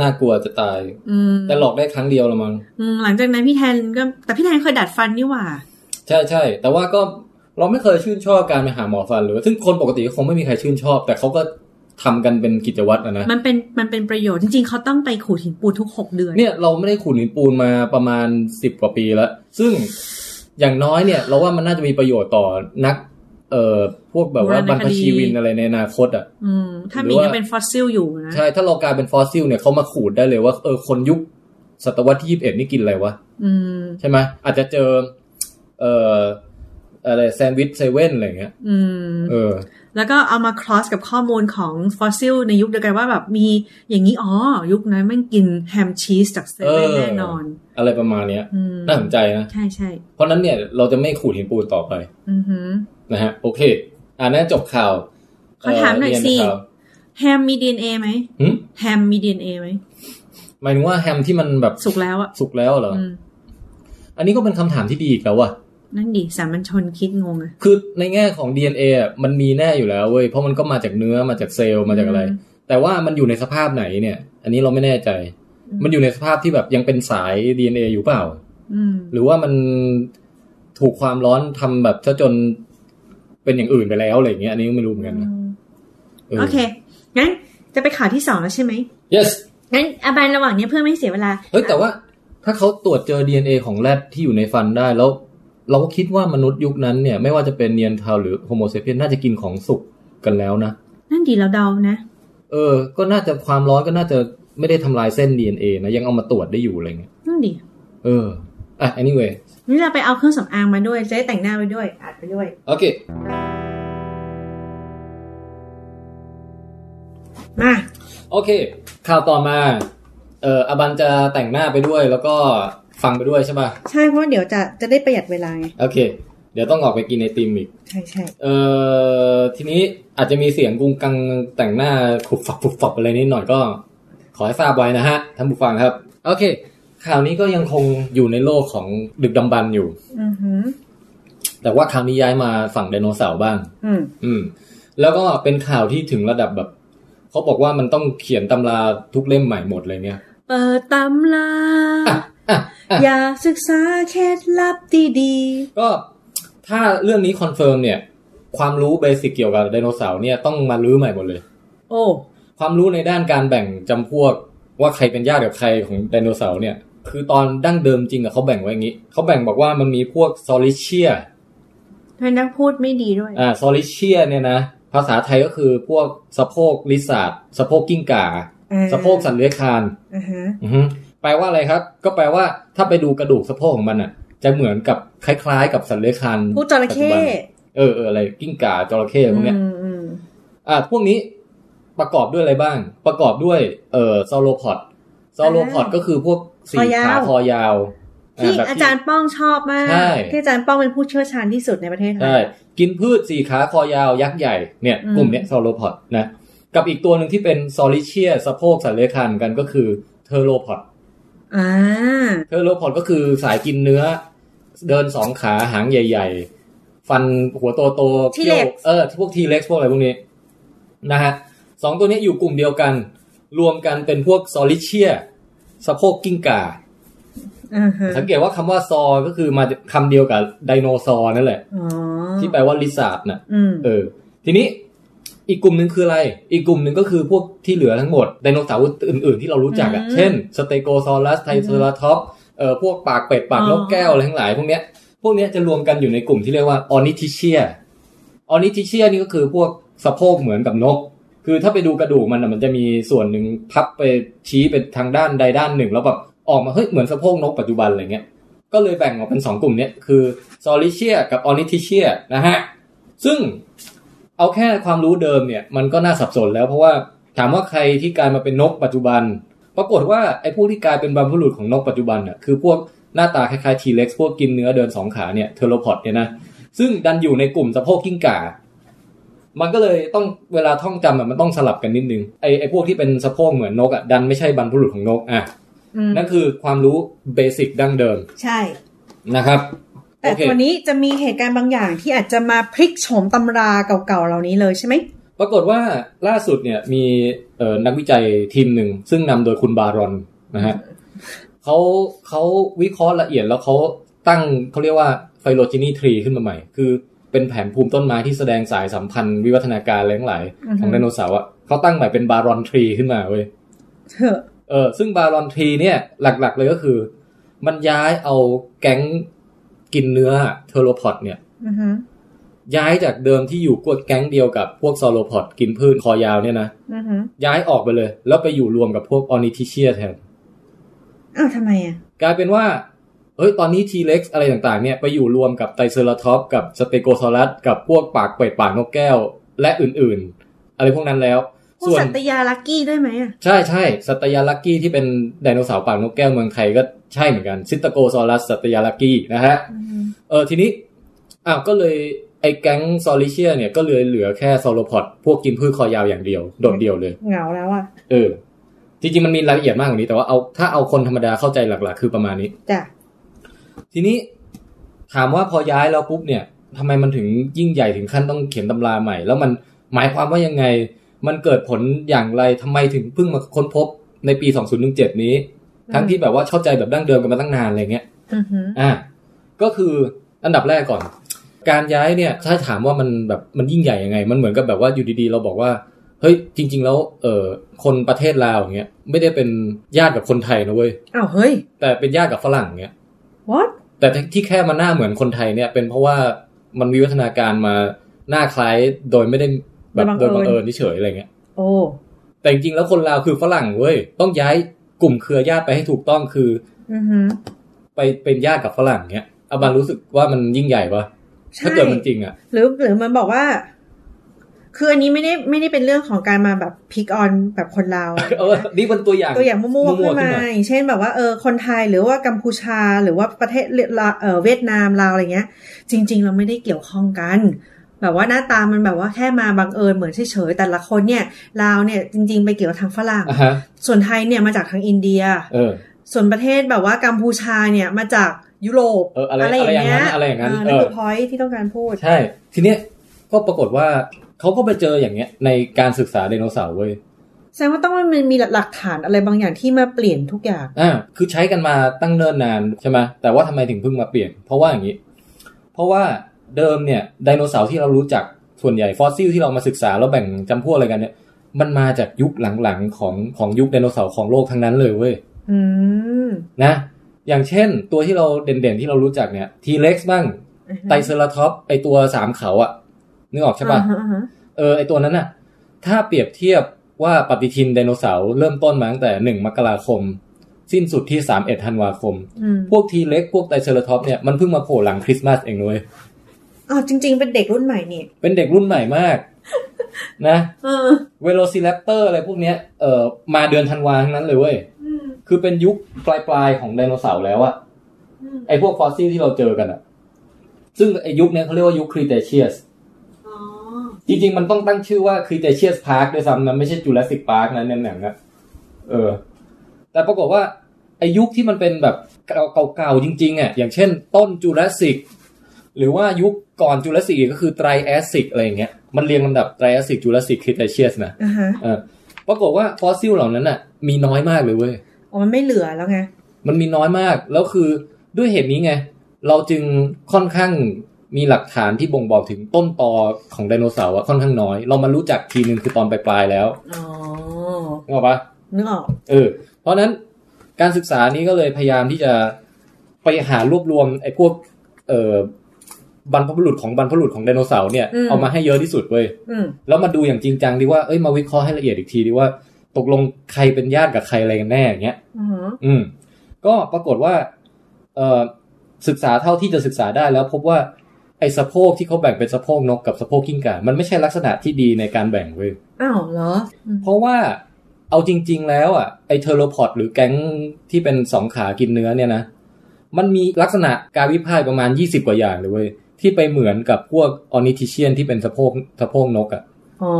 [SPEAKER 1] น่ากลัวจะตาย
[SPEAKER 2] อืม
[SPEAKER 1] แต่หลอกได้ครั้งเดียวละมั้ง
[SPEAKER 2] อืมหลังจากนั้นพี่แทนก็แต่พี่แทนเคยดัดฟันนี่หว่า
[SPEAKER 1] ใช่ใช่แต่ว่าก็เราไม่เคยชื่นชอบการไปหาหมอฟันเลยซึ่งคนปกติก็คงไม่มีใครชื่นชอบ แต่เขาก็ทำกันเป็นกิจวัตรอะนะ
[SPEAKER 2] มันเป็นมันเป็นประโยชน์จริงๆเขาต้องไปขูดหินปูนทุกหกเดือน
[SPEAKER 1] เนี่ยเราไม่ได้ขูดหินปูนมาประมาณสิบกว่าปีแล้ว ซึ่งอย่างน้อยเนี่ย เราว่ามันน่าจะมีประโยชน์ต่อนัก เอ่อพวกแบบว่าบรรพชีวินอะไรในอนาคตอ่ะ
[SPEAKER 2] อืมถ้า
[SPEAKER 1] หรือ
[SPEAKER 2] มี
[SPEAKER 1] ว่า
[SPEAKER 2] ยังเป็นฟอสซิลอยู่นะ
[SPEAKER 1] ใช่ถ้าเรากลายเป็นฟอสซิลเนี่ยเขามาขูดได้เลยว่าเออคนยุคศตวรรษที่ยี่สิบเอ็ดนี่กินอะไรวะ
[SPEAKER 2] อืม
[SPEAKER 1] ใช่ไหมอาจจะเจอ เอ่ออะไรแซนด์วิชเซเว่นอะไรอย่างเงี้ย
[SPEAKER 2] อืม
[SPEAKER 1] เออ
[SPEAKER 2] แล้วก็เอามา cross กับข้อมูลของฟอสซิลในยุคเดียวกันว่าแบบมีอย่างนี้ อ๋อ ยุคนั้นแมันกินแฮมชีสจากเซเว่น
[SPEAKER 1] เออ
[SPEAKER 2] แน่นอน
[SPEAKER 1] อะไรประมาณเนี้ย
[SPEAKER 2] อืม
[SPEAKER 1] น่าสนใจนะ
[SPEAKER 2] ใช่ใช่
[SPEAKER 1] เพราะนั้นเนี่ยเราจะไม่ขูดหินปูนต่อไป
[SPEAKER 2] อือหือ
[SPEAKER 1] นะฮะโอเค อ่านั่นจบข่าว
[SPEAKER 2] ขอถามหน่อยสิ
[SPEAKER 1] เเรีข่าว
[SPEAKER 2] แฮมมี DNA ไหม
[SPEAKER 1] หึ
[SPEAKER 2] แฮมมี DNA ไหม
[SPEAKER 1] หมายถึงว่าแฮมที่มันแบบ
[SPEAKER 2] สุกแล้วอะ
[SPEAKER 1] สุกแล้วเหรอ
[SPEAKER 2] อืม
[SPEAKER 1] อันนี้ก็เป็นคำถามที่ดีอีกแล้วว่ะ
[SPEAKER 2] นั่นดิสามัญชนคิดงงอะ
[SPEAKER 1] คือในแง่ของ DNA อ่ะมันมีแน่อยู่แล้วเว้ย เพราะมันก็มาจากเนื้อมาจากเซลล์มาจากอะไร แต่ว่ามันอยู่ในสภาพไหนเนี่ย อันนี้เราไม่แน่ใจ มันอยู่ในสภาพที่แบบยังเป็นสาย DNA อยู่เปล่า
[SPEAKER 2] อืม
[SPEAKER 1] หรือว่ามันถูกความร้อนทำแบบซะจนเป็นอย่างอื่นไปแล้วอะไรอย่างเงี้ย อันนี้ก็ไม่รู้เหมือนกันนะเออ
[SPEAKER 2] โอเค งั้นจะไปข่าวที่สองแล้วใช่ไหม
[SPEAKER 1] yes
[SPEAKER 2] งั้นอาบานระหว่างเนี้ยเพื่อไม่ให้เสียเวลา
[SPEAKER 1] เฮ้ยแต่ว่าถ้าเขาตรวจเจอ DNA ของแรดที่อยู่ในฟันได้แล้ว เราก็คิดว่ามนุษย์ยุคนั้นเนี่ย ไม่ว่าจะเป็นเนียนเทาหรือโฮโมเซเปียนน่าจะกินของสุกกันแล้วนะ
[SPEAKER 2] นั่นดีเราเดานะ
[SPEAKER 1] เออ ก็น่าจะความร้อนก็น่าจะไม่ได้ทำลายเส้น DNA นะยังเอามาตรวจได้อยู่อะไรเงี้ย
[SPEAKER 2] นั่นดิ
[SPEAKER 1] เออ อ่ะ anyway
[SPEAKER 2] นี่เราไปเอาเครื่องสำอางมาด้วย จะได้แต่งหน้าไปด้วยอัดไปด้วย
[SPEAKER 1] โอเค
[SPEAKER 2] มา
[SPEAKER 1] โอเค ข่าวต่อมา เอออบันจะแต่งหน้าไปด้วย แล้วก็ฟังไปด้วยใช่ป่ะ
[SPEAKER 2] ใช่เพราะเดี๋ยวจะจะได้ประหยัดเวลาไง
[SPEAKER 1] โอเค เดี๋ยวต้องออกไปกินไอติมอีก
[SPEAKER 2] ใช่ใช่
[SPEAKER 1] เอ่อทีนี้อาจจะมีเสียงกุงกังแต่งหน้าขุบฝับขุบฝับอะไรนิดหน่อยก็ ขอให้ทราบไว้นะฮะท่านผู้ฟังครับ โอเค ข่าวนี้ก็ยังคงอยู่ในโลกของดึกดำบรรพ์อยู่
[SPEAKER 2] อือหือ
[SPEAKER 1] แต่ว่าคราวนี้ย้ายมาฝั่งไดโนเสาร์บ้าง
[SPEAKER 2] อืม
[SPEAKER 1] อืม แล้วก็เป็นข่าวที่ถึงระดับแบบเขาบอกว่ามันต้องเขียนตำราทุกเล่มใหม่หมดเลยเนี่ย
[SPEAKER 2] เปิดตำล าอยากศึกษาเคล็ดลับดี
[SPEAKER 1] ก็ถ้าเรื่องนี้คอนเฟิร์มเนี่ย ความรู้เบสิกเกี่ยวกับไดโนเสาร์เนี่ยต้องมาลื้อใหม่หมดเลย
[SPEAKER 2] ๆโอ้
[SPEAKER 1] ความรู้ในด้านการแบ่งจำพวกว่าใครเป็นญาติกับใครของไดโนเสาร์เนี่ย คือตอนดั้งเดิมจริงอะเขาแบ่งไว้อย่างนี้เขาแบ่งบอกว่ามันมีพวกซอริเชีย
[SPEAKER 2] ทำไมนักพูดไม่ดีด้วย
[SPEAKER 1] อ่าซอริเชียเนี่ยนะ ภาษาไทยก็คือพวกสะโพกลิซาร์ดสะโพกกิ้งก่า
[SPEAKER 2] อ่า
[SPEAKER 1] สะโพกสันเลื้อยคลาน
[SPEAKER 2] อ่าฮะ
[SPEAKER 1] อือฮึแปลว่าอะไรครับ ก็แปลว่าถ้าไปดูกระดูกสะโพกของมันอ่ะ จะเหมือนกับคล้ายๆ กับสันเลื้อยคลาน
[SPEAKER 2] พูดจระเข้
[SPEAKER 1] ปัจจุบันเออเอออะไรกิ้งก่าจระเข้พวกเนี้ย
[SPEAKER 2] อืมอืม
[SPEAKER 1] อ่าพวกนี้ประกอบด้วยอะไรบ้าง ประกอบด้วยเอ่อซอโลพอดซอโลพอดก็คือพวกสี่ขาคอยาว
[SPEAKER 2] ที่
[SPEAKER 1] ะแบบ
[SPEAKER 2] อาจารย์ป้องชอบมาก
[SPEAKER 1] ใช่
[SPEAKER 2] ที่อาจารย์ป้องเป็นผู้เชี่ยวชาญที่สุดในประเทศไท
[SPEAKER 1] ใช่
[SPEAKER 2] ย
[SPEAKER 1] กินพืชสี่ขาคอยาวยักษ์ใหญ่เนี่ย
[SPEAKER 2] อืม
[SPEAKER 1] กลุ่มเนี้ยซอโลพอดนะกับอีกตัวหนึ่งที่เป็นซอริเชียสะโพกสันเลื้อยคลานเหมือนกันก็คือเทอโรพอด
[SPEAKER 2] อ่า
[SPEAKER 1] เทอโรพอดก็คือสายกินเนื้อ เดินสองขาหางใหญ่ ๆ ฟันหัวโตโตๆ
[SPEAKER 2] T-Rex
[SPEAKER 1] เขี้ยวเออพวกทีเล็กพวกอะไรพวกนี้นะฮะสองตัวนี้อยู่กลุ่มเดียวกัน รวมกันเป็นพวกซอริเชียสะโพกกิ้งก่า
[SPEAKER 2] อ่าฮะ
[SPEAKER 1] สังเกตว่าคำว่าซอ ก็คือมาคำเดียวกับไดโนซอร์นั่นแหละ
[SPEAKER 2] อ๋อ
[SPEAKER 1] ที่แปลว่าลิซาร์ดน่ะ
[SPEAKER 2] อืม
[SPEAKER 1] เออ ทีนี้อีกกลุ่มหนึ่งคืออะไร อีกกลุ่มหนึ่งก็คือพวกที่เหลือทั้งหมดไดโนเสาร์อื่น ๆ ที่เรารู้จักอ่ะ เช่นสเตโกซอรัสไทเซอราท็อปเอ่อพวกปากเป็ดปากนกแก้วอะไรทั้งหลายพวกเนี้ยพวกเนี้ยจะรวมกันอยู่ในกลุ่มที่เรียกว่าออนิทิเชียออนิทิเชียนี่ก็คือพวกสะโพกเหมือนกับนก คือถ้าไปดูกระดูกมันอะมันจะมีส่วนหนึ่งพับไปชี้ไปทางด้านใดด้านหนึ่ง แล้วแบบออกมาเฮ้ยเหมือนสะโพกนกปัจจุบันอะไรเงี้ย ก็เลยแบ่งออกเป็นสองกลุ่มเนี้ยคือซอริเชียกับออนิทิเชียนะฮะ ซึ่งเอาแค่ความรู้เดิมเนี่ยมันก็น่าสับสนแล้วเพราะว่าถามว่าใครที่กลายมาเป็นนกปัจจุบัน ปรากฏว่าไอ้พวกที่กลายเป็นบรรพบุรุษของนกปัจจุบันน่ะคือพวกหน้าตาคล้ายๆทีเล็กพวกกินเนื้อเดินสองขาเนี่ยเทโลพอดเนี่ยนะซึ่งดันอยู่ในกลุ่มสะโพกกิ้งก่า มันก็เลยต้องเวลาท่องจำอะมันต้องสลับกันนิดนึงไอ้ไอ้พวกที่เป็นสะโพกเหมือนนกอ่ะดันไม่ใช่บรรพบุรุษของนกอ่ะ
[SPEAKER 2] อืม
[SPEAKER 1] นั่นคือความรู้เบสิกดั้งเดิม
[SPEAKER 2] ใช่
[SPEAKER 1] นะครับ
[SPEAKER 2] แต่
[SPEAKER 1] โอเค
[SPEAKER 2] ตัวนี้จะมีเหตุการณ์บางอย่างที่อาจจะมาพลิกโฉมตำราเก่าๆเหล่านี้เลยใช่ไหม
[SPEAKER 1] ปรากฏว่าล่าสุดเนี่ยมีเอ่อนักวิจัยทีมหนึ่ง ซึ่งนำโดยคุณบารอนนะฮะเขาเขาวิเคราะห์ละเอียดแล้วเขาตั้งเขาเรียกว่าไฟโลจีนีทรีขึ้นมาใหม่ คือเป็นแผนภูมิต้นไม้ที่แสดงสายสัมพันธ์วิวัฒนาการอะไรทั้งหลาย
[SPEAKER 2] อือฮึ
[SPEAKER 1] ของไดโนเสาร์อ่ะเขาตั้งใหม่เป็นบารอนทรีขึ้นมาเว้ย
[SPEAKER 2] เถอะ
[SPEAKER 1] เออซึ่งบารอนทรีเนี่ยหลักๆเลยก็คือ มันย้ายเอาแก๊งกินเนื้อเทโลพอดเนี่ย
[SPEAKER 2] อือฮึ
[SPEAKER 1] ย้ายจากเดิมที่อยู่กวดแก๊งเดียวกับพวกซอโลพอดกินพืชคอยาวเนี่ยนะ
[SPEAKER 2] อือฮึ
[SPEAKER 1] ย้ายออกไปเลย แล้วไปอยู่รวมกับพวกออนิทิเชียแทน
[SPEAKER 2] อ้าวทำไมอ่ะ
[SPEAKER 1] กลายเป็นว่า เฮ้ย ตอนนี้ทีเล็กอะไรต่างๆเนี่ย ไปอยู่รวมกับไตรเซอราทอปส์กับสเตโกซอรัส กับพวกปากเป็ดปากนกแก้ว และอื่นๆ อะไรพวกนั้นแล้ว
[SPEAKER 2] พวกสัตยาลักกี้ด้วยไหมอ่ะ
[SPEAKER 1] ใช่ใช่สัตยาลักกี้ที่เป็นไดโนเสาร์ปากนกแก้วเมืองไทยก็ใช่เหมือนกันซิตโกซอรัสสัตยาลักกี้นะฮะ
[SPEAKER 2] อือฮึ
[SPEAKER 1] เออทีนี้อ้าวก็เลยไอ้แก๊งซอริเชียเนี่ยก็เลยเหลือแค่ซอโลพอดพวกกินพืชคอยาวอย่างเดียวโดดเดียวเลย
[SPEAKER 2] เหงาแล้วอ่ะ
[SPEAKER 1] เออ จริงๆ มันมีรายละเอียดมากกว่านี้ แต่ว่าเอาถ้าเอาคนธรรมดาเข้าใจหลักๆ คือประมาณนี้
[SPEAKER 2] จ้ะ
[SPEAKER 1] ทีนี้ถามว่าพอย้ายแล้วปุ๊บเนี่ยทำไมมันถึงยิ่งใหญ่ถึงขั้นต้องเขียนตำราใหม่ แล้วมันหมายความว่ายังไง มันเกิดผลอย่างไรทำไมถึงเพิ่งมาค้นพบในปี 2017 นี้ ทั้งที่แบบว่าเข้าใจแบบดั้งเดิมกันมาตั้งนานอะไรเงี้ย
[SPEAKER 2] อือฮึ
[SPEAKER 1] อ่ะก็คืออันดับแรกก่อน การย้ายเนี่ยถ้าถามว่ามันแบบมันยิ่งใหญ่ยังไง มันเหมือนกับแบบว่าอยู่ดีๆ เราบอกว่าเฮ้ยจริง ๆ แล้วเออคนประเทศลาวอย่างเงี้ยไม่ได้เป็นญาติกับคนไทยนะเว้ย
[SPEAKER 2] อ้าวเฮ้ย
[SPEAKER 1] แต่เป็นญาติกับฝรั่งเงี้ย
[SPEAKER 2] what
[SPEAKER 1] แต่ที่แค่มันหน้าเหมือนคนไทยเนี่ยเป็นเพราะว่ามันวิวัฒนาการมาหน้าคล้ายโดยไม่ได้แบบ
[SPEAKER 2] โด
[SPEAKER 1] โด
[SPEAKER 2] ย
[SPEAKER 1] ย
[SPEAKER 2] บั
[SPEAKER 1] บั
[SPEAKER 2] ง
[SPEAKER 1] ง
[SPEAKER 2] เอิ
[SPEAKER 1] เอิ
[SPEAKER 2] ญ
[SPEAKER 1] ญเฉยๆอะไรเงี้ย
[SPEAKER 2] โอ้
[SPEAKER 1] แต่จริงๆแล้วคนลาวคือฝรั่งเว้ยต้องย้ายกลุ่มเครือญาติไปให้ถูกต้องคือ
[SPEAKER 2] อือฮึ
[SPEAKER 1] ไปเป็นญาติกับฝรั่งเงี้ยอาบันรู้สึกว่ามันยิ่งใหญ่ปะถ้า
[SPEAKER 2] ใช่
[SPEAKER 1] เกิดมันจริงอ่ะ
[SPEAKER 2] หรือหรือมันบอกว่า คืออันนี้ไม่ได้ไม่ได้เป็นเรื่องของการมาแบบพิกออนแบบคนเราว
[SPEAKER 1] เออ นี่เป็นตัวอย่าง
[SPEAKER 2] ตัวอย่างมั่วๆ
[SPEAKER 1] ขึ้
[SPEAKER 2] ขึ้นมาน
[SPEAKER 1] มา
[SPEAKER 2] อย่างเช่นแบบว่าเออคนไทยหรือว่ากัมพูชาหรือว่าประเทศลาเออเวียดนามลาวอะไรเงี้ย จริง ๆ เราไม่ได้เกี่ยวข้องกัน แบบว่าหน้าตามันแบบว่าแค่มาบังเอิญเหมือนเฉยๆแต่ละคนเนี่ยลาวเนี่ยจริง ๆ ไปเกี่ยวทางฝรั่ง
[SPEAKER 1] อ่ะฮะ
[SPEAKER 2] ส่วนไทยเนี่ยมาจากทางอินเดีย
[SPEAKER 1] เออ
[SPEAKER 2] ส่วนประเทศแบบว่ากัมพูชาเนี่ยมาจากยุโรป
[SPEAKER 1] เอออะไรอะไรอย่างนั้นอะไรอย่างนั้น
[SPEAKER 2] เนั่น
[SPEAKER 1] เออ
[SPEAKER 2] คือ point ที่ต้องการพูด
[SPEAKER 1] ใช่ ทีเนี้ยก็ปรากฏว่าเขาก็ไปเจออย่างเงี้ยในการศึกษาไดโนเสาร์เว้ย
[SPEAKER 2] แสดงว่าต้องมันมีหลักฐานอะไรบางอย่างที่มาเปลี่ยนทุกอย่าง
[SPEAKER 1] อ่า คือใช้กันมาตั้งเนิ่นนานใช่ไหมแต่ว่าทำไมถึงเพิ่งมาเปลี่ยน เพราะว่าอย่างนี้ เพราะว่าเดิมเนี่ยไดโนเสาร์ที่เรารู้จักส่วนใหญ่ฟอสซิลที่เรามาศึกษาแล้วแบ่งจำพวกอะไรกันเนี่ย มันมาจากยุคหลังๆของของยุคไดโนเสาร์ของโลกทั้งนั้นเลยเว้ย
[SPEAKER 2] อืม
[SPEAKER 1] นะ อย่างเช่นตัวที่เราเด่นๆที่เรารู้จักเนี่ยทีเล็กซ์บ้างไตเซราทอปไอตัวสามเขาอะนึกออกใช่ปะ
[SPEAKER 2] อ่าฮอ่าฮ
[SPEAKER 1] เออไอตัวนั้นน่ะ ถ้าเปรียบเทียบว่าปฏิทินไดโนเสาร์เริ่มต้นมาตั้งแต่ 1 มกราคม สิ้นสุดที่ 31ธันวาคม
[SPEAKER 2] อืม
[SPEAKER 1] พวกทีเล็กพวกไดเซอร์ท็อปเนี่ยมันเพิ่งมาโผล่หลังคริสต์มาสเองเลย
[SPEAKER 2] อ๋อจริง ๆ เป็นเด็กรุ่นใหม่นี่
[SPEAKER 1] เป็นเด็กรุ่นใหม่มาก นะ
[SPEAKER 2] เออ
[SPEAKER 1] เวโรซิแรปเตอร์อะไรพวกเนี้ยเออมาเดือนธันวาทั้งนั้นเลยเว้ย
[SPEAKER 2] อืม
[SPEAKER 1] คือเป็นยุคปลายปลายๆของไดโนเสาร์แล้วอะ
[SPEAKER 2] อืม
[SPEAKER 1] ไอพวกฟอสซิลที่เราเจอกันอะซึ่งไอยุคเนี้ยเขาเรียกว่ายุคครีเตเชียส
[SPEAKER 2] อ๋อ
[SPEAKER 1] จริงๆ มันต้องตั้งชื่อว่าค r ีเตเชียสพาร์คด้วยซ้ำนะไม่ใช่จู r ล s ิ i พาร์คนะในหนังอะเออ แต่ปรากฏว่าไอยุคที่มันเป็นแบบเก่าๆ จริงๆอะอย่างเช่นต้นจูราสสิกหรือว่ายุคก่อนจูราสสิกก็คือไตรแอสสิกอะไรอย่างเงี้ยมันเรียงลำดับไตรแอสสิกจูราสสิกค r ีเตเชียสนะ
[SPEAKER 2] อ่าฮะ
[SPEAKER 1] เออปรากฏว่าฟอสซิลเหล่านั้นอะมีน้อยมากเลยเว้ย
[SPEAKER 2] อ๋อมันไม่เหลือแล้วไง
[SPEAKER 1] มันมีน้อยมาก แล้วคือด้วยเหตุนี้ไง เราจึงค่อนข้างมีหลักฐานที่บ่งบอกถึงต้นตอของไดโนเสาร์อะค่อนข้างน้อย เรามารู้จักทีนึงคือตอนปลายๆแล้ว
[SPEAKER 2] อ๋อ
[SPEAKER 1] นึกออกปะ
[SPEAKER 2] นึกออก
[SPEAKER 1] เออ เพราะฉะนั้นการศึกษานี้ก็เลยพยายามที่จะไปหารวบรวมไอ้พวก เอ่อบรรพบุรุษของบรรพบุรุษของไดโนเสาร์เนี่ยเอามาให้เยอะที่สุดเว้ย
[SPEAKER 2] อืม
[SPEAKER 1] แล้วมาดูอย่างจริงจังดีว่าเอ้ยมาวิเคราะห์ให้ละเอียดอีกทีดีว่า ตกลงใครเป็นญาติกับใครอะไรกันแน่อย่างเงี้ย
[SPEAKER 2] อืม
[SPEAKER 1] อืมก็ปรากฏว่าเออศึกษาเท่าที่จะศึกษาได้แล้วพบว่าไอ้สะโพกที่เขาแบ่งเป็นสะโพกนกกับสะโพกกิ้งก่ามันไม่ใช่ลักษณะที่ดีในการแบ่งเว้ย
[SPEAKER 2] อ้าวเหรออืม
[SPEAKER 1] เพราะว่าเอาจริง ๆ แล้วอ่ะไอ้เทอโรพอดหรือแก๊งที่เป็นสองขากินเนื้อเนี่ยนะ มันมีลักษณะการวิพากษ์ประมาณ 20 กว่าอย่างเลยเว้ยที่ไปเหมือนกับพวกออนิทิเชียนที่เป็นสะโพกสะโพกนกอ่ะ
[SPEAKER 2] อ๋อ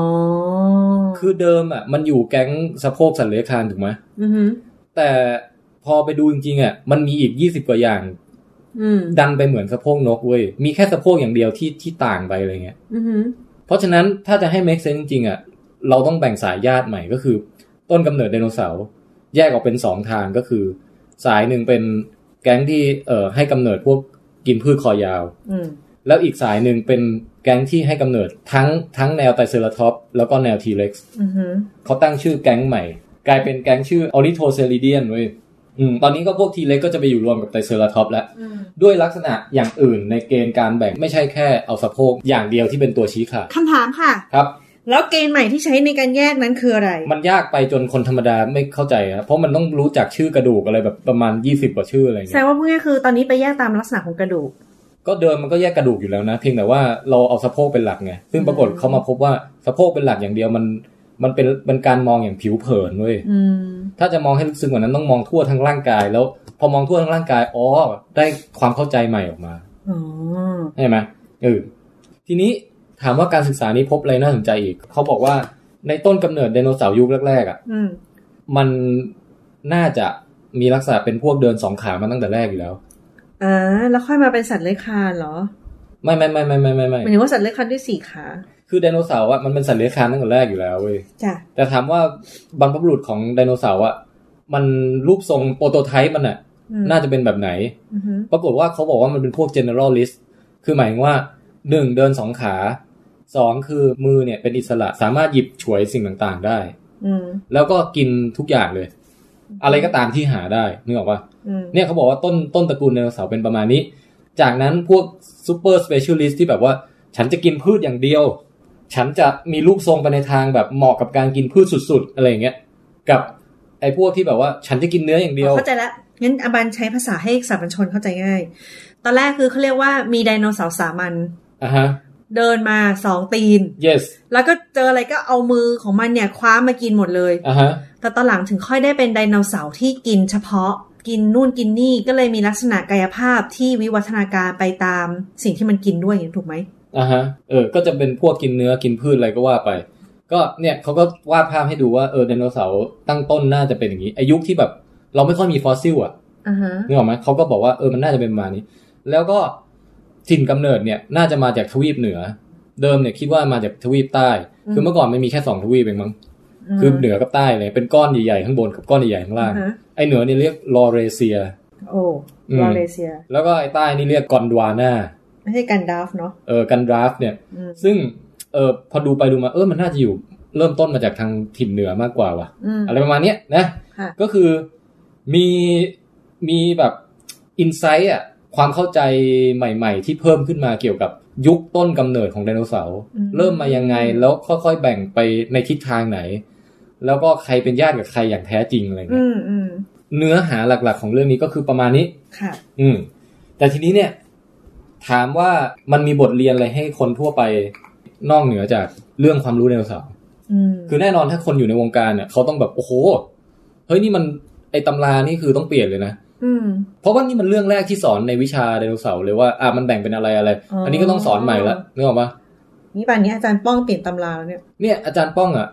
[SPEAKER 1] คือเดิมอ่ะมันอยู่แก๊งสะโพกสัตว์เลื้อยคลานถูกไหม
[SPEAKER 2] อือหือ
[SPEAKER 1] แต่พอไปดูจริงๆอ่ะมันมีอีก 20 กว่าอย่าง
[SPEAKER 2] อืม
[SPEAKER 1] ดันไปเหมือนสะโพกนกเว้ย มีแค่สะโพกอย่างเดียวที่ที่ต่างไปอะไรเงี้ย
[SPEAKER 2] อือหือ
[SPEAKER 1] เพราะฉะนั้นถ้าจะให้ make sense จริงๆอ่ะ เราต้องแบ่งสายญาติใหม่ก็คือ ต้นกำเนิดไดโนเสาร์แยกออกเป็นสองทางก็คือ สายหนึ่งเป็นแก๊งที่เอ่อให้กำเนิดพวกกินพืชคอยาว
[SPEAKER 2] อืม
[SPEAKER 1] แล้วอีกสายหนึ่งเป็นแก๊งที่ให้กำเนิดทั้งทั้งแนวไตรเซอราท็อปส์แล้วก็แนวทีเล็กซ์
[SPEAKER 2] อือหือ
[SPEAKER 1] เขาตั้งชื่อแก๊งใหม่ กลายเป็นแก๊งชื่อออริโทเซริเดียนเว้ยอืมตอนนี้ก็พวกทีเล็กก็จะไปอยู่รวมกับไตรเซอราท็อปส์แล้ว
[SPEAKER 2] อืม
[SPEAKER 1] ด้วยลักษณะอย่างอื่นในเกณฑ์การแบ่งไม่ใช่แค่เอาสะโพกอย่างเดียวที่เป็นตัวชี้ขาด
[SPEAKER 2] คำถามค่ะ
[SPEAKER 1] ครับ
[SPEAKER 2] แล้วเกณฑ์ใหม่ที่ใช้ในการแยกนั้นคืออะไร
[SPEAKER 1] มันยากไปจนคนธรรมดาไม่เข้าใจนะเพราะมันต้องรู้จักชื่อกระดูกอะไรแบบประมาณ 20 กว่าชื่ออะไร
[SPEAKER 2] แสด
[SPEAKER 1] เงี้ย
[SPEAKER 2] งว่าพวกนี้คือตอนนี้ไปแยกตามลักษณะของกระดูก
[SPEAKER 1] ก็เดิมมันก็แยกกระดูกอยู่แล้วนะเพียงแต่ว่าเราเอาสะโพกเป็นหลักไงซึ่งปรากฏเขามาพบว่าสะโพกเป็นหลักอย่างเดียวมันมันเป็นเป็นการมองอย่างผิวเผินเว้ย
[SPEAKER 2] อืม
[SPEAKER 1] ถ้าจะมองให้ลึกซึ้งกว่านั้นต้องมองทั่วทั้งร่างกาย แล้วพอมองทั่วทั้งร่างกายอ๋อได้ความเข้าใจใหม่ออกมา
[SPEAKER 2] อ๋อ
[SPEAKER 1] ใช่ไหมเออทีนี้ถามว่าการศึกษานี้พบอะไรน่าสนใจอีก เขาบอกว่าในต้นกำเนิดไดโนเสาร์ยุคแรกๆอ่ะ
[SPEAKER 2] อืม
[SPEAKER 1] มันน่าจะมีลักษณะเป็นพวกเดินสองขามาตั้งแต่แรกอยู่แล้ว
[SPEAKER 2] อ่า แล้วค่อยมาเป็นสัตว์เลื้อยคลานเหรอ
[SPEAKER 1] ไม่ไม่ไม่ไม่ไม่ไม่ไม่
[SPEAKER 2] หมายถึงว่าสัตว์เลื้อยคลานด้วยสี่ขา
[SPEAKER 1] คือไดโนเสาร์อ่ะมันเป็นสัตว์เลื้อยคลานตั้งแต่แรกอยู่แล้วเว้ย
[SPEAKER 2] จ้ะ
[SPEAKER 1] แต่ถามว่าบรรพบุรุษของไดโนเสาร์อ่ะมันรูปทรงโปรโตไทป์มันอ่ะ
[SPEAKER 2] อืม
[SPEAKER 1] น่าจะเป็นแบบไหน
[SPEAKER 2] อือฮึ
[SPEAKER 1] ปรากฏว่าเขาบอกว่ามันเป็นพวก generalist คือหมายถึงว่าหนึ่งเดินสองขาสองคือมือเนี่ยเป็นอิสระสามารถหยิบฉวยสิ่งต่างๆได้
[SPEAKER 2] อืม
[SPEAKER 1] แล้วก็กินทุกอย่างเลย อะไรก็ตามที่หาได้นึกออกปะ
[SPEAKER 2] อืม
[SPEAKER 1] เนี่ยเขาบอกว่าต้นต้นตระกูลไดโนเสาร์เป็นประมาณนี้ จากนั้นพวก super specialist ที่แบบว่า ฉันจะกินพืชอย่างเดียว ฉันจะมีรูปทรงไปในทางแบบเหมาะกับการกินพืชสุดๆ อะไรอย่างเงี้ยกับไอ้พวกที่แบบว่าฉันจะกินเนื้ออย่างเดียว
[SPEAKER 2] เข้าใจละงั้นอบันใช้ภาษาให้สามัญชนเข้าใจง่าย ตอนแรกคือเขาเรียกว่ามีไดโนเสาร์สามัญ
[SPEAKER 1] อ่ะฮะ
[SPEAKER 2] เดินมาสองตีน
[SPEAKER 1] yes
[SPEAKER 2] แล้วก็เจออะไรก็เอามือของมันเนี่ย คว้ามากินหมดเลย
[SPEAKER 1] อ่ะฮะ
[SPEAKER 2] แต่ตอนหลังถึงค่อยได้เป็นไดโนเสาร์ที่กินเฉพาะ กินนู่นกินนี่ก็เลยมีลักษณะกายภาพที่วิวัฒนาการไปตามสิ่งที่มันกินด้วยอย่างนี้ถูกไหม
[SPEAKER 1] อ่าฮะ เออ ก็จะเป็นพวกกินเนื้อกินพืชอะไรก็ว่าไป ก็เนี่ยเขาก็วาดภาพให้ดูว่าเออไดโนเสาร์ตั้งต้นน่าจะเป็นอย่างนี้ไอายุคที่แบบ เราไม่ค่อยมีฟอสซิลอะ
[SPEAKER 2] อ่าฮะ
[SPEAKER 1] นึกออกไหมเขาก็บอกว่าเออมันน่าจะเป็นประมาณนี้ แล้วก็ถิ่นกำเนิดเนี่ยน่าจะมาจากทวีปเหนือ เดิมเนี่ยคิดว่ามาจากทวีปใต้ คือเมื่อก่อนมันมีแค่สองทวีปเองมั้งคือเหนือกับใต้เลยเป็นก้อนใหญ่ๆข้างบนกับก้อนใหญ่ๆข้างล่าง
[SPEAKER 2] อ่ฮะ
[SPEAKER 1] ไอ้เหนือเนี่ยเรียกลอเรเซีย
[SPEAKER 2] โอ้
[SPEAKER 1] อืม
[SPEAKER 2] มาเลเซีย
[SPEAKER 1] แล้วก็ไอ้ใต้นี่เรียกกอนดวาน่า
[SPEAKER 2] ไม่ใช่กันดาฟเนาะ
[SPEAKER 1] เออกันดราฟเนี่ย
[SPEAKER 2] อืม
[SPEAKER 1] ซึ่งเออพอดูไปดูมาเออมันน่าจะอยู่เริ่มต้นมาจากทางถิ่นเหนือมากกว่าว่ะ
[SPEAKER 2] อืม
[SPEAKER 1] อะไรประมาณเนี้ยนะ
[SPEAKER 2] ค่ะ
[SPEAKER 1] ก็คือมีมีแบบอินไซต์อะความเข้าใจใหม่ ๆ ที่เพิ่มขึ้นมาเกี่ยวกับยุคต้นกำเนิดของไดโนเสาร์เริ่มมายังไงแล้วค่อยๆแบ่งไปในทิศทางไหน แล้วก็ใครเป็นญาติกับใครอย่างแท้จริงอะไร
[SPEAKER 2] อื
[SPEAKER 1] เงี้ย
[SPEAKER 2] มอืม
[SPEAKER 1] เนื้อหาหลักๆ ของเรื่องนี้ก็คือประมาณนี้
[SPEAKER 2] ค่ะ
[SPEAKER 1] อืม แต่ทีนี้เนี่ย ถามว่ามันมีบทเรียนอะไรให้คนทั่วไปนอกเหนือจากเรื่องความรู้ไดโนเสาร์
[SPEAKER 2] อืม
[SPEAKER 1] คือแน่นอนถ้าคนอยู่ในวงการเนี่ยเขาต้องแบบ โอ้โห เฮ้ยนี่มันไอตำรานี่คือต้องเปลี่ยนเลยนะ
[SPEAKER 2] อืม
[SPEAKER 1] เพราะว่านี่มันเรื่องแรกที่สอนในวิชาไดโนเสาร์เลยว่าอ่ะมันแบ่งเป็นอะไรอะไร
[SPEAKER 2] อ๋ออั
[SPEAKER 1] อันนี้ก็ต้องสอนใหม่ละนึกออกปะ
[SPEAKER 2] นี่ป่านนี้อาจารย์ป้องเปลี่ยนตำราแล้วเนี่ย
[SPEAKER 1] เนี่ยอาจารย์ป้องอ่ะ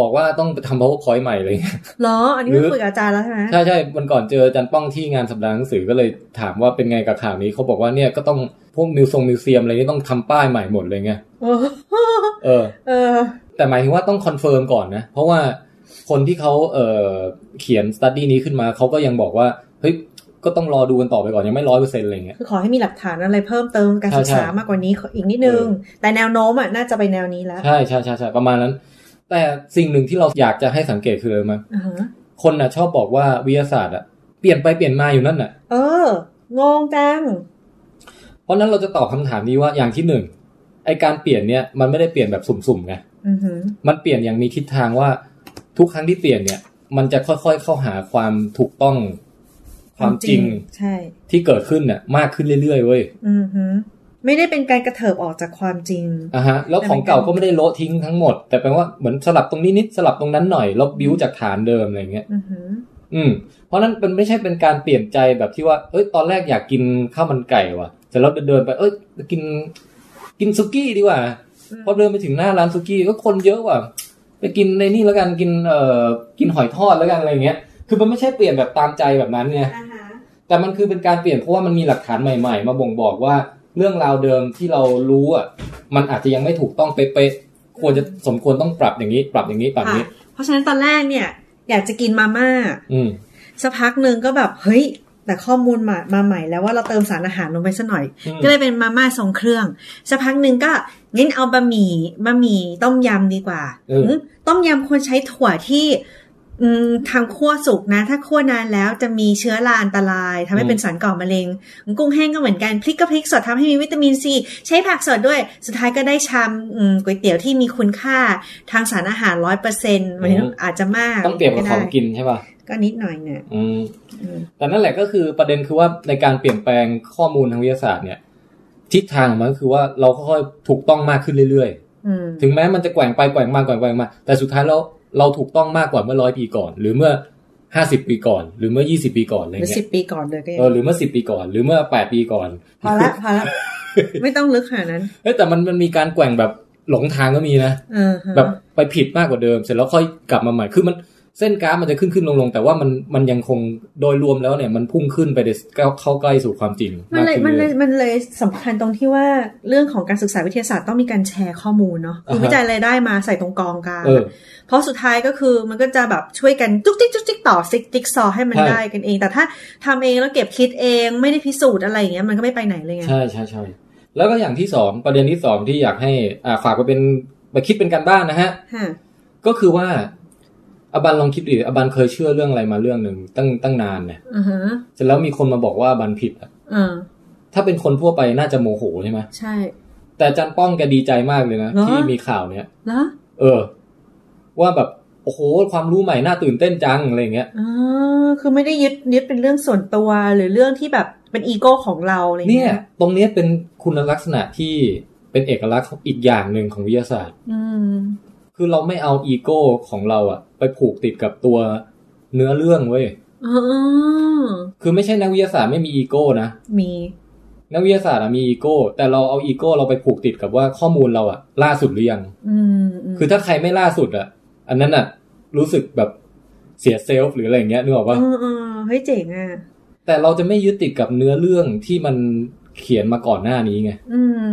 [SPEAKER 1] บอกว่าต้องไปทำ powerpoint ใหม่เลย
[SPEAKER 2] เหรอ อันนี้
[SPEAKER 1] หรื
[SPEAKER 2] ไม่
[SPEAKER 1] อ
[SPEAKER 2] คุยกับอาจารย์แล้วใช่ไหม
[SPEAKER 1] ใช่ใช่วันก่อนเจออาจารย์ป้องที่งานสัปดาห์หนังสือก็เลยถามว่าเป็นไงกับข่าวนี้เขาบอกว่าเนี่ยก็ต้องพวกมิวทรงมิวเซียมอะไรนี่ต้องทำป้ายใหม่หมดเลยไง
[SPEAKER 2] โอ้
[SPEAKER 1] เออ
[SPEAKER 2] เออ
[SPEAKER 1] แต่หมายถึงว่าต้องคอนเฟิร์มก่อนนะ เพราะว่าคนที่เขาเอ่อเขียนสต u d ดี้นี้ขึ้นมาเขาก็ยังบอกว่า เฮ้ย ก็ต้องรอดูกันต่อไปก่อน ยังไม่ร้อยเปอร์เซ็นต์อะไรเงี้ย
[SPEAKER 2] คือขอให้มีหลักฐานอะไรเพิ่มเติมการ
[SPEAKER 1] ใช่
[SPEAKER 2] ศึกษา
[SPEAKER 1] ใช่
[SPEAKER 2] มากกว่านี้ขออีกนิดนึง แต่แนวโน้มอ่ะน่าจะไปแนวนี้แล้ว
[SPEAKER 1] ใช่ใช่ใช่ใช่ประมาณนั้น แต่สิ่งหนึ่งที่เราอยากจะให้สังเกตคืออะไรรู้ไหม
[SPEAKER 2] อ่าฮะ
[SPEAKER 1] คนน่ะชอบบอกว่าวิทยาศาสตร์อะเปลี่ยนไปเปลี่ยนมาอยู่นั่นน่ะ
[SPEAKER 2] เอองงจัง
[SPEAKER 1] เพราะฉะนั้นเราจะตอบคำถามนี้ว่าอย่างที่หนึ่งไอการเปลี่ยนเนี่ยมันไม่ได้เปลี่ยนแบบสุ่มๆไง
[SPEAKER 2] อือหือ
[SPEAKER 1] มันเปลี่ยนอย่างมีทิศทางว่าทุกครั้งที่เปลี่ยนเนี่ย มันจะค่อยๆเข้าหาความถูกต้องความจริง
[SPEAKER 2] ใช่
[SPEAKER 1] ที่เกิดขึ้นน่ะมากขึ้นเรื่อยๆเว้ย
[SPEAKER 2] อือหือ ไม่ได้เป็นการกระเถิบออกจากความจริง
[SPEAKER 1] อ่ะฮะแล้วของเก่าก็ไม่ได้โละทิ้งทั้งหมด แต่แปลว่าเหมือนสลับตรงนี้นิดสลับตรงนั้นหน่อยแล้วบิ้วจากฐานเดิมอะไรเงี้ย
[SPEAKER 2] อือหือ
[SPEAKER 1] อืมเพราะนั้นมันไม่ใช่เป็นการเปลี่ยนใจแบบที่ว่าเอ้ยตอนแรกอยากกินข้าวมันไก่ว่ะแต่เราเดินๆไปเอ้ยกินกินซุกี้ดีกว่า
[SPEAKER 2] อืม
[SPEAKER 1] พอเดินไปถึงหน้าร้านซุกี้ก็คนเยอะว่ะไปกินในนี่แล้วกันกินเอ่อกินหอยทอดแล้วกันอะไรเงี้ย คือมันไม่ใช่เปลี่ยนแบบตามใจแบบนั้นไง
[SPEAKER 2] อ่าฮะ
[SPEAKER 1] แต่มันคือเป็นการเปลี่ยนเพราะว่ามันมีหลักฐานใหม่ๆ มาบ่งบอกว่าเรื่องราวเดิมที่เรารู้อ่ะมันอาจจะยังไม่ถูกต้องเป๊ะๆควรจะสมควรต้องปรับอย่างนี้ ปรับอย่างนี้ปรับอย่างนี้
[SPEAKER 2] เพราะฉะนั้นตอนแรกเนี่ย อยากจะกินมาม่า
[SPEAKER 1] อืม
[SPEAKER 2] สักพักหนึ่งก็แบบเฮ้ย แต่ข้อมูลมามาใหม่แล้วว่าเราเติมสารอาหารลงไปสักหน่อย
[SPEAKER 1] อืม
[SPEAKER 2] ก็เลยเป็นมาม่าทรงเครื่องสักพักหนึ่งก็งั้นเอาบะหมี่บะหมี่ต้มยำดีกว่า
[SPEAKER 1] เออ
[SPEAKER 2] หืมต้มยำควรใช้ถั่วที่ อืมทางคั่วสุกนะ ถ้าคั่วนานแล้วจะมีเชื้อราอันตรายทำให้เป็นสารก่อมะเร็งกุ้งแห้งก็เหมือนกันพริกก็พริกสดทำให้มีวิตามินซีใช้ผักสดด้วย สุดท้ายก็ได้ชามอืมก๋วยเตี๋ยวที่มีคุณค่าทางสารอาหารร้อยเปอร์เซ็นต์อาจจะมาก
[SPEAKER 1] ต้องเปรียบกับของ
[SPEAKER 2] ได้
[SPEAKER 1] กินใช่ป่ะ
[SPEAKER 2] ก็นิดหน่อยเนี่ย
[SPEAKER 1] อืม
[SPEAKER 2] อืม
[SPEAKER 1] แต่นั่นแหละก็คือประเด็นคือว่าในการเปลี่ยนแปลงข้อมูลทางวิทยาศาสตร์เนี่ย ทิศทางมันก็คือว่าเราค่อยๆถูกต้องมากขึ้นเรื่อย
[SPEAKER 2] อืม
[SPEAKER 1] ๆ ถึงแม้มันจะแกว่งไปแกว่งมาแกว่งไปแกว่งมา แต่สุดท้ายเราเราถูกต้องมากกว่าเมื่อร้อยปีก่อน หรือเมื่อห้าสิบปีก่อน หรือเมื่อยี่สิบปีก่อนอะไร
[SPEAKER 2] หรือ
[SPEAKER 1] เงี้ย
[SPEAKER 2] สิบปีก่อนเลยก็ยัง
[SPEAKER 1] เออหรือเมื่อสิบปีก่อนหรือเมื่อแปดปีก่อน
[SPEAKER 2] พอละ พอละ ไม่ต้องลึกขนาดนั้น
[SPEAKER 1] เอ้ยแต่มันมันมีการแกว่งแบบหลงทางก็มีนะ
[SPEAKER 2] เออฮะ
[SPEAKER 1] แบบไปผิดมากกว่าเดิม เสร็จแล้วค่อยกลับมาใหม่คือมันเส้นกราฟมันจะขึ้นขึ้นลงลงแต่ว่ามันมันยังคงโดยรวมแล้วเนี่ยมันพุ่งขึ้นไปในเข้าเข้าใกล้สู่ความจริง
[SPEAKER 2] มัน
[SPEAKER 1] มาก
[SPEAKER 2] เลย
[SPEAKER 1] ขึ้น
[SPEAKER 2] มันเล
[SPEAKER 1] เรื่อย ย
[SPEAKER 2] มันเลยสำคัญตรงที่ว่าเรื่องของการศึกษาวิทยาศาสตร์ต้องมีการแชร์ข้อมูลเนาะคือ
[SPEAKER 1] อ่าฮะ
[SPEAKER 2] วิจัยอะไรได้มาใส่ตรงกองกลาง
[SPEAKER 1] เออ
[SPEAKER 2] เพราะสุดท้ายก็คือมันก็จะแบบช่วยกันจุกจิกจุกจิกต่อซิกติ๊กซอว์ให้มัน
[SPEAKER 1] ใช่
[SPEAKER 2] ได้กันเอง แต่ถ้าทำเองแล้วเก็บคิดเองไม่ได้พิสูจน์อะไรอย่างเงี้ยมันก็ไม่ไปไหนเลยไง
[SPEAKER 1] ใช่ใช่ใช่แล้วก็อย่างที่สองประเด็นที่สองที่อยากให้อ่าฝากไปเป็นไปคิดเป็นการบ้านนะฮะ
[SPEAKER 2] ฮะ
[SPEAKER 1] ก็คือว่าอบันลองคิดดิอบันเคยเชื่อเรื่องอะไรมาเรื่องหนึ่งตั้งตั้งนานเนี่ย
[SPEAKER 2] อือฮะ
[SPEAKER 1] เสร็จแล้วมีคนมาบอกว่าอบันผิดอะ
[SPEAKER 2] เออ
[SPEAKER 1] ถ้าเป็นคนทั่วไปน่าจะโมโหใช่ไหม
[SPEAKER 2] ใช่
[SPEAKER 1] แต่อาจารย์ป้องแกดีใจมากเลยนะ
[SPEAKER 2] เหรอ
[SPEAKER 1] ที่มีข่าวเนี้ย
[SPEAKER 2] แล้ว
[SPEAKER 1] เออ ว่าแบบ โอ้โห ความรู้ใหม่น่าตื่นเต้นจังอะไรอย่างเงี้ย
[SPEAKER 2] อ๋อคือไม่ได้ยึดยึดเป็นเรื่องส่วนตัวหรือเรื่องที่แบบเป็นอีโก้ของเราอะไรอย่าง
[SPEAKER 1] เนี่
[SPEAKER 2] เงี้
[SPEAKER 1] ย
[SPEAKER 2] ย
[SPEAKER 1] ตรงเนี้ยเป็นคุณลักษณะที่เป็นเอกลักษณ์อีกอย่างหนึ่งของวิทยาศาสตร์
[SPEAKER 2] อืม
[SPEAKER 1] คือเราไม่เอาอีโก้ของเราอะไปผูกติดกับตัวเนื้อเรื่องเว้ย
[SPEAKER 2] อ๋อ
[SPEAKER 1] คือไม่ใช่นักวิทยาศาสตร์ไม่มีอีโก้นะ
[SPEAKER 2] มี
[SPEAKER 1] นักวิทยาศาสตร์อะมีอีโก้ แต่เราเอาอีโก้เราไปผูกติดกับว่าข้อมูลเราอะล่าสุดหรือยัง
[SPEAKER 2] อืมม
[SPEAKER 1] คือถ้าใครไม่ล่าสุดอะอันนั้นอะรู้สึกแบบเสียเซลฟ์หรืออะไรอย่างเงี้ยนึกออกปะ
[SPEAKER 2] เออเออ ฮ้ยเจ๋งอ่ะ
[SPEAKER 1] แต่เราจะไม่ยึดติดกับเนื้อเรื่องที่มันเขียนมาก่อนหน้านี้ไง
[SPEAKER 2] อืม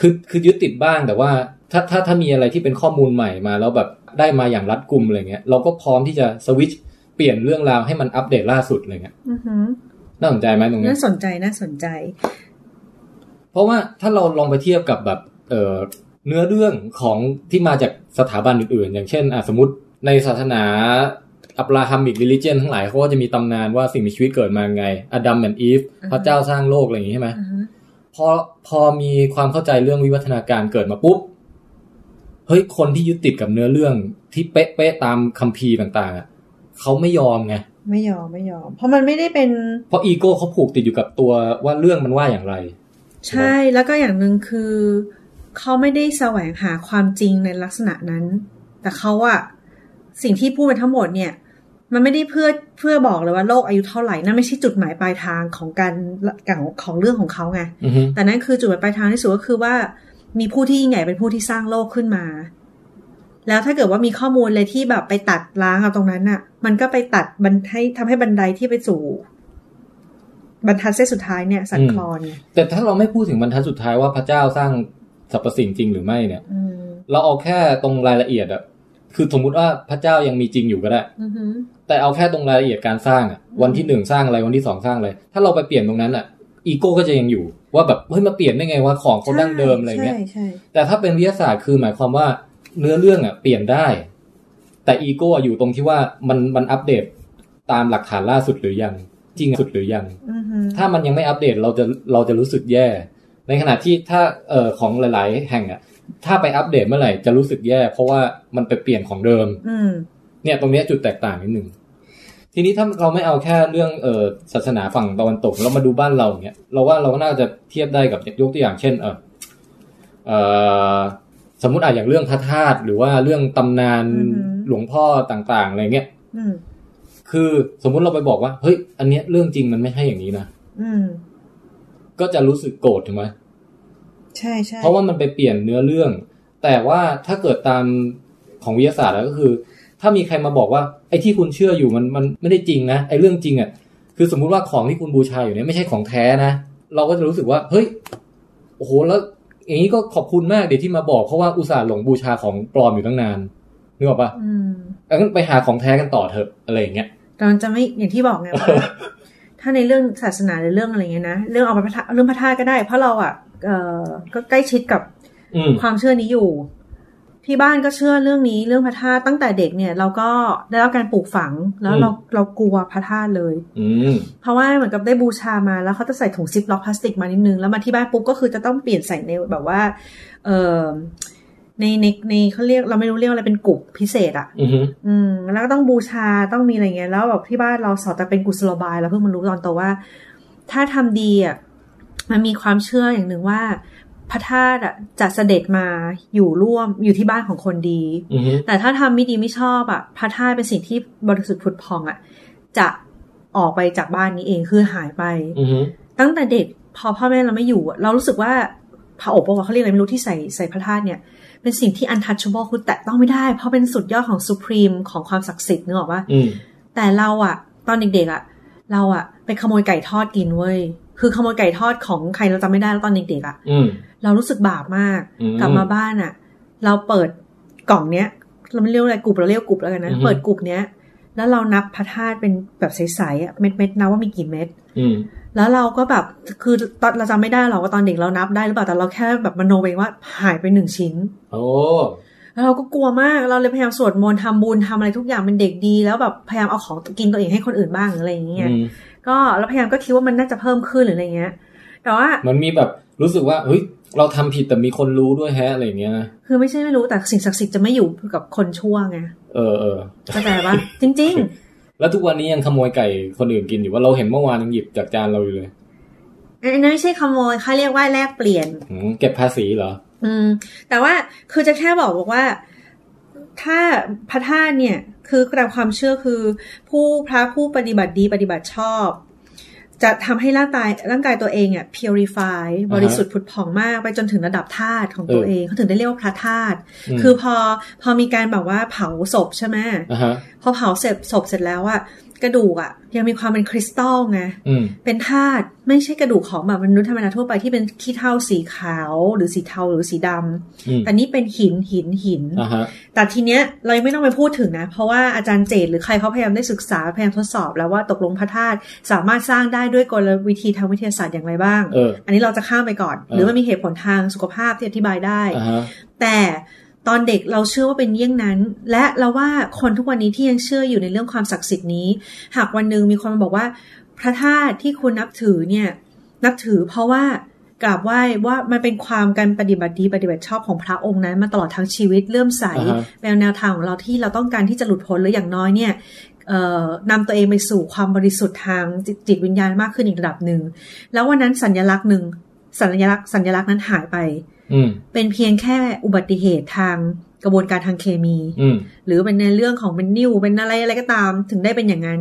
[SPEAKER 1] คือคือยึดติดบ้างแต่ว่าถ้าถ้าถ้ามีอะไรที่เป็นข้อมูลใหม่มา แล้วแบบได้มาอย่างรัดกุมอะไรเงี้ยเราก็พร้อมที่จะสวิตช์เปลี่ยนเรื่องราวให้มันอัปเดตล่าสุดอะไรเงี้ย
[SPEAKER 2] อือหือ
[SPEAKER 1] น่าสนใจไหมตรงเนี้
[SPEAKER 2] น่าย สนใจน่าสนใจ
[SPEAKER 1] เพราะว่าถ้าเราลองไปเทียบกับแบบเออเนื้อเรื่องของที่มาจากสถาบันอื่นๆ อย่างเช่นอ่ะสมมติในศาสนาอับราฮัมิก i ิ i เจนทั้งหลายเขาก็จะมีตำนานว่าสิ่งมีชีวิตเกิดมาไงอดัมแอนอีฟพระเจ้าสร้างโลกอะไรอย่างงี้ใช่ไหม
[SPEAKER 2] อือหือ
[SPEAKER 1] พอพอมีความเข้าใจเรื่องวิวัฒนาการเกิดมาปุ๊บ เฮ้ย คนที่ยึดติดกับเนื้อเรื่องที่เป๊ะๆตามคัมภีร์ต่างๆอ่ะเขาไม่ยอมไง
[SPEAKER 2] ไม่ยอมไม่ยอม เพราะมันไม่ได้เป็น
[SPEAKER 1] เพราะอีโก้เขาผูกติดอยู่กับตัวว่าเรื่องมันว่าอย่างไร
[SPEAKER 2] ใช่แล้วก็อย่างหนึ่งคือ เขาไม่ได้แสวงหาความจริงในลักษณะนั้น แต่เขาอะสิ่งที่พูดไปทั้งหมดเนี่ย มันไม่ได้เพื่อเพื่อบอกเลยว่าโลกอายุเท่าไหร่นั่นไม่ใช่จุดหมายปลายทางของการของของเรื่องของเขาไง
[SPEAKER 1] อือฮึ
[SPEAKER 2] แต่นั่นคือจุดหมายปลายทางที่สุดก็คือว่า มีผู้ที่ยิ่งใหญ่เป็นผู้ที่สร้างโลกขึ้นมา แล้วถ้าเกิดว่ามีข้อมูลเลยที่แบบไปตัดล้างเอาตรงนั้นอะมันก็ไปตัดบันให้ทำให้บันไดที่ไปสู่บรรทัดเส้นสุดท้ายเนี่ยสั่นคลอนไง
[SPEAKER 1] แต่ถ้าเราไม่พูดถึงบรรทัดสุดท้ายว่าพระเจ้าสร้างสรรพสิ่งจริงหรือไม่เนี่ย
[SPEAKER 2] อืม
[SPEAKER 1] เราเอาแค่ตรงรายละเอียดอะคือสมมุติว่าพระเจ้ายังมีจริงอยู่ก็ได้
[SPEAKER 2] อือฮึ
[SPEAKER 1] แต่เอาแค่ตรงรายละเอียดการสร้างอะวันที่หนึ่งสร้างอะไรวันที่สองสร้างอะไร ถ้าเราไปเปลี่ยนตรงนั้นอะอีโก้ก็จะยังอยู่ ว่าแบบเฮ้ยมาเปลี่ยนได้ไงว่าของเขาดั้งเดิมอะไรเงี้ย
[SPEAKER 2] ใช่ใช่
[SPEAKER 1] แต่ถ้าเป็นวิทยาศาสตร์คือหมายความว่าเนื้อเรื่องอะเปลี่ยนได้ แต่อีโก้อยู่ตรงที่ว่ามันมันอัปเดตตามหลักฐานล่าสุดหรือยังจริงสุดหรือยัง
[SPEAKER 2] อือฮึ
[SPEAKER 1] ถ้ามันยังไม่อัปเดตเราจะเราจะรู้สึกแย่ ในขณะที่ถ้าเอ่อของหลาย ๆ แห่งอะถ้าไปอัปเดตเมื่อไหร่จะรู้สึกแย่ เพราะว่ามันไปเปลี่ยนของเดิม
[SPEAKER 2] อืม
[SPEAKER 1] เนี่ยตรงเนี้ยจุดแตกต่างนิดหนึ่ง ทีนี้ถ้าเราไม่เอาแค่เรื่องเออศาสนาฝั่งตะวันตกเรามาดูบ้านเราเนี่ยเราว่าเราก็น่าจะเทียบได้กับยกตัวอย่างเช่น เออเออสมมติอ่ะอย่างเรื่องพระธาตุหรือว่าเรื่องตำนานหลวงพ่อต่างๆอะไรเงี้ย
[SPEAKER 2] อืม
[SPEAKER 1] คือสมมุติเราไปบอกว่าเฮ้ยอันเนี้ยเรื่องจริงมันไม่ให้อย่างนี้นะ
[SPEAKER 2] อืม
[SPEAKER 1] ก็จะรู้สึกโกรธถูกไหม
[SPEAKER 2] ใช่ใช่
[SPEAKER 1] เพราะว่ามันไปเปลี่ยนเนื้อเรื่อง แต่ว่าถ้าเกิดตามของวิทยาศาสตร์แล้วก็คือ ถ้ามีใครมาบอกว่าไอ้ที่คุณเชื่ออยู่มันมันไม่ได้จริงนะไอ้เรื่องจริงอ่ะคือสมมุติว่าของที่คุณบูชาอยู่เนี่ยไม่ใช่ของแท้นะเราก็จะรู้สึกว่า เฮ้ยโอ้โหแล้วอย่างนี้ก็ขอบคุณมากเดี๋ยวที่มาบอกเพราะว่าอุตส่าห์หลงบูชาของปลอมอยู่ตั้งนานนึกออกปะ
[SPEAKER 2] อืม
[SPEAKER 1] เอางั้นไปหาของแท้กันต่อเถอะอะไรอย่างเงี้ย
[SPEAKER 2] แต่มันจะไม่อย่างที่บอกไงว่า ถ้าในเรื่องศาสนาหรือเรื่องอะไรเงี้ยนะเรื่องเอาพระธาตุเรื่องพระธาตุก็ได้ เพราะเราอ่ะเออก็ใกล้ชิดกับ
[SPEAKER 1] อืม
[SPEAKER 2] ความเชื่อนี้อยู่ ที่บ้านก็เชื่อเรื่องนี้เรื่องพระธาตุตั้งแต่เด็กเนี่ย เราก็ได้รับการปลูกฝังแล้วเราเรากลัวพระธาตุเลย
[SPEAKER 1] อืม
[SPEAKER 2] เพราะว่าเหมือนกับได้บูชามาแล้วเขาจะใส่ถุงซิปล็อกพลาสติกมานิดนึง แล้วมาที่บ้านปุ๊บก็คือจะต้องเปลี่ยนใส่ในแบบว่า เออในในในเขาเรียกเราไม่รู้เรียกอะไรเป็นกลุ่มพิเศษอะ่ะ
[SPEAKER 1] อือฮึ
[SPEAKER 2] อืม แล้วก็ต้องบูชาต้องมีอะไรเงี้ยแล้วแบบที่บ้านเราสอนแต่เป็นกุศโลบายเราเพิ่งมารู้ตอนโตว่า ถ้าทำดีอ่ะมันมีความเชื่ออย่างหนึ่งว่า พระธาตุอ่ะจะเสด็จมาอยู่ร่วมอยู่ที่บ้านของคนดี
[SPEAKER 1] อือฮึ
[SPEAKER 2] แต่ถ้าทำไม่ดีไม่ชอบอ่ะพระธาตุเป็นสิ่งที่บริสุทธิ์ผุดพองอ่ะ จะออกไปจากบ้านนี้เองคือหายไป
[SPEAKER 1] อือฮึ
[SPEAKER 2] ตั้งแต่เด็กพอพ่อแม่เราไม่อยู่อะเรารู้สึกว่าผ้าอบปะวะเขาเรียกอะไรไม่รู้ที่ใส่ใส่พระธาตุเนี่ย เป็นสิ่งที่ untouchable คือแตะต้องไม่ได้ เพราะเป็นสุดยอดของ supreme ของความศักดิ์สิทธิ์นึกออกว่า
[SPEAKER 1] อืม
[SPEAKER 2] แต่เราอะตอนเด็กๆอะเราอะไปขโมยไก่ทอดกินเว้ยคือขโมยไก่ทอดของใครเราจำไม่ได้แล้วตอนเด็กๆอะ
[SPEAKER 1] อืม
[SPEAKER 2] เรารู้สึกบาปมาก
[SPEAKER 1] อืม
[SPEAKER 2] กลับมาบ้านอะ่ะ เราเปิดกล่องเนี้ย เราไม่เรียกอะไรกลุ่มเราเรียกกลุ่มแล้วกันนะ
[SPEAKER 1] อือฮึ
[SPEAKER 2] เปิดกลุ่มเนี้ย แล้วเรานับพระธาตุเป็นแบบใสๆอะเม็ดเม็ดๆนับว่ามีกี่เม็ด
[SPEAKER 1] อืม
[SPEAKER 2] แล้วเราก็แบบ คือตอนเราจำไม่ได้หรอกว่าตอนเด็กเรานับได้หรือเปล่า แต่เราแค่แบบมโนเองว่าหายไปหนึ่งชิ้น
[SPEAKER 1] โอ้
[SPEAKER 2] แล้วเราก็กลัวมาก เราเลยพยายามสวดมนต์ทำบุญทำอะไรทุกอย่างเป็นเด็กดี แล้วแบบพยายามเอาของกินตัวเองให้คนอื่นบ้างหรืออะไรอย่างเงี้ย
[SPEAKER 1] อืม
[SPEAKER 2] ก็เราพยายามก็คิดว่ามันน่าจะเพิ่มขึ้นหรืออะไรเงี้ย แต่ว่า
[SPEAKER 1] มันมีแบบรู้สึกว่าเฮ้ยเราทำผิดแต่มีคนรู้ด้วยแฮะอะไรอย่างเงี้ยนะ
[SPEAKER 2] คือไม่ใช่ไม่รู้แต่สิ่งศักดิ์สิทธิ์จะไม่อยู่กับคนชั่วไง
[SPEAKER 1] เออเออ
[SPEAKER 2] เข้าใจ ปะจริง
[SPEAKER 1] แล้วทุกวันนี้ยังขโมยไก่คนอื่นกินอยู่ว่าเราเห็นเมื่อวานยังหยิบจากจานเราอยู่เลย
[SPEAKER 2] ๆ อันนั้นไม่ใช่ขโมยเขาเรียกว่าแลกเปลี่ยน
[SPEAKER 1] หืมเก็บภาษีเหรอ
[SPEAKER 2] อืม แต่ว่าคือจะแค่บอกบอกว่า ถ้าพระธาตุเนี่ย คือตามความเชื่อคือ ผู้พระผู้ปฏิบัติดีปฏิบัติชอบ จะทำให้ร่างกายร่างกายตัวเองอ่ะ purify บริสุทธิ์ผุดผ่องมากไปจนถึงระดับธาตุของตัว
[SPEAKER 1] เออ
[SPEAKER 2] เองเขาถึงได้เรียกว่าพระธาตุ
[SPEAKER 1] ม
[SPEAKER 2] คือพอพอมีการแบบว่าเผาศพใช่ไหม
[SPEAKER 1] อ่ะฮะ
[SPEAKER 2] พอเผาเสร็จศพเสร็จแล้วอะ กระดูกอะยังมีความเป็นคริสตัลไง
[SPEAKER 1] อืม
[SPEAKER 2] เป็นธาตุไม่ใช่กระดูกของแบบมนุษย์ธรรมดาทั่วไปที่เป็นขี้เถ้าสีขาวหรือสีเทาหรือสีดำ
[SPEAKER 1] อืม
[SPEAKER 2] แต่นี่เป็นหินหินหิน
[SPEAKER 1] อ่าฮะ
[SPEAKER 2] แต่ทีเนี้ยเรายังไม่ต้องไปพูดถึงนะ เพราะว่าอาจารย์เจตหรือใครเขาพยายามได้ศึกษาพยายามทดสอบแล้วว่าตกลงพระธาตุสามารถสร้างได้ด้วยกลวิธีทางวิทยาศาสตร์อย่างไรบ้าง
[SPEAKER 1] เออ
[SPEAKER 2] อันนี้เราจะข้ามไปก่อน
[SPEAKER 1] เออ
[SPEAKER 2] หรือมันมีเหตุผลทางสุขภาพที่อธิบายได้
[SPEAKER 1] อ่าฮะ
[SPEAKER 2] แต่ตอนเด็กเราเชื่อว่าเป็นเยี่ยงนั้น และเราว่าคนทุกวันนี้ที่ยังเชื่ออยู่ในเรื่องความศักดิ์สิทธิ์นี้ หากวันหนึ่งมีคนมาบอกว่า พระธาตุที่คุณนับถือเนี่ย นับถือเพราะว่ากราบไหว้ว่ามันเป็นความการปฏิบัติดีปฏิบัติชอบของพระองค์นั้น มาตลอดทั้งชีวิตเลื่อมใส
[SPEAKER 1] อ่าฮะ
[SPEAKER 2] แนวแนวทางของเราที่เราต้องการที่จะหลุดพ้นหรืออย่างน้อยเนี่ยเอ่อนำตัวเองไปสู่ความบริสุทธิ์ทางจิตจิตวิญญาณมากขึ้นอีกระดับหนึ่งแล้ววันนั้นสัญลักษณ์หนึ่งสัญลักษณ์สัญลักษณ์นั้นหายไป
[SPEAKER 1] อืม
[SPEAKER 2] เป็นเพียงแค่อุบัติเหตุทางกระบวนการทางเคมี
[SPEAKER 1] อืม
[SPEAKER 2] หรือเป็นในเรื่องของเป็นนิ่วเป็นอะไรอะไรก็ตามถึงได้เป็นอย่างนั้น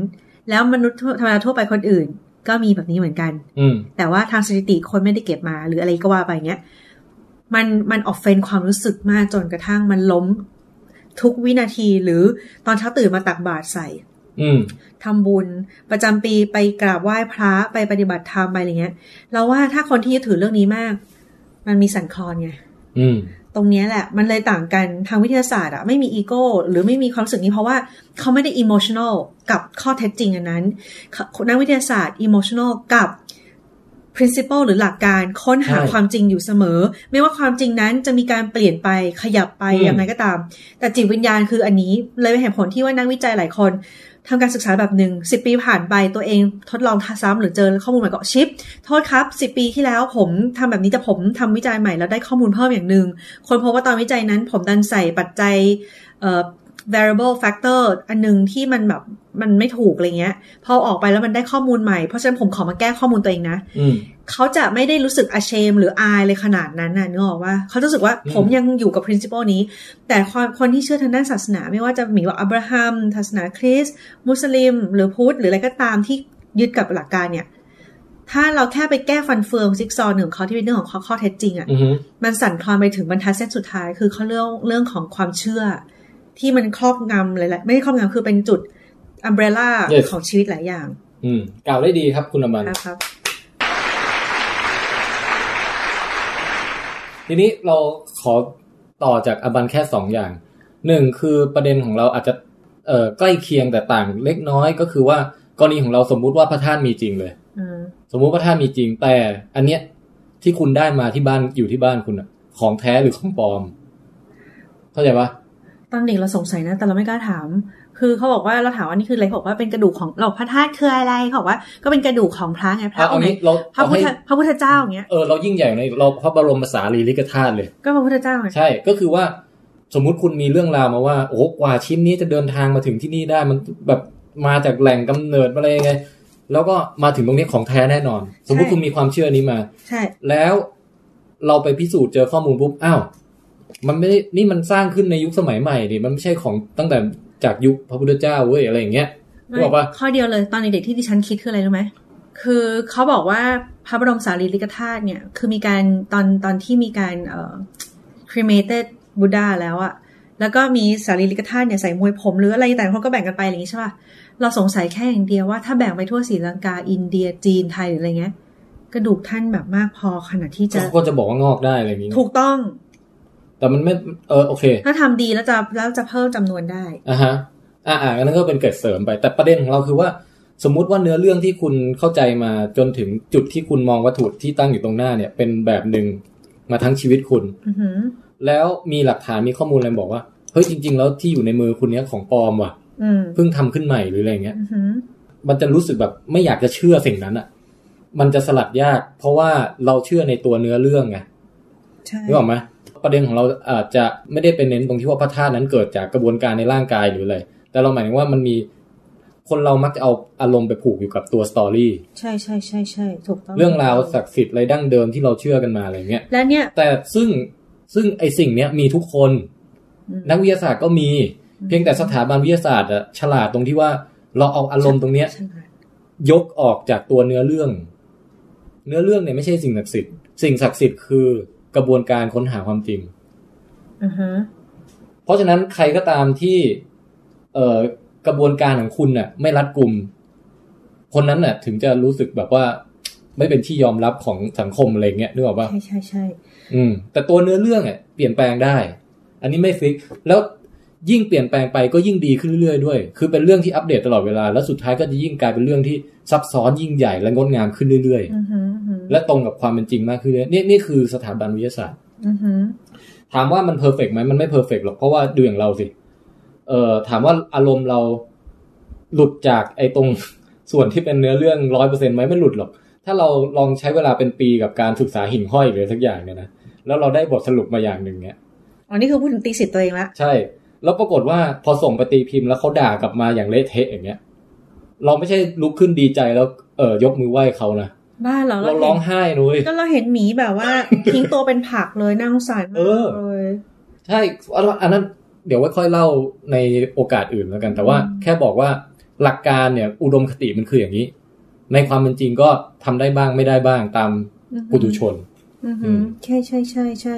[SPEAKER 2] แล้วมนุษย์ธรรมดาทั่วไปคนอื่น ก็มีแบบนี้เหมือนกัน
[SPEAKER 1] อืม
[SPEAKER 2] แต่ว่าทางสถิติคนไม่ได้เก็บมา หรืออะไรก็ว่าไปเนี้ยมันมันออกเฟนความรู้สึกมากจนกระทั่งมันล้มทุกวินาทีหรือตอนเช้าตื่นมาตักบาตรใส่
[SPEAKER 1] อืม
[SPEAKER 2] ทำบุญ ประจำปีไปกราบไหว้พระไปปฏิบัติธรรมไปอะไรเงี้ย เราว่าถ้าคนที่ยึดถือเรื่องนี้มาก มันมีสันคลอนไง
[SPEAKER 1] อืม
[SPEAKER 2] ตรงเนี้ยแหละ มันเลยต่างกันทางวิทยาศาสตร์อะไม่มีอีโก้หรือไม่มีความรู้สึกนี้เพราะว่าเขาไม่ได้อิโมชัน a ลกับข้อเท็จจริงอันนั้นเขานักวิทยาศาสตร์อิโมชัน a ลกับ principle หรือหลักการค้นหา
[SPEAKER 1] ใช่
[SPEAKER 2] ความจริงอยู่เสมอ ไม่ว่าความจริงนั้นจะมีการเปลี่ยนไปขยับไป
[SPEAKER 1] อืม
[SPEAKER 2] ยังไงก็ตาม แต่จิตวิญญาณคืออันนี้เลยเป็นเหตุผลที่ว่านักวิจัยหลายคนทำการศึกษาแบบหนึ่งสิปีผ่านไปตัวเองทดลองซ้ำหรือเจอข้อมูลใหม่ก็ชิป โทษครับสิปีที่แล้วผมทำแบบนี้แต่ผมทำวิจัยใหม่แล้วได้ข้อมูลเพิ่มอย่างหนึ่ง คนพบว่าตอนวิจัยนั้นผมดันใส่ปัจจัยเอ่อ variable factor อันหนึ่งที่มันแบบมันไม่ถูกอะไรเงี้ย พอออกไปแล้วมันได้ข้อมูลใหม่ เพราะฉะนั้นผมขอมาแก้ข้อมูลตัวเองนะ
[SPEAKER 1] อืม
[SPEAKER 2] เขาจะไม่ได้รู้สึกอาเชมหรืออายเลยขนาดนั้นนะนึกออกว่า เขารู้สึกว่า
[SPEAKER 1] อืม
[SPEAKER 2] ผมยังอยู่กับ principle นี้ แต่ความคนที่เชื่อทางด้านศาสนา ไม่ว่าจะมีว่าอับราฮัมศาสนาคริสต์มุสลิม หรือพุทธหรืออะไรก็ตามที่ยึดกับหลักการเนี่ย ถ้าเราแค่ไปแก้ฟันเฟืองซิกซอว์หนึ่งของเขาที่เป็นเรื่องของข้อข้อเท็จจริงอะ
[SPEAKER 1] อืม
[SPEAKER 2] มันสั่นคลอนไปถึงบรรทัดเส้นสุดท้ายคือเขาเรื่องเรื่องของความเชื่อ ที่มันครอบงำหลายๆไม่ใช่ครอบงำคือเป็นจุดอัมเบรล่า
[SPEAKER 1] Yes
[SPEAKER 2] ของชีวิตหลายอย่าง
[SPEAKER 1] อืมกล่าวได้ดีครับคุณอมัน
[SPEAKER 2] นะครับ
[SPEAKER 1] ทีนี้เราขอต่อจากอบันแค่สองอย่างหนึ่งคือประเด็นของเราอาจจะเอ่อใกล้เคียงแต่ต่างเล็กน้อยก็คือว่ากรณีของเราสมมุติว่าพระธาตุมีจริงเลย
[SPEAKER 2] อืม
[SPEAKER 1] สมมุติพระธาตุมีจริงแต่ อันเนี้ยที่คุณได้มาที่บ้านอยู่ที่บ้านคุณอะของแท้หรือของปลอม เข้าใจปะ
[SPEAKER 2] ตอนเด็กเราสงสัยนะ แต่เราไม่กล้าถาม คือเขาบอกว่าเราถามว่านี่คืออะไรเขาบอกว่าเป็นกระดูกของเราพระธาตุคืออะไรเขาบอกว่าก็เป็นกระดูกของพระไงพระ
[SPEAKER 1] เอา
[SPEAKER 2] อง
[SPEAKER 1] เอา
[SPEAKER 2] ค์ไหน
[SPEAKER 1] งี้เรา
[SPEAKER 2] พระ
[SPEAKER 1] เอา
[SPEAKER 2] พุท
[SPEAKER 1] ให้
[SPEAKER 2] ธพระพุทธเจ้าอย่างเงี้ย
[SPEAKER 1] เออเรายิ่งใหญ่ในเราพระบรมสารีริกธาตุเลย
[SPEAKER 2] ก็พระพุทธเจ้าไง
[SPEAKER 1] ใช่ ก็คือว่าสมมุติคุณมีเรื่องราวมาว่า โอ้โหกว่าชิ้นนี้จะเดินทางมาถึงที่นี่ได้มันแบบมาจากแหล่งกำเนิดอะไรยังไง แล้วก็มาถึงตรงนี้ของแท้แน่นอน สมมุติคุณมีความเชื่อนี้มา
[SPEAKER 2] ใช่
[SPEAKER 1] แล้วเราไปพิสูจน์เจอข้อมูลปุ๊บ อ้าว มันไม่ได้นี่มันสร้างขึ้นในยุคสมัยใหม่ดิมันไม่ใช่ของตั้งแต่จากยุคพระพุทธเจ้าเว้ยอะไรอย่างเงี้ย
[SPEAKER 2] ไม่
[SPEAKER 1] บอกว่า
[SPEAKER 2] ข้อเดียวเลยตอนเด็กๆที่ดิฉันคิดคืออะไรรู้ไหมคือเขาบอกว่าพระบรมสารีริกธาตุเนี่ยคือมีการตอนตอนที่มีการเอ่อ cremated Buddha แล้วอะแล้วก็มีสารีริกธาตุเนี่ยใส่มวยผมหรืออะไรแต่างคนก็แบ่งกันไปอะไรอย่างงี้ใช่ป่ะ เราสงสัยแค่อย่างเดียวว่าถ้าแบ่งไปทั่วศรีลังกา อินเดียจีนไทยหรืออะไรเงี้ย กระดูกท่านแบบมากพอขนาดที่จะ
[SPEAKER 1] เขาก็จะบอกว่างอกได้อะไรอย่างงี้
[SPEAKER 2] ถูกต้อง
[SPEAKER 1] แต่มันไม่ เออโอเค
[SPEAKER 2] ถ้าทำดีแล้วจะแล้วจะเพิ่มจำนวนได้
[SPEAKER 1] อ่าฮะ อ่าอ่าอันนั้นก็เป็นเกร็ดเสริมไป แต่ประเด็นของเราคือว่า สมมุติว่าเนื้อเรื่องที่คุณเข้าใจมาจนถึงจุดที่คุณมองวัตถุที่ตั้งอยู่ตรงหน้าเนี่ย เป็นแบบหนึ่งมาทั้งชีวิตคุณ
[SPEAKER 2] อือหือ
[SPEAKER 1] แล้วมีหลักฐานมีข้อมูลอะไรบอกว่า เฮ้ยจริง ๆ แล้วที่อยู่ในมือคุณเนี้ยของปลอมว่ะ
[SPEAKER 2] อืม
[SPEAKER 1] เพิ่งทำขึ้นใหม่หรืออะไรอย่างเงี้ย
[SPEAKER 2] อือหือ
[SPEAKER 1] มันจะรู้สึกแบบไม่อยากจะเชื่อสิ่งนั้นอะ่ะ มันจะสลัดยาก เพราะว่าเราเชื่อในตัวเนื้อเรื่องไง
[SPEAKER 2] ใช่
[SPEAKER 1] นึกออกไหมประเด็นของเราอาจจะไม่ได้เป็นเน้นตรงที่ว่าพระธาตุนั้นเกิดจากกระบวนการในร่างกายหรืออะไร แต่เราหมายถึงว่ามันมีคนเรามักจะเอาอารมณ์ไปผูกอยู่กับตัวสตอรี่
[SPEAKER 2] ใช่ใช่ใช่ใช่ถูกต้อง
[SPEAKER 1] เรื่องราวศักดิ์สิทธิ์อะไรดั้งเดิมที่เราเชื่อกันมาอะไรเงี้ย
[SPEAKER 2] และเนี่ย
[SPEAKER 1] แต่ซึ่งซึ่งไอสิ่งเนี้ยมีทุกคน
[SPEAKER 2] อืม
[SPEAKER 1] นักวิทยาศาสตร์ก็มี เพียงแต่สถาบันวิทยาศาสตร์อะฉลาดตรงที่ว่าเราเอาอารมณ์ตรงเนี้ย
[SPEAKER 2] ใช่ไหม
[SPEAKER 1] ยกออกจากตัวเนื้อเรื่อง เนื้อเรื่องเนี่ยไม่ใช่สิ่งศักดิ์สิทธิ์ สิ่งศักดิ์สิทธิ์คือกระบวนการค้นหาความจริง
[SPEAKER 2] อือฮะ
[SPEAKER 1] เพราะฉะนั้นใครก็ตามที่ เอ่อ กระบวนการของคุณน่ะ ไม่รัดกลุ่ม คนนั้นน่ะ ถึงจะรู้สึกแบบว่า ไม่เป็นที่ยอมรับของสังคมอะไรเงี้ยนึกออกปะ
[SPEAKER 2] ใช่ใช่ใช่
[SPEAKER 1] อืมแต่ตัวเนื้อเรื่องอ่ะเปลี่ยนแปลงได้ อันนี้ไม่ฟิก แล้วยิ่งเปลี่ยนแปลงไปก็ยิ่งดีขึ้นเรื่อยๆด้วย คือเป็นเรื่องที่อัปเดตตลอดเวลา แล้วสุดท้ายก็จะยิ่งกลายเป็นเรื่องที่ซับซ้อนยิ่งใหญ่และงดงามขึ้นเรื่อย
[SPEAKER 2] อือหืออือหือ
[SPEAKER 1] ๆ และตรงกับความเป็นจริงมากขึ้นเรื่อยๆนี่นี่คือสถาบันวิทยาศาสตร์
[SPEAKER 2] อือหือ
[SPEAKER 1] ถามว่ามันเพอร์เฟกไหมมันไม่เพอร์เฟกหรอกเพราะว่าดูอย่างเราสิ เอ่อถามว่าอารมณ์เราหลุดจากไอ้ตรง ส่วนที่เป็นเนื้อเรื่องร้อยเปอร์เซ็นต์ไหมไม่หลุดหรอก ถ้าเราลองใช้เวลาเป็นปีกับการศึกษาหิ่งห้อยหรือสักอย่างเนี่ยนะแล้วเราได้บทสรุปมาอย่างหนึ่งเนี่ย
[SPEAKER 2] อ๋อนี่คือพูดถึงตีสิทธิ์ตัวเองละ
[SPEAKER 1] ใช่ แล้วปรากฏว่าพอส่งไปตีพิมพ์แล้วเขาด่ากลับมาอย่างเละเทะอย่างเงี้ย เราไม่ใช่ลุกขึ้นดีใจแล้วเออยกมือไหว้เขานะ
[SPEAKER 2] บ้านเรา
[SPEAKER 1] เราร้องไห้นุ้ย
[SPEAKER 2] ก็เราเห็นหมีแบบ ว่า ทิ้งตัวเป็นผักเลยน่าสงสารมาก
[SPEAKER 1] เออ
[SPEAKER 2] เลย
[SPEAKER 1] ใช่อันนั้นอันนั้นเดี๋ยวไว้ค่อยเล่าในโอกาสอื่นแล้วกัน แต่ว่าแค่บอกว่าหลักการเนี่ย อุดมคติมันคืออย่างนี้ ในความเป็นจริงก็ทำได้บ้างไม่ได้บ้างตาม
[SPEAKER 2] อือหือ
[SPEAKER 1] ปุถุชน
[SPEAKER 2] อือหือใช่ใช่ใช่ใช่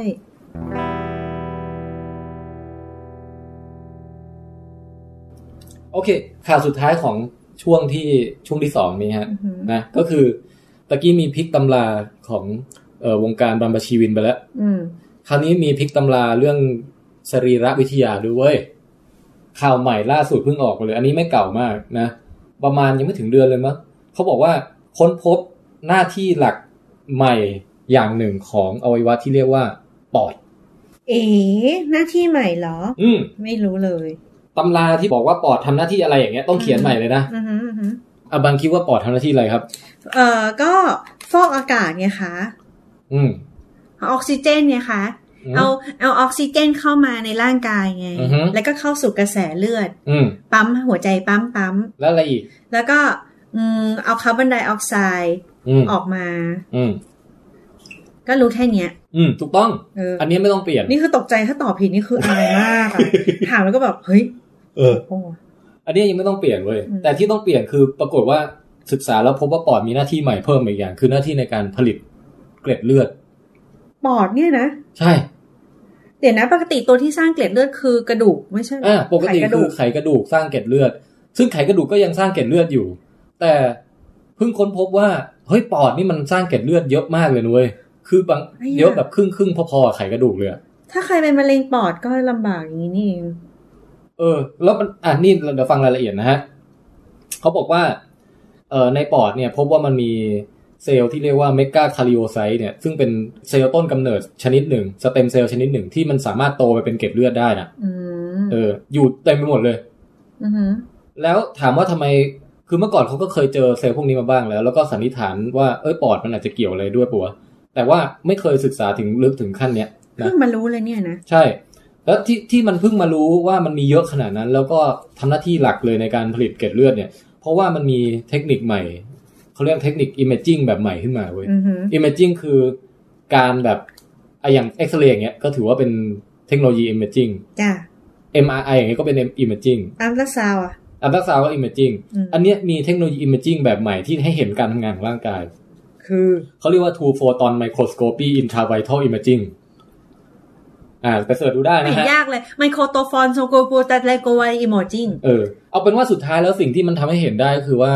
[SPEAKER 1] โอเค ข่าวสุดท้ายของช่วงที่ช่วงที่สองนี้ฮะ
[SPEAKER 2] อือหือ
[SPEAKER 1] นะก็คือตะกี้มีพลิกตำราของเอ่อวงการบรรพชีวินไปแล้ว
[SPEAKER 2] อืม
[SPEAKER 1] คราวนี้มีพลิกตำราเรื่องสรีรวิทยาด้วยเวยข่าวใหม่ล่าสุดเพิ่งออกมาเลย อันนี้ไม่เก่ามากนะ ประมาณยังไม่ถึงเดือนเลยมั้งเขาบอกว่าค้นพบหน้าที่หลักใหม่อย่างหนึ่งของอวัยวะที่เรียกว่าปอด
[SPEAKER 2] เอ๋หน้าที่ใหม่เหรอ
[SPEAKER 1] อืม
[SPEAKER 2] ไม่รู้เลย
[SPEAKER 1] ตำราที่บอกว่าปอดทำหน้าที่อะไรอย่างเงี้ยต้องเขียนใหม่เลยนะ
[SPEAKER 2] อือหืออือหือ
[SPEAKER 1] อะบังคิดว่าปอดทำหน้าที่อะไรครับ
[SPEAKER 2] เอ่อก็ฟอกอากาศไงคะ
[SPEAKER 1] อืม
[SPEAKER 2] เอาออกซิเจนไงคะ
[SPEAKER 1] อืม
[SPEAKER 2] เอาเอาออกซิเจนเข้ามาในร่างกายไง
[SPEAKER 1] อือฮึ
[SPEAKER 2] แล้วก็เข้าสู่กระแสเลือด
[SPEAKER 1] อืม
[SPEAKER 2] ปั๊มหัวใจปั๊มปั๊ม
[SPEAKER 1] แล้วอะไรอีก
[SPEAKER 2] แล้วก็อืมเอาคาร์บอนไดออกไซด์
[SPEAKER 1] อืม
[SPEAKER 2] ออกมา
[SPEAKER 1] อืม
[SPEAKER 2] ก็รู้แค่เนี้ย
[SPEAKER 1] อืม ถูกต้อง
[SPEAKER 2] เอออ
[SPEAKER 1] อันนี้ไม่ต้องเปลี่ยน
[SPEAKER 2] นี่คือตกใจถ้าตอบผิดนี่คืออายมาก อะถามแล้วก็แบบเฮ้ย
[SPEAKER 1] เออ
[SPEAKER 2] โอ้
[SPEAKER 1] อันนี้ยังไม่ต้องเปลี่ยนเว้ย
[SPEAKER 2] อืม
[SPEAKER 1] แต่ที่ต้องเปลี่ยนคือปรากฏว่าศึกษาแล้วพบว่าปอดมีหน้าที่ใหม่เพิ่มอีกอย่าง คือหน้าที่ในการผลิตเกล็ดเลือด
[SPEAKER 2] ปอดเนี่ยนะ
[SPEAKER 1] ใช่
[SPEAKER 2] เดี๋ยวนะปกติตัวที่สร้างเกล็ดเลือดคือกระดูกไม่ใช่เหร
[SPEAKER 1] อ่าปกติ
[SPEAKER 2] ไขระ
[SPEAKER 1] คื
[SPEAKER 2] ดู
[SPEAKER 1] อก ไขกระดูกสร้างเกล็ดเลือด ซึ่งไขกระดูกก็ยังสร้างเกล็ดเลือดอยู่ แต่เพิ่งค้นพบว่าเฮ้ยปอดนี่มันสร้างเกล็ดเลือดเยอะมากเลยนุ้ยคือบางเยอะแบบครึ่งครึ่งๆพอๆกับไขกระดูกเลยอะ
[SPEAKER 2] ถ้าใครเป็นมะเร็งปอดก็ลำบากอย่างนี้นี่เอง
[SPEAKER 1] เออแล้วมันอ่ะนี่เดี๋ยวฟังรายละเอียดนะฮะเขาบอกว่าเอ่อในปอดเนี่ย พบว่ามันมีเซลล์ที่เรียกว่าเมกาคาริโอไซต์เนี่ย ซึ่งเป็นเซลล์ต้นกำเนิดชนิดหนึ่งสเต็มเซลล์ชนิดหนึ่งที่มันสามารถโตไปเป็นเกล็ดเลือดได้นะ
[SPEAKER 2] อืม
[SPEAKER 1] เอออยู่เต็มไปหมดเลย
[SPEAKER 2] อือหือ
[SPEAKER 1] แล้วถามว่าทำไมคือเมื่อก่อนเขาก็เคยเจอเซลล์พวกนี้มาบ้างแล้ว แล้วก็สันนิษฐานว่าเอ้ยปอดมันอาจจะเกี่ยวอะไรด้วยปะวะแต่ว่าไม่เคยศึกษาถึงลึกถึงขั้นเนี้ยนะ
[SPEAKER 2] เพิ่งมารู้เลยเนี่ยนะ
[SPEAKER 1] ใช่ แล้วที่ที่มันเพิ่งมารู้ว่ามันมีเยอะขนาดนั้น แล้วก็ทำหน้าที่หลักเลยในการผลิตเกล็ดเลือดเนี่ย เพราะว่ามันมีเทคนิคใหม่เขาเรียกเทคนิค imaging แบบใหม่ขึ้นมาเว้ย
[SPEAKER 2] อือฮึ
[SPEAKER 1] imaging คือการแบบไอะอย่างเอ็กซเรย์อย่างเงี้ยก็ถือว่าเป็นเทคโนโลยี imaging
[SPEAKER 2] จ้ะ
[SPEAKER 1] MRI อย่างเงี้ยก็เป็น imaging
[SPEAKER 2] อัลตราซาวด์อ่ะ
[SPEAKER 1] อัลตราซาวด์ก็ imaging
[SPEAKER 2] อืม
[SPEAKER 1] อันเนี้ยมีเทคโนโลยี imaging แบบใหม่ที่ให้เห็นการทำงานของร่างกาย
[SPEAKER 2] คือ
[SPEAKER 1] เขาเรียกว่า two photon microscopy intravital imaging อ่าไปเสิร์ชดูได้
[SPEAKER 2] ไม่
[SPEAKER 1] นะ
[SPEAKER 2] เห็น
[SPEAKER 1] ฮะ
[SPEAKER 2] ยากเลยไมโครโตฟอนโซโกโปตัสไลโกไวอิโมจิง
[SPEAKER 1] เออเอาเป็นว่าสุดท้ายแล้วสิ่งที่มันทำให้เห็นได้คือว่า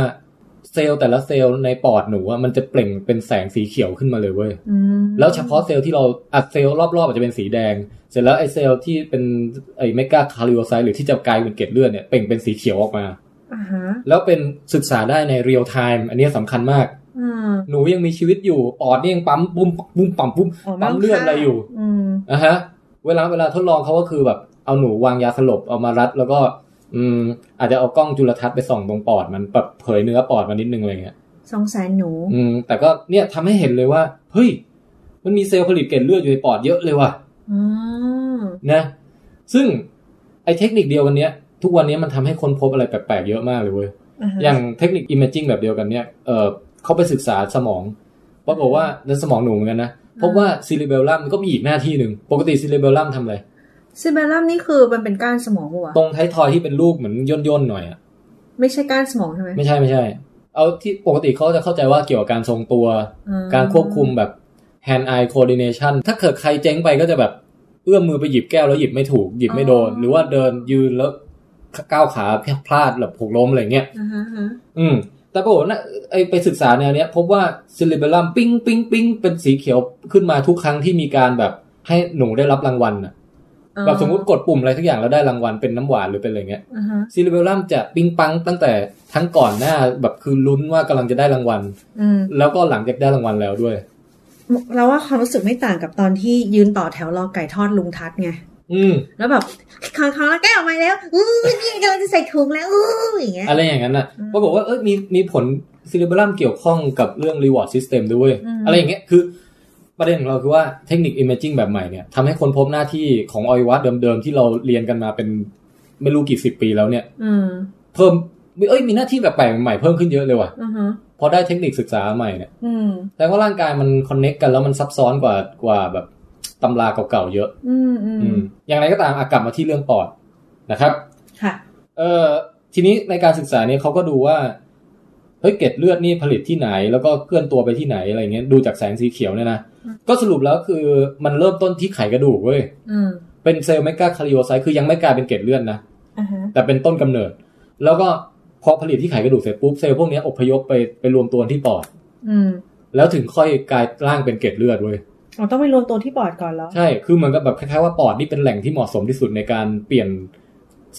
[SPEAKER 1] เซลล์แต่ละเซลล์ในปอดหนูอะมันจะเปล่งเป็นแสงสีเขียวขึ้นมาเลยเว้ยแล้วเฉพาะเซลล์ที่เราอัดเซลล์รอบๆอาจจะเป็นสีแดง เสร็จแล้วไอ้เซลล์ที่เป็นไอ้เมกาคาริโอไซต์หรือที่จะกลายเป็นเกล็ดเลือดเนี่ยเปล่งเป็นสีเขียวออกมา
[SPEAKER 2] อ่าฮะ
[SPEAKER 1] แล้วเป็นศึกษาได้ในเรียลไทม์อันนี้สำคัญมาก
[SPEAKER 2] อืม
[SPEAKER 1] หนูยังมีชีวิตอยู่ปอดนี่ยังปั๊มปุ้มปุ้มปั๊มปุ้มปั๊มเลือดอะไรอยู่
[SPEAKER 2] อืม
[SPEAKER 1] อ่ะฮะเวลาเวลาทดลองเขาก็คือแบบเอาหนูวางยาสลบเอามารัด แล้วก็ อืม อาจจะเอากล้องจุลทรรศน์ไปส่องตรงปอดมันแบบเผยเนื้อปอดมานิดนึงอะไรเงี้ย
[SPEAKER 2] สงสารหนู
[SPEAKER 1] อืม แต่ก็เนี่ยทำให้เห็นเลยว่า เฮ้ย มันมีเซลล์ผลิตเกล็ดเลือดอยู่ในปอดเยอะเลยว่ะ
[SPEAKER 2] อ๋อ
[SPEAKER 1] นะ ซึ่งไอเทคนิคเดียวกันเนี้ย ทุกวันนี้มันทำให้คนพบอะไรแปลกๆเยอะมากเลยเว้ย
[SPEAKER 2] อ่าฮะ
[SPEAKER 1] อย่างเทคนิค imaging แบบเดียวกันเนี่ย เออเขาไปศึกษาสมองปรากฏว่าในสมองหนูเหมือนกันนะพบว่า cerebellum ก็มีอีกหน้าที่หนึ่งปกติ cerebellum ทำอะไร
[SPEAKER 2] ซิเบลลัมนี่คือมันเป็นก้านสมองปะวะ
[SPEAKER 1] ตรงท้ายทอยที่เป็นรูปเหมือนย่นย่นๆหน่อยอ่ะ
[SPEAKER 2] ไม่ใช่ก้านสมองใช่ไหม
[SPEAKER 1] ไม่ใช่ไม่ใช่ เอาที่ปกติเขาจะเข้าใจว่าเกี่ยวกับการทรงตัว
[SPEAKER 2] อ่
[SPEAKER 1] การควบคุมแบบ hand eye coordination ถ้าเกิดใครเจ๊งไปก็จะแบบเอื้อมมือไปหยิบแก้วแล้วหยิบไม่ถูกหยิบไม่โดน หรือว่าเดินยืนแล้ว ก้าวขาพลาดแบบหกล้มอะไรเงี้ย
[SPEAKER 2] อ่าฮะอ่าฮะ
[SPEAKER 1] อืม แต่ปรากฏว่าน่ะไอไปศึกษาแนวเนี้ย พบว่าซิลิเบลัมปิ้งปิ้งปิ้งเป็นสีเขียวขึ้นมาทุกครั้งที่มีการแบบให้หนูได้รับรางวัลน่ะ
[SPEAKER 2] อ๋อ
[SPEAKER 1] แบบสมมติกดปุ่มอะไรทุกอย่างแล้วได้รางวัลเป็นน้ำหวานหรือเป็นอะไรเงี้ย
[SPEAKER 2] อ่าฮะ
[SPEAKER 1] ซิลิเบลัมจะปิ้งปังตั้งแต่ทั้งก่อนหน้าแบบคือลุ้นว่ากำลังจะได้รางวัล
[SPEAKER 2] อืม
[SPEAKER 1] แล้วก็หลังจากได้รางวัลแล้วด้วย
[SPEAKER 2] เราว่าความรู้สึกไม่ต่างกับตอนที่ยืนต่อแถวรอไก่ทอดลุงทัศน์ไง
[SPEAKER 1] อืม
[SPEAKER 2] แล้วแบบคางคางแล้วแก้ออกมาแล้วอู้นี่กำลังจะใส่ถุงแล้วอู้อย่างเงี้ย
[SPEAKER 1] อะไรอย่างนั้นน่ะ
[SPEAKER 2] อืม
[SPEAKER 1] ปรากฏว่าเอ้ยมีมีผลซิลิเบลัมเกี่ยวข้องกับเรื่องรีวอร์ดซิสเต็มด้วย
[SPEAKER 2] อืม
[SPEAKER 1] อะไรอย่างเงี้ยคือ ประเด็นของเราคือว่าเทคนิค imaging แบบใหม่เนี่ยทำให้คนพบหน้าที่ของอวัยวะเดิมๆ ที่เราเรียนกันมาเป็นไม่รู้กี่สิบปีแล้วเนี่ย
[SPEAKER 2] อืม
[SPEAKER 1] เพิ่มเอ้ยมีหน้าที่แบบแปลกใหม่ๆเพิ่มขึ้นเยอะเลยว่ะ
[SPEAKER 2] อือฮะ
[SPEAKER 1] พอได้เทคนิคศึกษาใหม่เนี่ย
[SPEAKER 2] อืม
[SPEAKER 1] แต่ว่าร่างกายมันคอนเน็กกันแล้วมันซับซ้อนกว่ากว่าแบบตำราเก่าๆเยอะ
[SPEAKER 2] อืมอื
[SPEAKER 1] อื
[SPEAKER 2] ม
[SPEAKER 1] มอย่างไรก็ตามอะกลับมาที่เรื่องปอดนะครับ
[SPEAKER 2] ค่ะ
[SPEAKER 1] เอ่อทีนี้ในการศึกษาเนี่ยเขาก็ดูว่าเฮ้ยเกล็ดเลือดนี่ผลิตที่ไหน แล้วก็เคลื่อนตัวไปที่ไหนอะไรเงี้ยดูจากแสงสีเขียวเนี่ยนะ
[SPEAKER 2] อืม
[SPEAKER 1] ก็สรุปแล้วคือมันเริ่มต้นที่ไขกระดูกเว้ย
[SPEAKER 2] อืม
[SPEAKER 1] เป็นเซลล์ไมกาคาริโอไซต์คือยังไม่กลายเป็นเกล็ดเลือดนะ
[SPEAKER 2] อ่าฮะ
[SPEAKER 1] แต่เป็นต้นกำเนิด แล้วก็พอผลิตที่ไขกระดูกเสร็จปุ๊บเซลล์พวกเนี้ยอพยพไปไปรวมตัวที่ปอด
[SPEAKER 2] อืม
[SPEAKER 1] แล้วถึงค่อยกลายร่างเป็นเกล็ดเลือดเว้ย
[SPEAKER 2] เราต้องไปรวมตัวที่ปอดก่อนแล้ว
[SPEAKER 1] ใช่คือเหมือนกับแบบคล้ายๆว่าปอดนี่เป็นแหล่งที่เหมาะสมที่สุดในการเปลี่ยน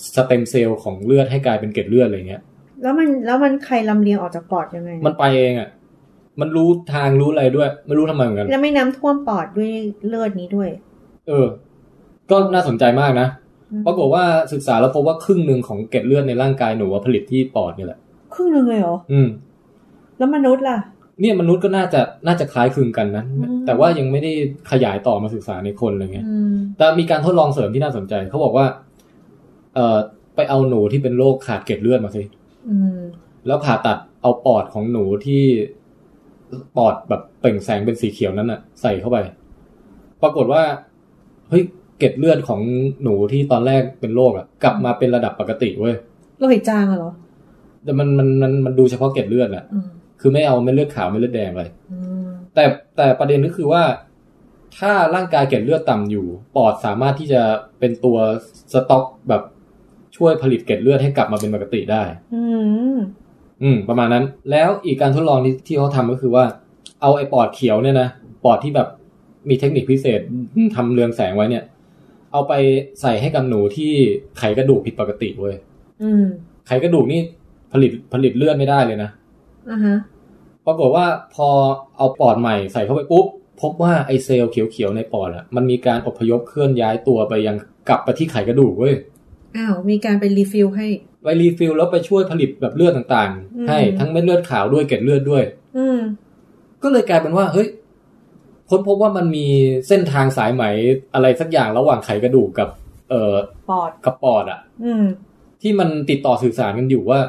[SPEAKER 1] สเต็มเซลล์ของเลือดให้กลายเป็นเกล็ดเลือดอะไรเงี้ย
[SPEAKER 2] แล้วมันแล้วมันใครลำเลียงออกจากปอดยังไง
[SPEAKER 1] มันไปเองอ่ะ มันรู้ทางรู้อะไรด้วย ไม่รู้ทำไมเหมือนกัน
[SPEAKER 2] แล้วไม่น้ำท่วมปอดด้วยเลือดนี้ด้วย
[SPEAKER 1] เออ ก็น่าสนใจมากนะ
[SPEAKER 2] อืม
[SPEAKER 1] ปรากฏว่าศึกษาแล้วพบว่าครึ่งหนึ่งของเกล็ดเลือดในร่างกายหนูว่าผลิตที่ปอดนี่แหละ
[SPEAKER 2] ครึ่งหนึ่งเลยเหรอ
[SPEAKER 1] อืม
[SPEAKER 2] แล้วมนุษย์ล่ะ
[SPEAKER 1] เนี่ยมนุษย์ก็น่าจะน่าจะคล้ายคลึงกันนะ
[SPEAKER 2] อืม
[SPEAKER 1] แต่ว่ายังไม่ได้ขยายต่อมาศึกษาในคนอะไรเงี้ย
[SPEAKER 2] อืม
[SPEAKER 1] แต่มีการทดลองเสริมที่น่าสนใจ เขาบอกว่า เอ่อ ไปเอาหนูที่เป็นโรคขาดเกล็ดเลือดมาสิ
[SPEAKER 2] อืม
[SPEAKER 1] แล้วผ่าตัดเอาปอดของหนูที่ปอดแบบเปล่งแสงเป็นสีเขียวนั้นอะใส่เข้าไป ปรากฏว่าเฮ้ยเกล็ดเลือดของหนูที่ตอนแรกเป็นโรคอะกลับมาเป็นระดับปกติเว้ย
[SPEAKER 2] โลหิตจางอะเหรอ
[SPEAKER 1] แต่มันมันมันมันดูเฉพาะเกล็ดเลือดแหละ
[SPEAKER 2] อืม
[SPEAKER 1] คือไม่เอาเม็ดเลือดขาวเม็ดเลือดแดงเลย
[SPEAKER 2] อืม
[SPEAKER 1] แต่แต่ประเด็นก็คือว่า ถ้าร่างกายเกล็ดเลือดต่ำอยู่ ปอดสามารถที่จะเป็นตัวสต็อกแบบช่วยผลิตเกล็ดเลือดให้กลับมาเป็นปกติได้
[SPEAKER 2] อืม
[SPEAKER 1] อืม ประมาณนั้น แล้วอีกการทดลองที่ที่เขาทำก็คือว่า เอาไอ้ปอดเขียวเนี่ยนะ ปอดที่แบบมีเทคนิคพิเศษทำเรืองแสงไว้เนี่ย เอาไปใส่ให้กับหนูที่ไขกระดูกผิดปกติเว้ย
[SPEAKER 2] อืม
[SPEAKER 1] ไขกระดูกนี่ผลิตผลิตเลือดไม่ได้เลยนะ
[SPEAKER 2] อ่าฮะ
[SPEAKER 1] ปรากฏว่าพอเอาปอดใหม่ใส่เข้าไปปุ๊บ พบว่าไอเซลล์เขียวๆในปอดอะมันมีการอพยพเคลื่อนย้ายตัวไปยังกลับไปที่ไขกระดูกเว้ย
[SPEAKER 2] อ้าวมีการไปรีฟิลให้
[SPEAKER 1] ไปรีฟิลแล้วไปช่วยผลิตแบบเลือดต่าง
[SPEAKER 2] อืม
[SPEAKER 1] ๆ ให้ทั้งเม็ดเลือดขาวด้วยเกล็ดเลือดด้วย
[SPEAKER 2] อืม
[SPEAKER 1] ก็เลยกลายเป็นว่า เฮ้ย ค้นพบว่ามันมีเส้นทางสายไหมอะไรสักอย่างระหว่างไขกระดูกกับ เอ่อ
[SPEAKER 2] ปอด
[SPEAKER 1] กับปอดอะ
[SPEAKER 2] อืม
[SPEAKER 1] ที่มันติดต่อสื่อสารกันอยู่ว่า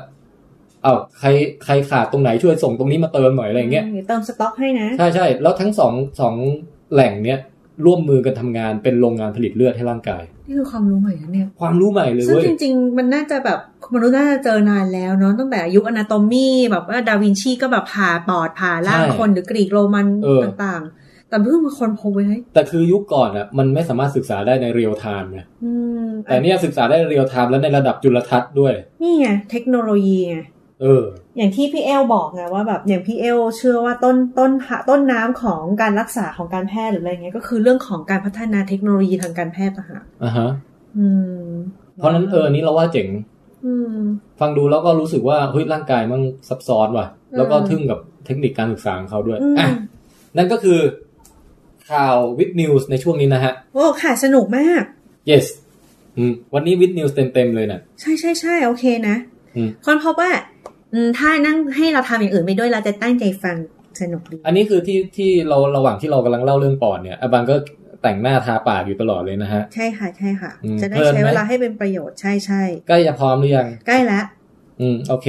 [SPEAKER 1] เอาใครใครขาดตรงไหนช่วยส่งตรงนี้มาเติมหน่อยอะไรอย่างเงี้ย
[SPEAKER 2] ดี๋วเติมสต็อกให้นะ
[SPEAKER 1] ใช่ใช่แล้วทั้งสองสองแหล่งเนี้ยร่วมมือกันทำงานเป็นโรงงานผลิตเลือดให้ร่างกาย
[SPEAKER 2] นี่คือความรู้ใหม่นะเนี่ย
[SPEAKER 1] ความรู้ใหม่เลย
[SPEAKER 2] ซึ่ง
[SPEAKER 1] เว้ย
[SPEAKER 2] จริง ๆ มันน่าจะแบบมนุษย์น่าจะเจอนานแล้วเนาะตั้งแต่ยุคอนาโตมีแบบว่าดาวินชีก็แบบผ่าปอดผ่าร่างคนหรือกรีกโรมันต่างๆ แต่เพิ่งมาคนพบไว้ให้
[SPEAKER 1] แต่คือยุคก่อนอะมันไม่สามารถศึกษาได้ในเรียลไทม์ไง
[SPEAKER 2] อืม
[SPEAKER 1] แต่เนี่ยศึกษาได้เรียลไทม์และในระดับจุลทรรศน์ด้วย
[SPEAKER 2] นี่ไงเทคโนโลยีไง
[SPEAKER 1] เออ
[SPEAKER 2] อย่างที่พี่เอลบอกไงว่าแบบอย่างพี่เอลเชื่อว่าต้นต้นต้นน้ำของการรักษาของการแพทย์หรืออะไรเงี้ยก็คือเรื่องของการพัฒนาเทคโนโลยีทางการแพทย์ต่างหาก
[SPEAKER 1] อ่ะฮะ
[SPEAKER 2] อืม
[SPEAKER 1] เพราะฉะนั้นเอออนนี้เราว่าเจ๋ง
[SPEAKER 2] อืม
[SPEAKER 1] ฟังดูแล้วก็รู้สึกว่าเฮ้ยร่างกายมันซับซ้อนว่ะ
[SPEAKER 2] อืม
[SPEAKER 1] แล้วก็ทึ่งกับเทคนิคการศึกษาของเขาด้วย
[SPEAKER 2] อืม
[SPEAKER 1] อ่ะนั่นก็คือข่าววิดนิวส์ในช่วงนี้นะฮะ
[SPEAKER 2] โอ้ค่ะสนุกมาก
[SPEAKER 1] yes อืมวันนี้วิดนิวส์เต็มๆเลยนะ
[SPEAKER 2] ใช่ใช่ใช่โอเคนะ
[SPEAKER 1] อืม
[SPEAKER 2] คนพบว่าอืมถ้านั่งให้เราทำอย่างอื่นไปด้วยเราจะตั้งใจฟังสนุกดี
[SPEAKER 1] อันนี้คือที่ที่เราระหว่างที่เรากำลังเล่าเรื่องปอดเนี่ยอาบังก็แต่งหน้าทาปากอยู่ตลอดเลยนะฮะ
[SPEAKER 2] ใช่ค่ะใช่ค่ะ
[SPEAKER 1] อืม
[SPEAKER 2] จะได้
[SPEAKER 1] เพลิน
[SPEAKER 2] ใช้
[SPEAKER 1] ไหม
[SPEAKER 2] เวลาให้เป็นประโยชน์ใช่ใช่
[SPEAKER 1] ใกล้จะพร้อมหรือยัง
[SPEAKER 2] ใกล้ละ
[SPEAKER 1] อืมโอเค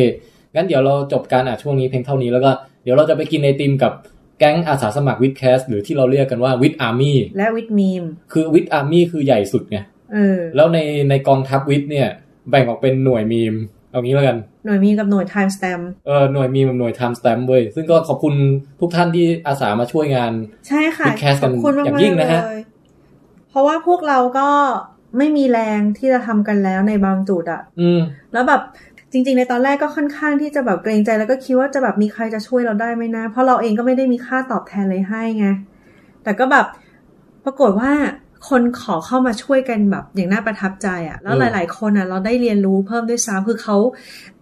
[SPEAKER 1] งั้นเดี๋ยวเราจบการอ่านช่วงนี้เพียงเท่านี้แล้วก็เดี๋ยวเราจะไปกินไอติมกับแก๊งอาสาสมัครวิดแคสหรือที่เราเรียกกันว่าวิดอาร์มี่
[SPEAKER 2] และวิดมีม
[SPEAKER 1] คือวิดอาร์มี่คือใหญ่สุดไง
[SPEAKER 2] เออ
[SPEAKER 1] แล้วในในกองทัพวิทย์เนี่ย แบ่งออกเป็นหน่วยมีม เอางี้แล้วกัน
[SPEAKER 2] หน่วยมีมกับหน่วยไทม์ส t ตม
[SPEAKER 1] เออหน่วยมีมกับหน่วยไทม์สแตมป์เว้ยซึ่งก็ขอบคุณทุกท่านที่อาสามาช่วยงาน
[SPEAKER 2] ใช่ค่ะ
[SPEAKER 1] Podcast
[SPEAKER 2] ขอบคุณ
[SPEAKER 1] กันอ
[SPEAKER 2] มาก
[SPEAKER 1] ย่าง
[SPEAKER 2] ๆ
[SPEAKER 1] ยิ่งนะฮะ
[SPEAKER 2] เลยเพราะว่าพวกเราก็ ไม่มีแรงที่จะทำกันแล้วในบางจุดอะ
[SPEAKER 1] อืม
[SPEAKER 2] แล้วแบบจริง ๆ ในตอนแรกก็ค่อนข้างที่จะแบบเกรงใจแล้วก็คิดว่าจะแบบมีใครจะช่วยเราได้ไหมนะ เพราะเราเองก็ไม่ได้มีค่าตอบแทนเลยให้ไงแต่ก็แบบปรากฏว่าคนขอเข้ามาช่วยกันแบบอย่างน่าประทับใจอะแล้ว
[SPEAKER 1] อืม
[SPEAKER 2] หลาย ๆ คนอะเราได้เรียนรู้เพิ่มด้วยซ้ำคือเขา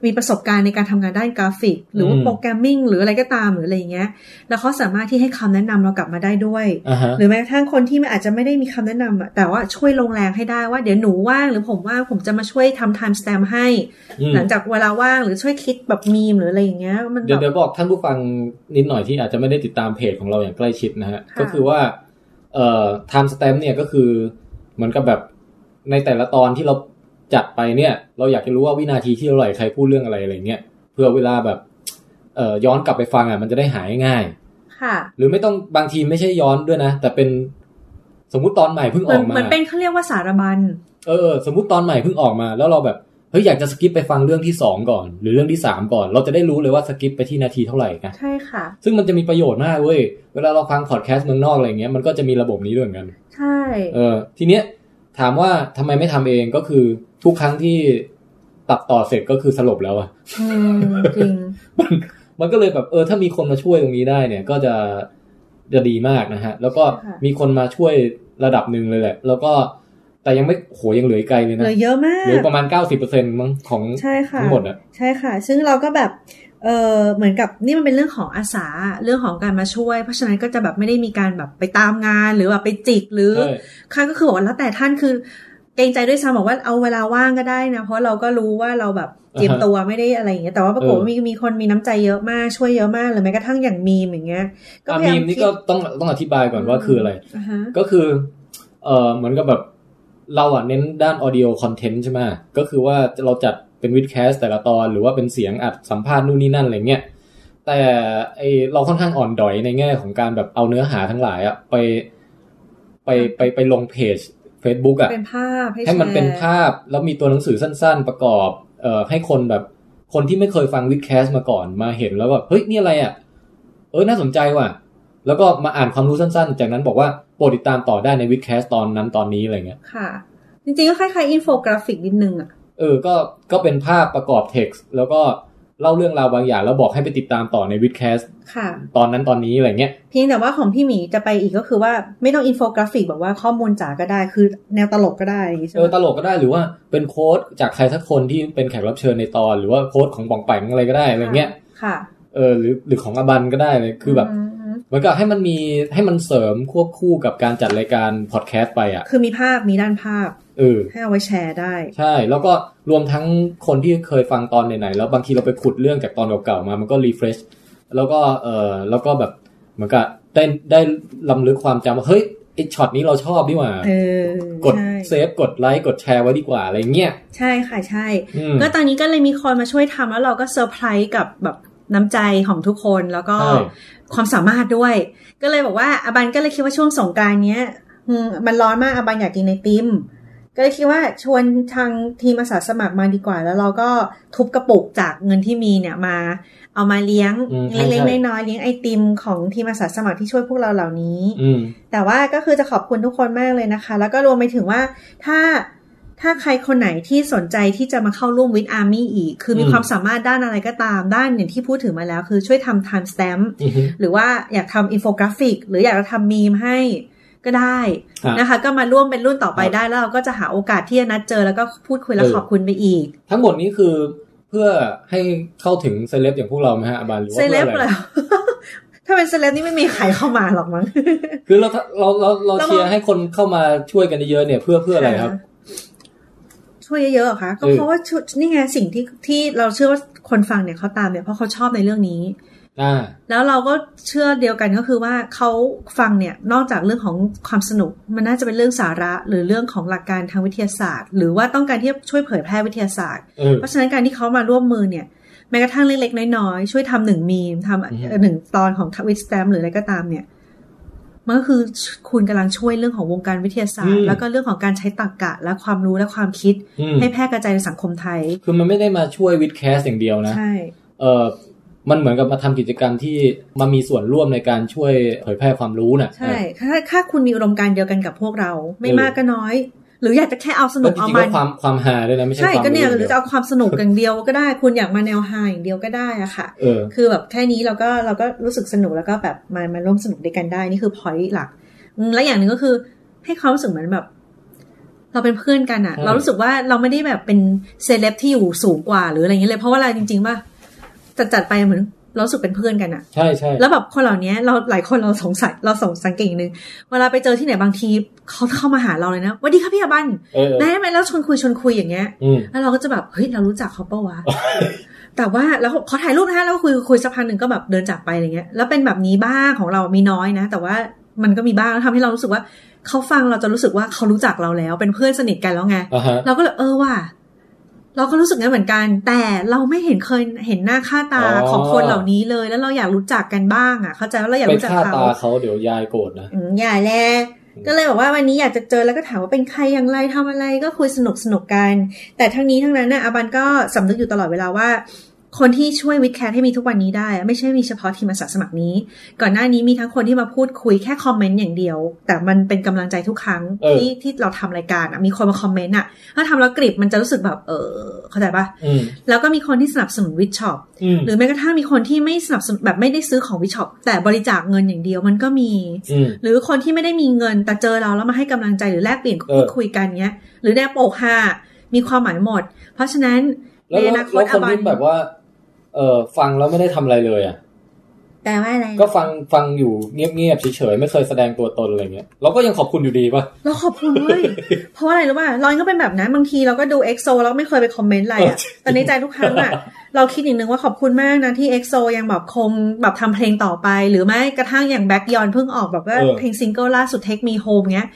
[SPEAKER 2] มีประสบการณ์ในการทำงานด้านกราฟิก หรือว่าโปรแกรมมิ่งหรืออะไรก็ตามหรืออะไรอย่างเงี้ย แล้วเขาสามารถที่ให้คำแนะนำเรากลับมาได้ด้วย
[SPEAKER 1] อ่าฮะ
[SPEAKER 2] หรือแม้กระทั่งคนที่มันอาจจะไม่ได้มีคำแนะนำอะแต่ว่าช่วยลงแรงให้ได้ว่าเดี๋ยวหนูว่างหรือผมว่างผมจะมาช่วยทำ time stamp ให้
[SPEAKER 1] อืม
[SPEAKER 2] หลังจากเวลาว่างหรือช่วยคิดแบบมีมหรืออะไรอย่างเงี้ย มัน
[SPEAKER 1] เดี๋ยว
[SPEAKER 2] แบ
[SPEAKER 1] เดี๋ย
[SPEAKER 2] บ
[SPEAKER 1] วบอกท่านผู้ฟังนิดหน่อยที่อาจจะไม่ได้ติดตามเพจของเราอย่างใกล้ชิดนะฮะ
[SPEAKER 2] ค่ะ
[SPEAKER 1] ก็คือว่า เอ่อ time stamp เนี่ยก็คือเหมือนกับแบบในแต่ละตอนที่เราจัดไปเนี่ย เราอยากจะรู้ว่าวินาทีที่เท่าไหร่ใครพูดเรื่องอะไรอะไรเงี้ยเพื่อเวลาแบบ เอ่อย้อนกลับไปฟังอ่ะมันจะได้หายง่าย
[SPEAKER 2] ค่ะ
[SPEAKER 1] หรือไม่ต้องบางทีไม่ใช่ย้อนด้วยนะ แต่เป็นสมมติตอนใหม่เพิ่ง
[SPEAKER 2] เห
[SPEAKER 1] อ
[SPEAKER 2] มือ
[SPEAKER 1] อน กมา
[SPEAKER 2] เหมือนเป็นเขาเรียกว่าสารบัญ
[SPEAKER 1] เออสมมติตอนใหม่เพิ่งออกมา แล้วเราแบบเฮ้ยอยากจะสกิปไปฟังเรื่องที่สองก่อน หรือเรื่องที่สามก่อน เราจะได้รู้เลยว่าสกิปไปที่นาทีเท่าไหร่นะ
[SPEAKER 2] ใช่ค่ะ
[SPEAKER 1] ซึ่งมันจะมีประโยชน์มากเว้ยเวลาเราฟังพอดแคสต์เมืองนอกอะไรเงี้ยมันก็จะมีระบบนี้ด้วยเหมือนกัน
[SPEAKER 2] ใช่
[SPEAKER 1] เออทีเนี้ยถามว่าทำไมไม่ทำเองก็คือทุกครั้งที่ตัดต่อเสร็จก็คือสลบแล้วอะ
[SPEAKER 2] มจริง
[SPEAKER 1] มันมันก็เลยแบบเออถ้ามีคนมาช่วยตรงนี้ได้เนี่ย ก็จะจะดีมากนะฮะ แล้วก็
[SPEAKER 2] ใช่ค่ะ
[SPEAKER 1] มีคนมาช่วยระดับหนึ่งเลยแหละ แล้วก็แต่ยังไม่โหยังเหลืออีกไกลเลย
[SPEAKER 2] เห
[SPEAKER 1] นะ
[SPEAKER 2] ลือเยอะมาก
[SPEAKER 1] เหลือประมาณ 90%มั้งของ
[SPEAKER 2] ใช่ค่ะ
[SPEAKER 1] ทั้งหมดอะ
[SPEAKER 2] ใช่ค่ะ ซึ่งเราก็แบบ เออเหมือนกับนี่มันเป็นเรื่องของอาสา เรื่องของการมาช่วย เพราะฉะนั้นก็จะแบบไม่ได้มีการแบบไปตามงานหรือแบบไปจิกหรือ
[SPEAKER 1] ใช่
[SPEAKER 2] ค่ะก็คือบอกว่าแล้วแต่ท่านคือเกรงใจด้วยซ้ำบอกว่าเอาเวลาว่างก็ได้นะ เพราะเราก็รู้ว่าเราแบบเก็บตัวไม่ได้อะไรอย่างเงี้ยแต่ว่าปรากฏว่ามีมีคนมีน้ำใจเยอะมากช่วยเยอะมากหรือแม้กระทั่งอย่างมีมอย่างเงี้ย
[SPEAKER 1] อ่ะ
[SPEAKER 2] พยายา
[SPEAKER 1] มีมนี่ก็
[SPEAKER 2] คิด
[SPEAKER 1] ต้องต้องอธิบายก่อนว่าคืออะไร
[SPEAKER 2] อ่าฮะ
[SPEAKER 1] ก็คือเออเหมือนกับแบบเราอ่ะเน้นด้านออดิโอคอนเทนต์ใช่ไหมก็คือว่าเราจัดเป็นวิดแคสแต่ละตอน หรือว่าเป็นเสียงอัดสัมภาษณ์นู่นนี่นั่นอะไรเงี้ยแต่ไอเราค่อนข้างอ่อนดอยในแง่ของการแบบเอาเนื้อหาทั้งหลายอ่ะไปไปไปไปลงเพจ Facebook อ่ะ
[SPEAKER 2] เป็นภาพให้
[SPEAKER 1] ให้มัน
[SPEAKER 2] แชร์
[SPEAKER 1] เป็นภาพแล้วมีตัวหนังสือสั้น ๆ ประกอบ เอ่อให้คนแบบ คนที่ไม่เคยฟังวิดแคสต์มาก่อนมาเห็นแล้วแบบเฮ้ยนี่อะไรอ่ะ เออน่าสนใจว่ะ แล้วก็มาอ่านความรู้สั้นๆ จากนั้นบอกว่าโปรดติดตามต่อได้ในวิดแคสต์ตอนนั้นตอนนี้อะไรเงี้ย
[SPEAKER 2] ค่ะ จริงๆก็คล้ายๆอินโฟกราฟิกนิดนึงอ่ะ
[SPEAKER 1] เออก็ก็เป็นภาพประกอบเท็กซ์แล้วก็เล่าเรื่องราวบางอย่าง แล้วบอกให้ไปติดตามต่อในวิดแคสต์
[SPEAKER 2] ค่ะ
[SPEAKER 1] ตอนนั้นตอนนี้อะไรเงี้ย
[SPEAKER 2] เพียงแต่ว่าของพี่หมีจะไปอีกก็คือว่าไม่ต้องอินโฟกราฟิกแบบว่าข้อมูลจ๋าก็ได้คือแนวตลกก็ได้อย่างงี้ใช่
[SPEAKER 1] เอ
[SPEAKER 2] ไหม
[SPEAKER 1] อตลกก็ได้หรือว่าเป็นโค้ดจากใครสักคนที่เป็นแขกรับเชิญในตอน หรือว่าโค้ดของป่องแปงอะไรก็ได้อะไรเงี้ย
[SPEAKER 2] ค่ะ
[SPEAKER 1] เออหรือหรือของอบันก็ได้เลยคือแบบ
[SPEAKER 2] ม
[SPEAKER 1] เหมือนกับให้มันมีให้มันเสริมควบคู่กับการจัดรายการพอดแคสต์ไปอ่ะ
[SPEAKER 2] คือมีภาพมีด้านภาพ
[SPEAKER 1] เออ
[SPEAKER 2] ให้เอาไว้แชร์ได้
[SPEAKER 1] ใช่ แล้วก็รวมทั้งคนที่เคยฟังตอนไหนๆแล้วบางทีเราไปขุดเรื่องจากตอนเก่าๆมา มันก็รีเฟรชแล้วก็เออแล้วก็แบบเหมือนกับได้ได้ลำลึกความจำว่าเฮ้ยไอช็อตนี้เราชอบดีหว่า
[SPEAKER 2] เออก
[SPEAKER 1] ด
[SPEAKER 2] ใช่
[SPEAKER 1] เซฟกดไลค์กดแชร์ไว้ดีกว่าอะไรเงี้ย
[SPEAKER 2] ใช่ค่ะใช่
[SPEAKER 1] อืม
[SPEAKER 2] ก็ตอนนี้ก็เลยมีคนมาช่วยทำแล้วเราก็เซอร์ไพรส์กับแบบน้ำใจของทุกคนแล้วก็
[SPEAKER 1] ใช่
[SPEAKER 2] ความสามารถด้วย ก็เลยบอกว่าอาบันก็เลยคิดว่าช่วงสงกรานต์เนี้ยอืมมันร้อนมากอาบันอยากกินไอติม ก็เลยคิดว่าชวนทางทีมอาสาสมัครมาดีกว่า แล้วเราก็ทุบกระปุกจากเงินที่มีเนี่ยมา เอามาเลี้ยง
[SPEAKER 1] อืมใช่
[SPEAKER 2] เล็ก
[SPEAKER 1] ใช่
[SPEAKER 2] ๆน้อยๆเลี้ยงไอติมของทีมอาสาสมัครที่ช่วยพวกเราเหล่านี้
[SPEAKER 1] อืม
[SPEAKER 2] แต่ว่าก็คือจะขอบคุณทุกคนมากเลยนะคะ แล้วก็รวมไปถึงว่าถ้าถ้าใครคนไหนที่สนใจที่จะมาเข้าร่วมวิดอาร์มี่อีก คือมี
[SPEAKER 1] อืม
[SPEAKER 2] ความสามารถด้านอะไรก็ตามด้านอย่างที่พูดถึงมาแล้ว คือช่วยทำ time stamp
[SPEAKER 1] อือฮึ
[SPEAKER 2] หรือว่าอยากทำอินโฟกราฟิก หรืออยากจะทำมีมให้ก็ได้
[SPEAKER 1] ครับ
[SPEAKER 2] นะคะ ก็มาร่วมเป็นรุ่นต่อไปได้แล้วเราก็จะหาโอกาสที่จะนัดเจอแล้วก็พูดคุยและขอบคุณไปอีก
[SPEAKER 1] ทั้งหมดนี้คือเพื่อให้เข้าถึงเซเลบอย่างพวกเราไหมฮะอาบันหรือว่า
[SPEAKER 2] เซเล
[SPEAKER 1] เพื่อบ อะไร
[SPEAKER 2] แล้ว ถ้าเป็นเซเลบนี่ไม่มีใครเข้ามาหรอกมั้ง
[SPEAKER 1] คือเราเราเราเรา
[SPEAKER 2] เรามอง
[SPEAKER 1] เชียร์ให้คนเข้ามาช่วยกันเยอะๆเนี่ยเพื่อเพื่ออะไรครับ
[SPEAKER 2] ช่วยเยอะๆเหรอคะก็
[SPEAKER 1] เออ
[SPEAKER 2] เพราะว่าชุดนี่ไงสิ่งที่ที่เราเชื่อว่าคนฟังเนี่ยเขาตามเนี่ยเพราะเขาชอบในเรื่องนี้
[SPEAKER 1] อ่า
[SPEAKER 2] แล้วเราก็เชื่อเดียวกันก็คือว่าเขาฟังเนี่ยนอกจากเรื่องของความสนุก มันน่าจะเป็นเรื่องสาระ หรือเรื่องของหลักการทางวิทยาศาสตร์ หรือว่าต้องการที่จะช่วยเผยแพร่วิทยาศาสตร์
[SPEAKER 1] เออ
[SPEAKER 2] เพราะฉะนั้นการที่เขามาร่วมมือเนี่ยแม้กระทั่งเล็กๆ น้อยๆ ช่วยทำหนึ่งมีมทำ
[SPEAKER 1] อือฮึ
[SPEAKER 2] เอ่อหนึ่งตอนของวิดสแตมหรืออะไรก็ตามเนี่ยมันก็คือคุณกำลังช่วยเรื่องของวงการวิทยาศาสตร์ แล้วก็เรื่องของการใช้ตรรกะและความรู้และความคิด
[SPEAKER 1] อืม
[SPEAKER 2] ให้แพร่กระจายในสังคมไทย
[SPEAKER 1] คือมันไม่ได้มาช่วยวิดแคสอย่างเดียวนะ
[SPEAKER 2] ใช่
[SPEAKER 1] เออมันเหมือนกับมาทำกิจกรรมที่มามีส่วนร่วมในการช่วยเผยแพร่ความรู้น่ะ
[SPEAKER 2] ใช่ถ้าถ้าคุณมีอุดมการณ์เดียวกันกับพวกเรา ไม่
[SPEAKER 1] เออ
[SPEAKER 2] มากก็น้อย หรืออยากจะแค่เอาสนุ
[SPEAKER 1] แล้วจ
[SPEAKER 2] กเอา
[SPEAKER 1] ริงๆ
[SPEAKER 2] มั
[SPEAKER 1] ก็
[SPEAKER 2] น
[SPEAKER 1] ความความฮาด้วยนะไม่ใช่
[SPEAKER 2] ใช่
[SPEAKER 1] ความ
[SPEAKER 2] ก็เนี่ยห
[SPEAKER 1] รู้
[SPEAKER 2] รือจะเอาความสนุกอย่างเดียวก็ได้ คุณอยากมาแนวฮาอย่างเดียวก็ได้อะค่ะ
[SPEAKER 1] เออ
[SPEAKER 2] คือแบบแค่นี้เราก็เราก็รู้สึกสนุกแล้วก็แบบมามาร่วมสนุกด้วยกันได้นี่คือพอยต์หลักอืมและอย่างหนึ่งก็คือ ให้ความรู้สึกเหมือนแบบ เราเป็นเพื่อนกันอะ
[SPEAKER 1] ใช่
[SPEAKER 2] เรารู้สึกว่าเราไม่ได้แบบเป็นเซเลบที่อยู่สูงกว่าหรืออะไรอย่างเงี้ยเลยเพราะว่าเราจริงๆป่ะจัดจัดๆไปเหมือนเรารู้สึกเป็นเพื่อนกันอะ
[SPEAKER 1] ใช่ใช่
[SPEAKER 2] แล้วแบบคนเหล่านี้เราหลายคนเราสงสัยเราสงสังเกตอย่างหนึ่งเวลาไปเจอที่ไหนบางทีเขาเข้ามาหาเราเลยนะสวัสดีค่ะพี่อาบัน
[SPEAKER 1] เออเออ
[SPEAKER 2] นะไหมแล้วชวนคุยชวนคุยอย่างเงี้ย
[SPEAKER 1] อืม
[SPEAKER 2] แล้วเราก็จะแบบเฮ้ยเรารู้จักเขาเปะวะ แต่ว่าแล้วเขาถ่ายรูปนะคะแล้วก็คุยคุยสักพักหนึ่งก็แบบเดินจากไปอะไรเงี้ยแล้วเป็นแบบนี้บ้างของเรามีน้อยนะ แต่ว่ามันก็มีบ้างแล้วทำให้เรารู้สึกว่าเขาฟังเราจะรู้สึกว่าเขารู้จักเราแล้ว เป็นเพื่อนสนิทกันแล้วไง
[SPEAKER 1] อ่าฮะ
[SPEAKER 2] เราก็เลยเออว่ะเราก็รู้สึกงั้นเหมือนกัน แต่เราไม่เห็นเคยเห็นหน้าค่าตา
[SPEAKER 1] อ๋อ
[SPEAKER 2] ของคนเหล่านี้เลย แล้วเราอยากรู้จักกันบ้างอ่ะ เข้าใจว่าเราอยาก
[SPEAKER 1] ไป
[SPEAKER 2] รู้จัก
[SPEAKER 1] ฆ่า
[SPEAKER 2] เขา
[SPEAKER 1] ตาเขาเดี๋ยวยายโกรธนะ
[SPEAKER 2] อืมอย่าแลก็เลยบอกว่าวันนี้อยากจะเจอแล้วก็ถามว่าเป็นใครอย่างไรทำอะไรก็คุยสนุกสนุกกัน แต่ทั้งนี้ทั้งนั้นน่ะอาบันก็สำนึกอยู่ตลอดเวลาว่า คนที่ช่วยวิดแคทให้มีทุกวันนี้ได้อะไม่ใช่มีเฉพาะทีมอาสาสมัครนี้ ก่อนหน้านี้มีทั้งคนที่มาพูดคุยแค่คอมเมนต์อย่างเดียว แต่มันเป็นกำลังใจทุกครั้ง
[SPEAKER 1] เออ
[SPEAKER 2] ที่ที่เราทำรายการอะมีคนมาคอมเมนต์อะถ้าทำแล้วกริบมันจะรู้สึกแบบเออเข้าใจปะ
[SPEAKER 1] อืม
[SPEAKER 2] แล้วก็มีคนที่สนับสนุนวิดช็อป
[SPEAKER 1] อืม
[SPEAKER 2] หรือแม้กระทั่งมีคนที่ไม่สนับสนุนแบบไม่ได้ซื้อของวิดช็อปแต่บริจาคเงินอย่างเดียวมันก็มี
[SPEAKER 1] อืม
[SPEAKER 2] หรือคนที่ไม่ได้มีเงินแต่เจอเราแล้วมาให้กำลังใจหรือแลกเปลี่ยน
[SPEAKER 1] เอ
[SPEAKER 2] พู
[SPEAKER 1] อ
[SPEAKER 2] ดคุยกันเงี้ย หรือแนวโปกฮามีความหมายหมด เพราะฉะนั้น
[SPEAKER 1] แล้ว
[SPEAKER 2] ใน
[SPEAKER 1] แล้ว
[SPEAKER 2] อนาค
[SPEAKER 1] แล้
[SPEAKER 2] ต
[SPEAKER 1] วคนที่แบบว่า เออฟังแล้วไม่ได้ทำอะไรเลยอ่ะ
[SPEAKER 2] แปลว่าอะไร
[SPEAKER 1] ก็ฟังฟังอยู่เงียบๆเฉยๆไม่เคยแสดงตัวตนอะไรเงี้ยเราก็ยังขอบคุณอยู่ดีป่ะ
[SPEAKER 2] เราขอบคุณเว้ย เพราะอะไรรู้ป่ะเราก็เป็นแบบนั้นบางทีเราก็ดูเอ็กโซแล้วไม่เคยไปคอมเมนต์อะไรอะ
[SPEAKER 1] เออจริง
[SPEAKER 2] แต่ในใจทุกครั้งอะเราคิดอย่างหนึ่งว่าขอบคุณมากนะที่เอ็กโซยังแบบคงแบบทำเพลงต่อไป หรือไม่กระทั่งอย่างแบ็กยอนเพิ่งออกแบบว่าเพลงซิงเกิลล่าสุดเทคมีโฮมเงี้ย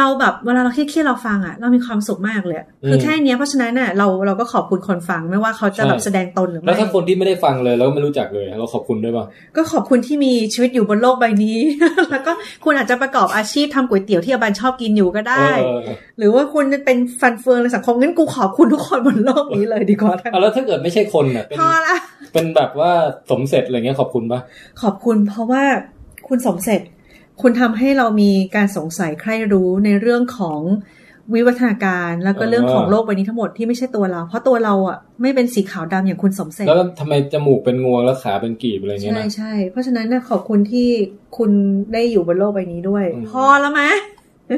[SPEAKER 2] เราแบบเวลาเราเครียดๆเราฟังอะเรามีความสุขมากเลยอะคือแค่เนี้ยเพราะฉะนั้นอะเราเราก็ขอบคุณคนฟังไม่ว่าเขาจะแบบแสดงตนหรือ
[SPEAKER 1] แล้ว
[SPEAKER 2] ไม่
[SPEAKER 1] ถ้าคนที่ไม่ได้ฟังเลยแล้วไม่รู้จักเลย เราขอบคุณด้วยป่ะ
[SPEAKER 2] ก็ขอบคุณที่มีชีวิตอยู่บนโลกใบนี้ แล้วก็คุณอาจจะประกอบอาชีพทำก๋วยเตี๋ยวที่อาบันชอบกินอยู่ก็ได้
[SPEAKER 1] เออเออ
[SPEAKER 2] หรือว่าคุณเป็นฟันเฟืองในสังคมงั้นกูขอบคุณทุกคนบนโลกนี้เลยดีกว่าทั้ง
[SPEAKER 1] อ่ ะแล้วถ้าเกิดไม่ใช่คนอ่ะ เป็น
[SPEAKER 2] พอละ
[SPEAKER 1] เป็นแบบว่าสมเสร็จอะไรเงี้ยขอบคุณป่ะ
[SPEAKER 2] ขอบคุณเพราะว่าคุณสมเสร็จ คุณทำให้เรามีการสงสัยใครรู้ในเรื่องของวิวัฒนาการแล้วก็
[SPEAKER 1] เออ
[SPEAKER 2] เรื่องของโลกใบนี้ทั้งหมดที่ไม่ใช่ตัวเรา เพราะตัวเราอ่ะไม่เป็นสีขาวดำอย่างคุณสมเสร็จ
[SPEAKER 1] แล้วทำไมจมูกเป็นงวงแล้วขาเป็นกีบอะไรเงี้ย
[SPEAKER 2] ใช่
[SPEAKER 1] นะ
[SPEAKER 2] ใช่เพราะฉะนั้นนะขอบคุณที่คุณได้อยู่บนโลกใบนี้ด้วย
[SPEAKER 1] อืม
[SPEAKER 2] พอแล้วมะ
[SPEAKER 1] โ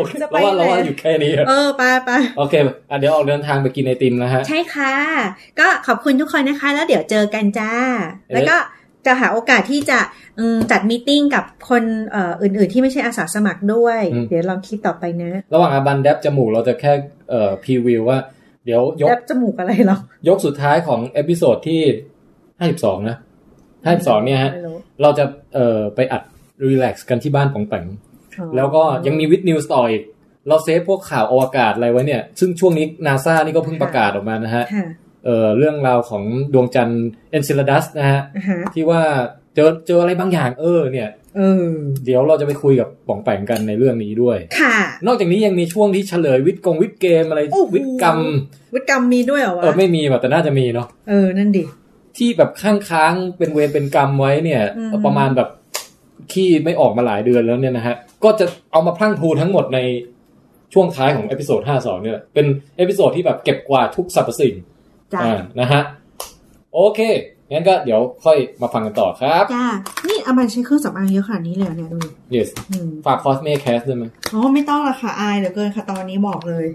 [SPEAKER 1] อเค
[SPEAKER 2] จะไป
[SPEAKER 1] เราว่าเราว่า
[SPEAKER 2] ไหน
[SPEAKER 1] อยู่แค่นี้อะ
[SPEAKER 2] เออไปไป
[SPEAKER 1] โอเคอ่ะเดี๋ยวออกเดินทางไปกินไอติมนะฮะ
[SPEAKER 2] ใช่ค่ะ ก็ขอบคุณทุกคนนะคะ แล้วเดี๋ยวเจอกันจ้า แล้วก็จะหาโอกาสที่จะอืมจัดมีตติ้งกับคนเอ่ออื่น ๆ ที่ไม่ใช่อาสาสมัครด้วย
[SPEAKER 1] อืม
[SPEAKER 2] เดี๋ยวลองคิดต่อไปนะ
[SPEAKER 1] ระหว่างอาบันแดบจมูกเราจะแค่เอ่อพรีวิวว่า เดี๋ยวยก
[SPEAKER 2] แอบจมูกอะไรหรอย
[SPEAKER 1] กสุดท้ายของเอพิโซดที่ 52 นะ 52 เนี่ยฮะ
[SPEAKER 2] ไม่รู้
[SPEAKER 1] เราจะเอ่อไปอัดรีแลกซ์กันที่บ้านของแปง
[SPEAKER 2] อ๋อ
[SPEAKER 1] แล้วก็ยังมีวิดนิวส์ต่ออีก เราเซฟพวกข่าวอวกาศอะไรไว้เนี่ย ซึ่งช่วงนี้นาซานี่ก็เพิ่งประกาศออกมานะฮะ
[SPEAKER 2] ค่ะ
[SPEAKER 1] เอ่อเรื่องราวของดวงจันทร์เอนซิลดัสนะฮะ
[SPEAKER 2] อ่าฮะ
[SPEAKER 1] ที่ว่าเจอเจออะไรบางอย่างเออเนี่ย
[SPEAKER 2] เออ
[SPEAKER 1] เดี๋ยวเราจะไปคุยกับป๋องแปงกันในเรื่องนี้ด้วย
[SPEAKER 2] ค่ะ
[SPEAKER 1] นอกจากนี้ยังมีช่วงที่เฉลยวิทย์กงวิทย์เกมอะไร
[SPEAKER 2] โอ้โห
[SPEAKER 1] วิทย์กรรม
[SPEAKER 2] วิทย์กรรมมีด้วยเหรอวะ
[SPEAKER 1] เออไม่มีว่ะแต่น่าจะมีเนาะ
[SPEAKER 2] เออนั่นดิ
[SPEAKER 1] ที่แบบข้างค้างๆเป็นเวรเป็นกรรมไว้เนี่ย
[SPEAKER 2] อืม
[SPEAKER 1] ประมาณแบบขี้ไม่ออกมาหลายเดือนแล้วเนี่ยนะฮะ ก็จะเอามาพลั่งพลูทั้งหมดในช่วงท้ายของเอพิโซด52 เนี่ยแหละเป็นเอพิโซดที่แบบเก็บกวาดทุกสรรพสิ่ง
[SPEAKER 2] จ้า
[SPEAKER 1] อ่านะฮะ โอเค งั้นก็เดี๋ยวค่อยมาฟังกันต่อครับ
[SPEAKER 2] จ้านี่อามันใช้เครื่องสำอางเยอะขนาดนี้เลยเหรอเนี่ยดูดิ
[SPEAKER 1] yes
[SPEAKER 2] อืม
[SPEAKER 1] ฝากคอสเมคแคสด้วยไหม
[SPEAKER 2] อ๋อไม่ต้องละค่ะอายเหลือเกินค่ะตอนนี้บอกเลย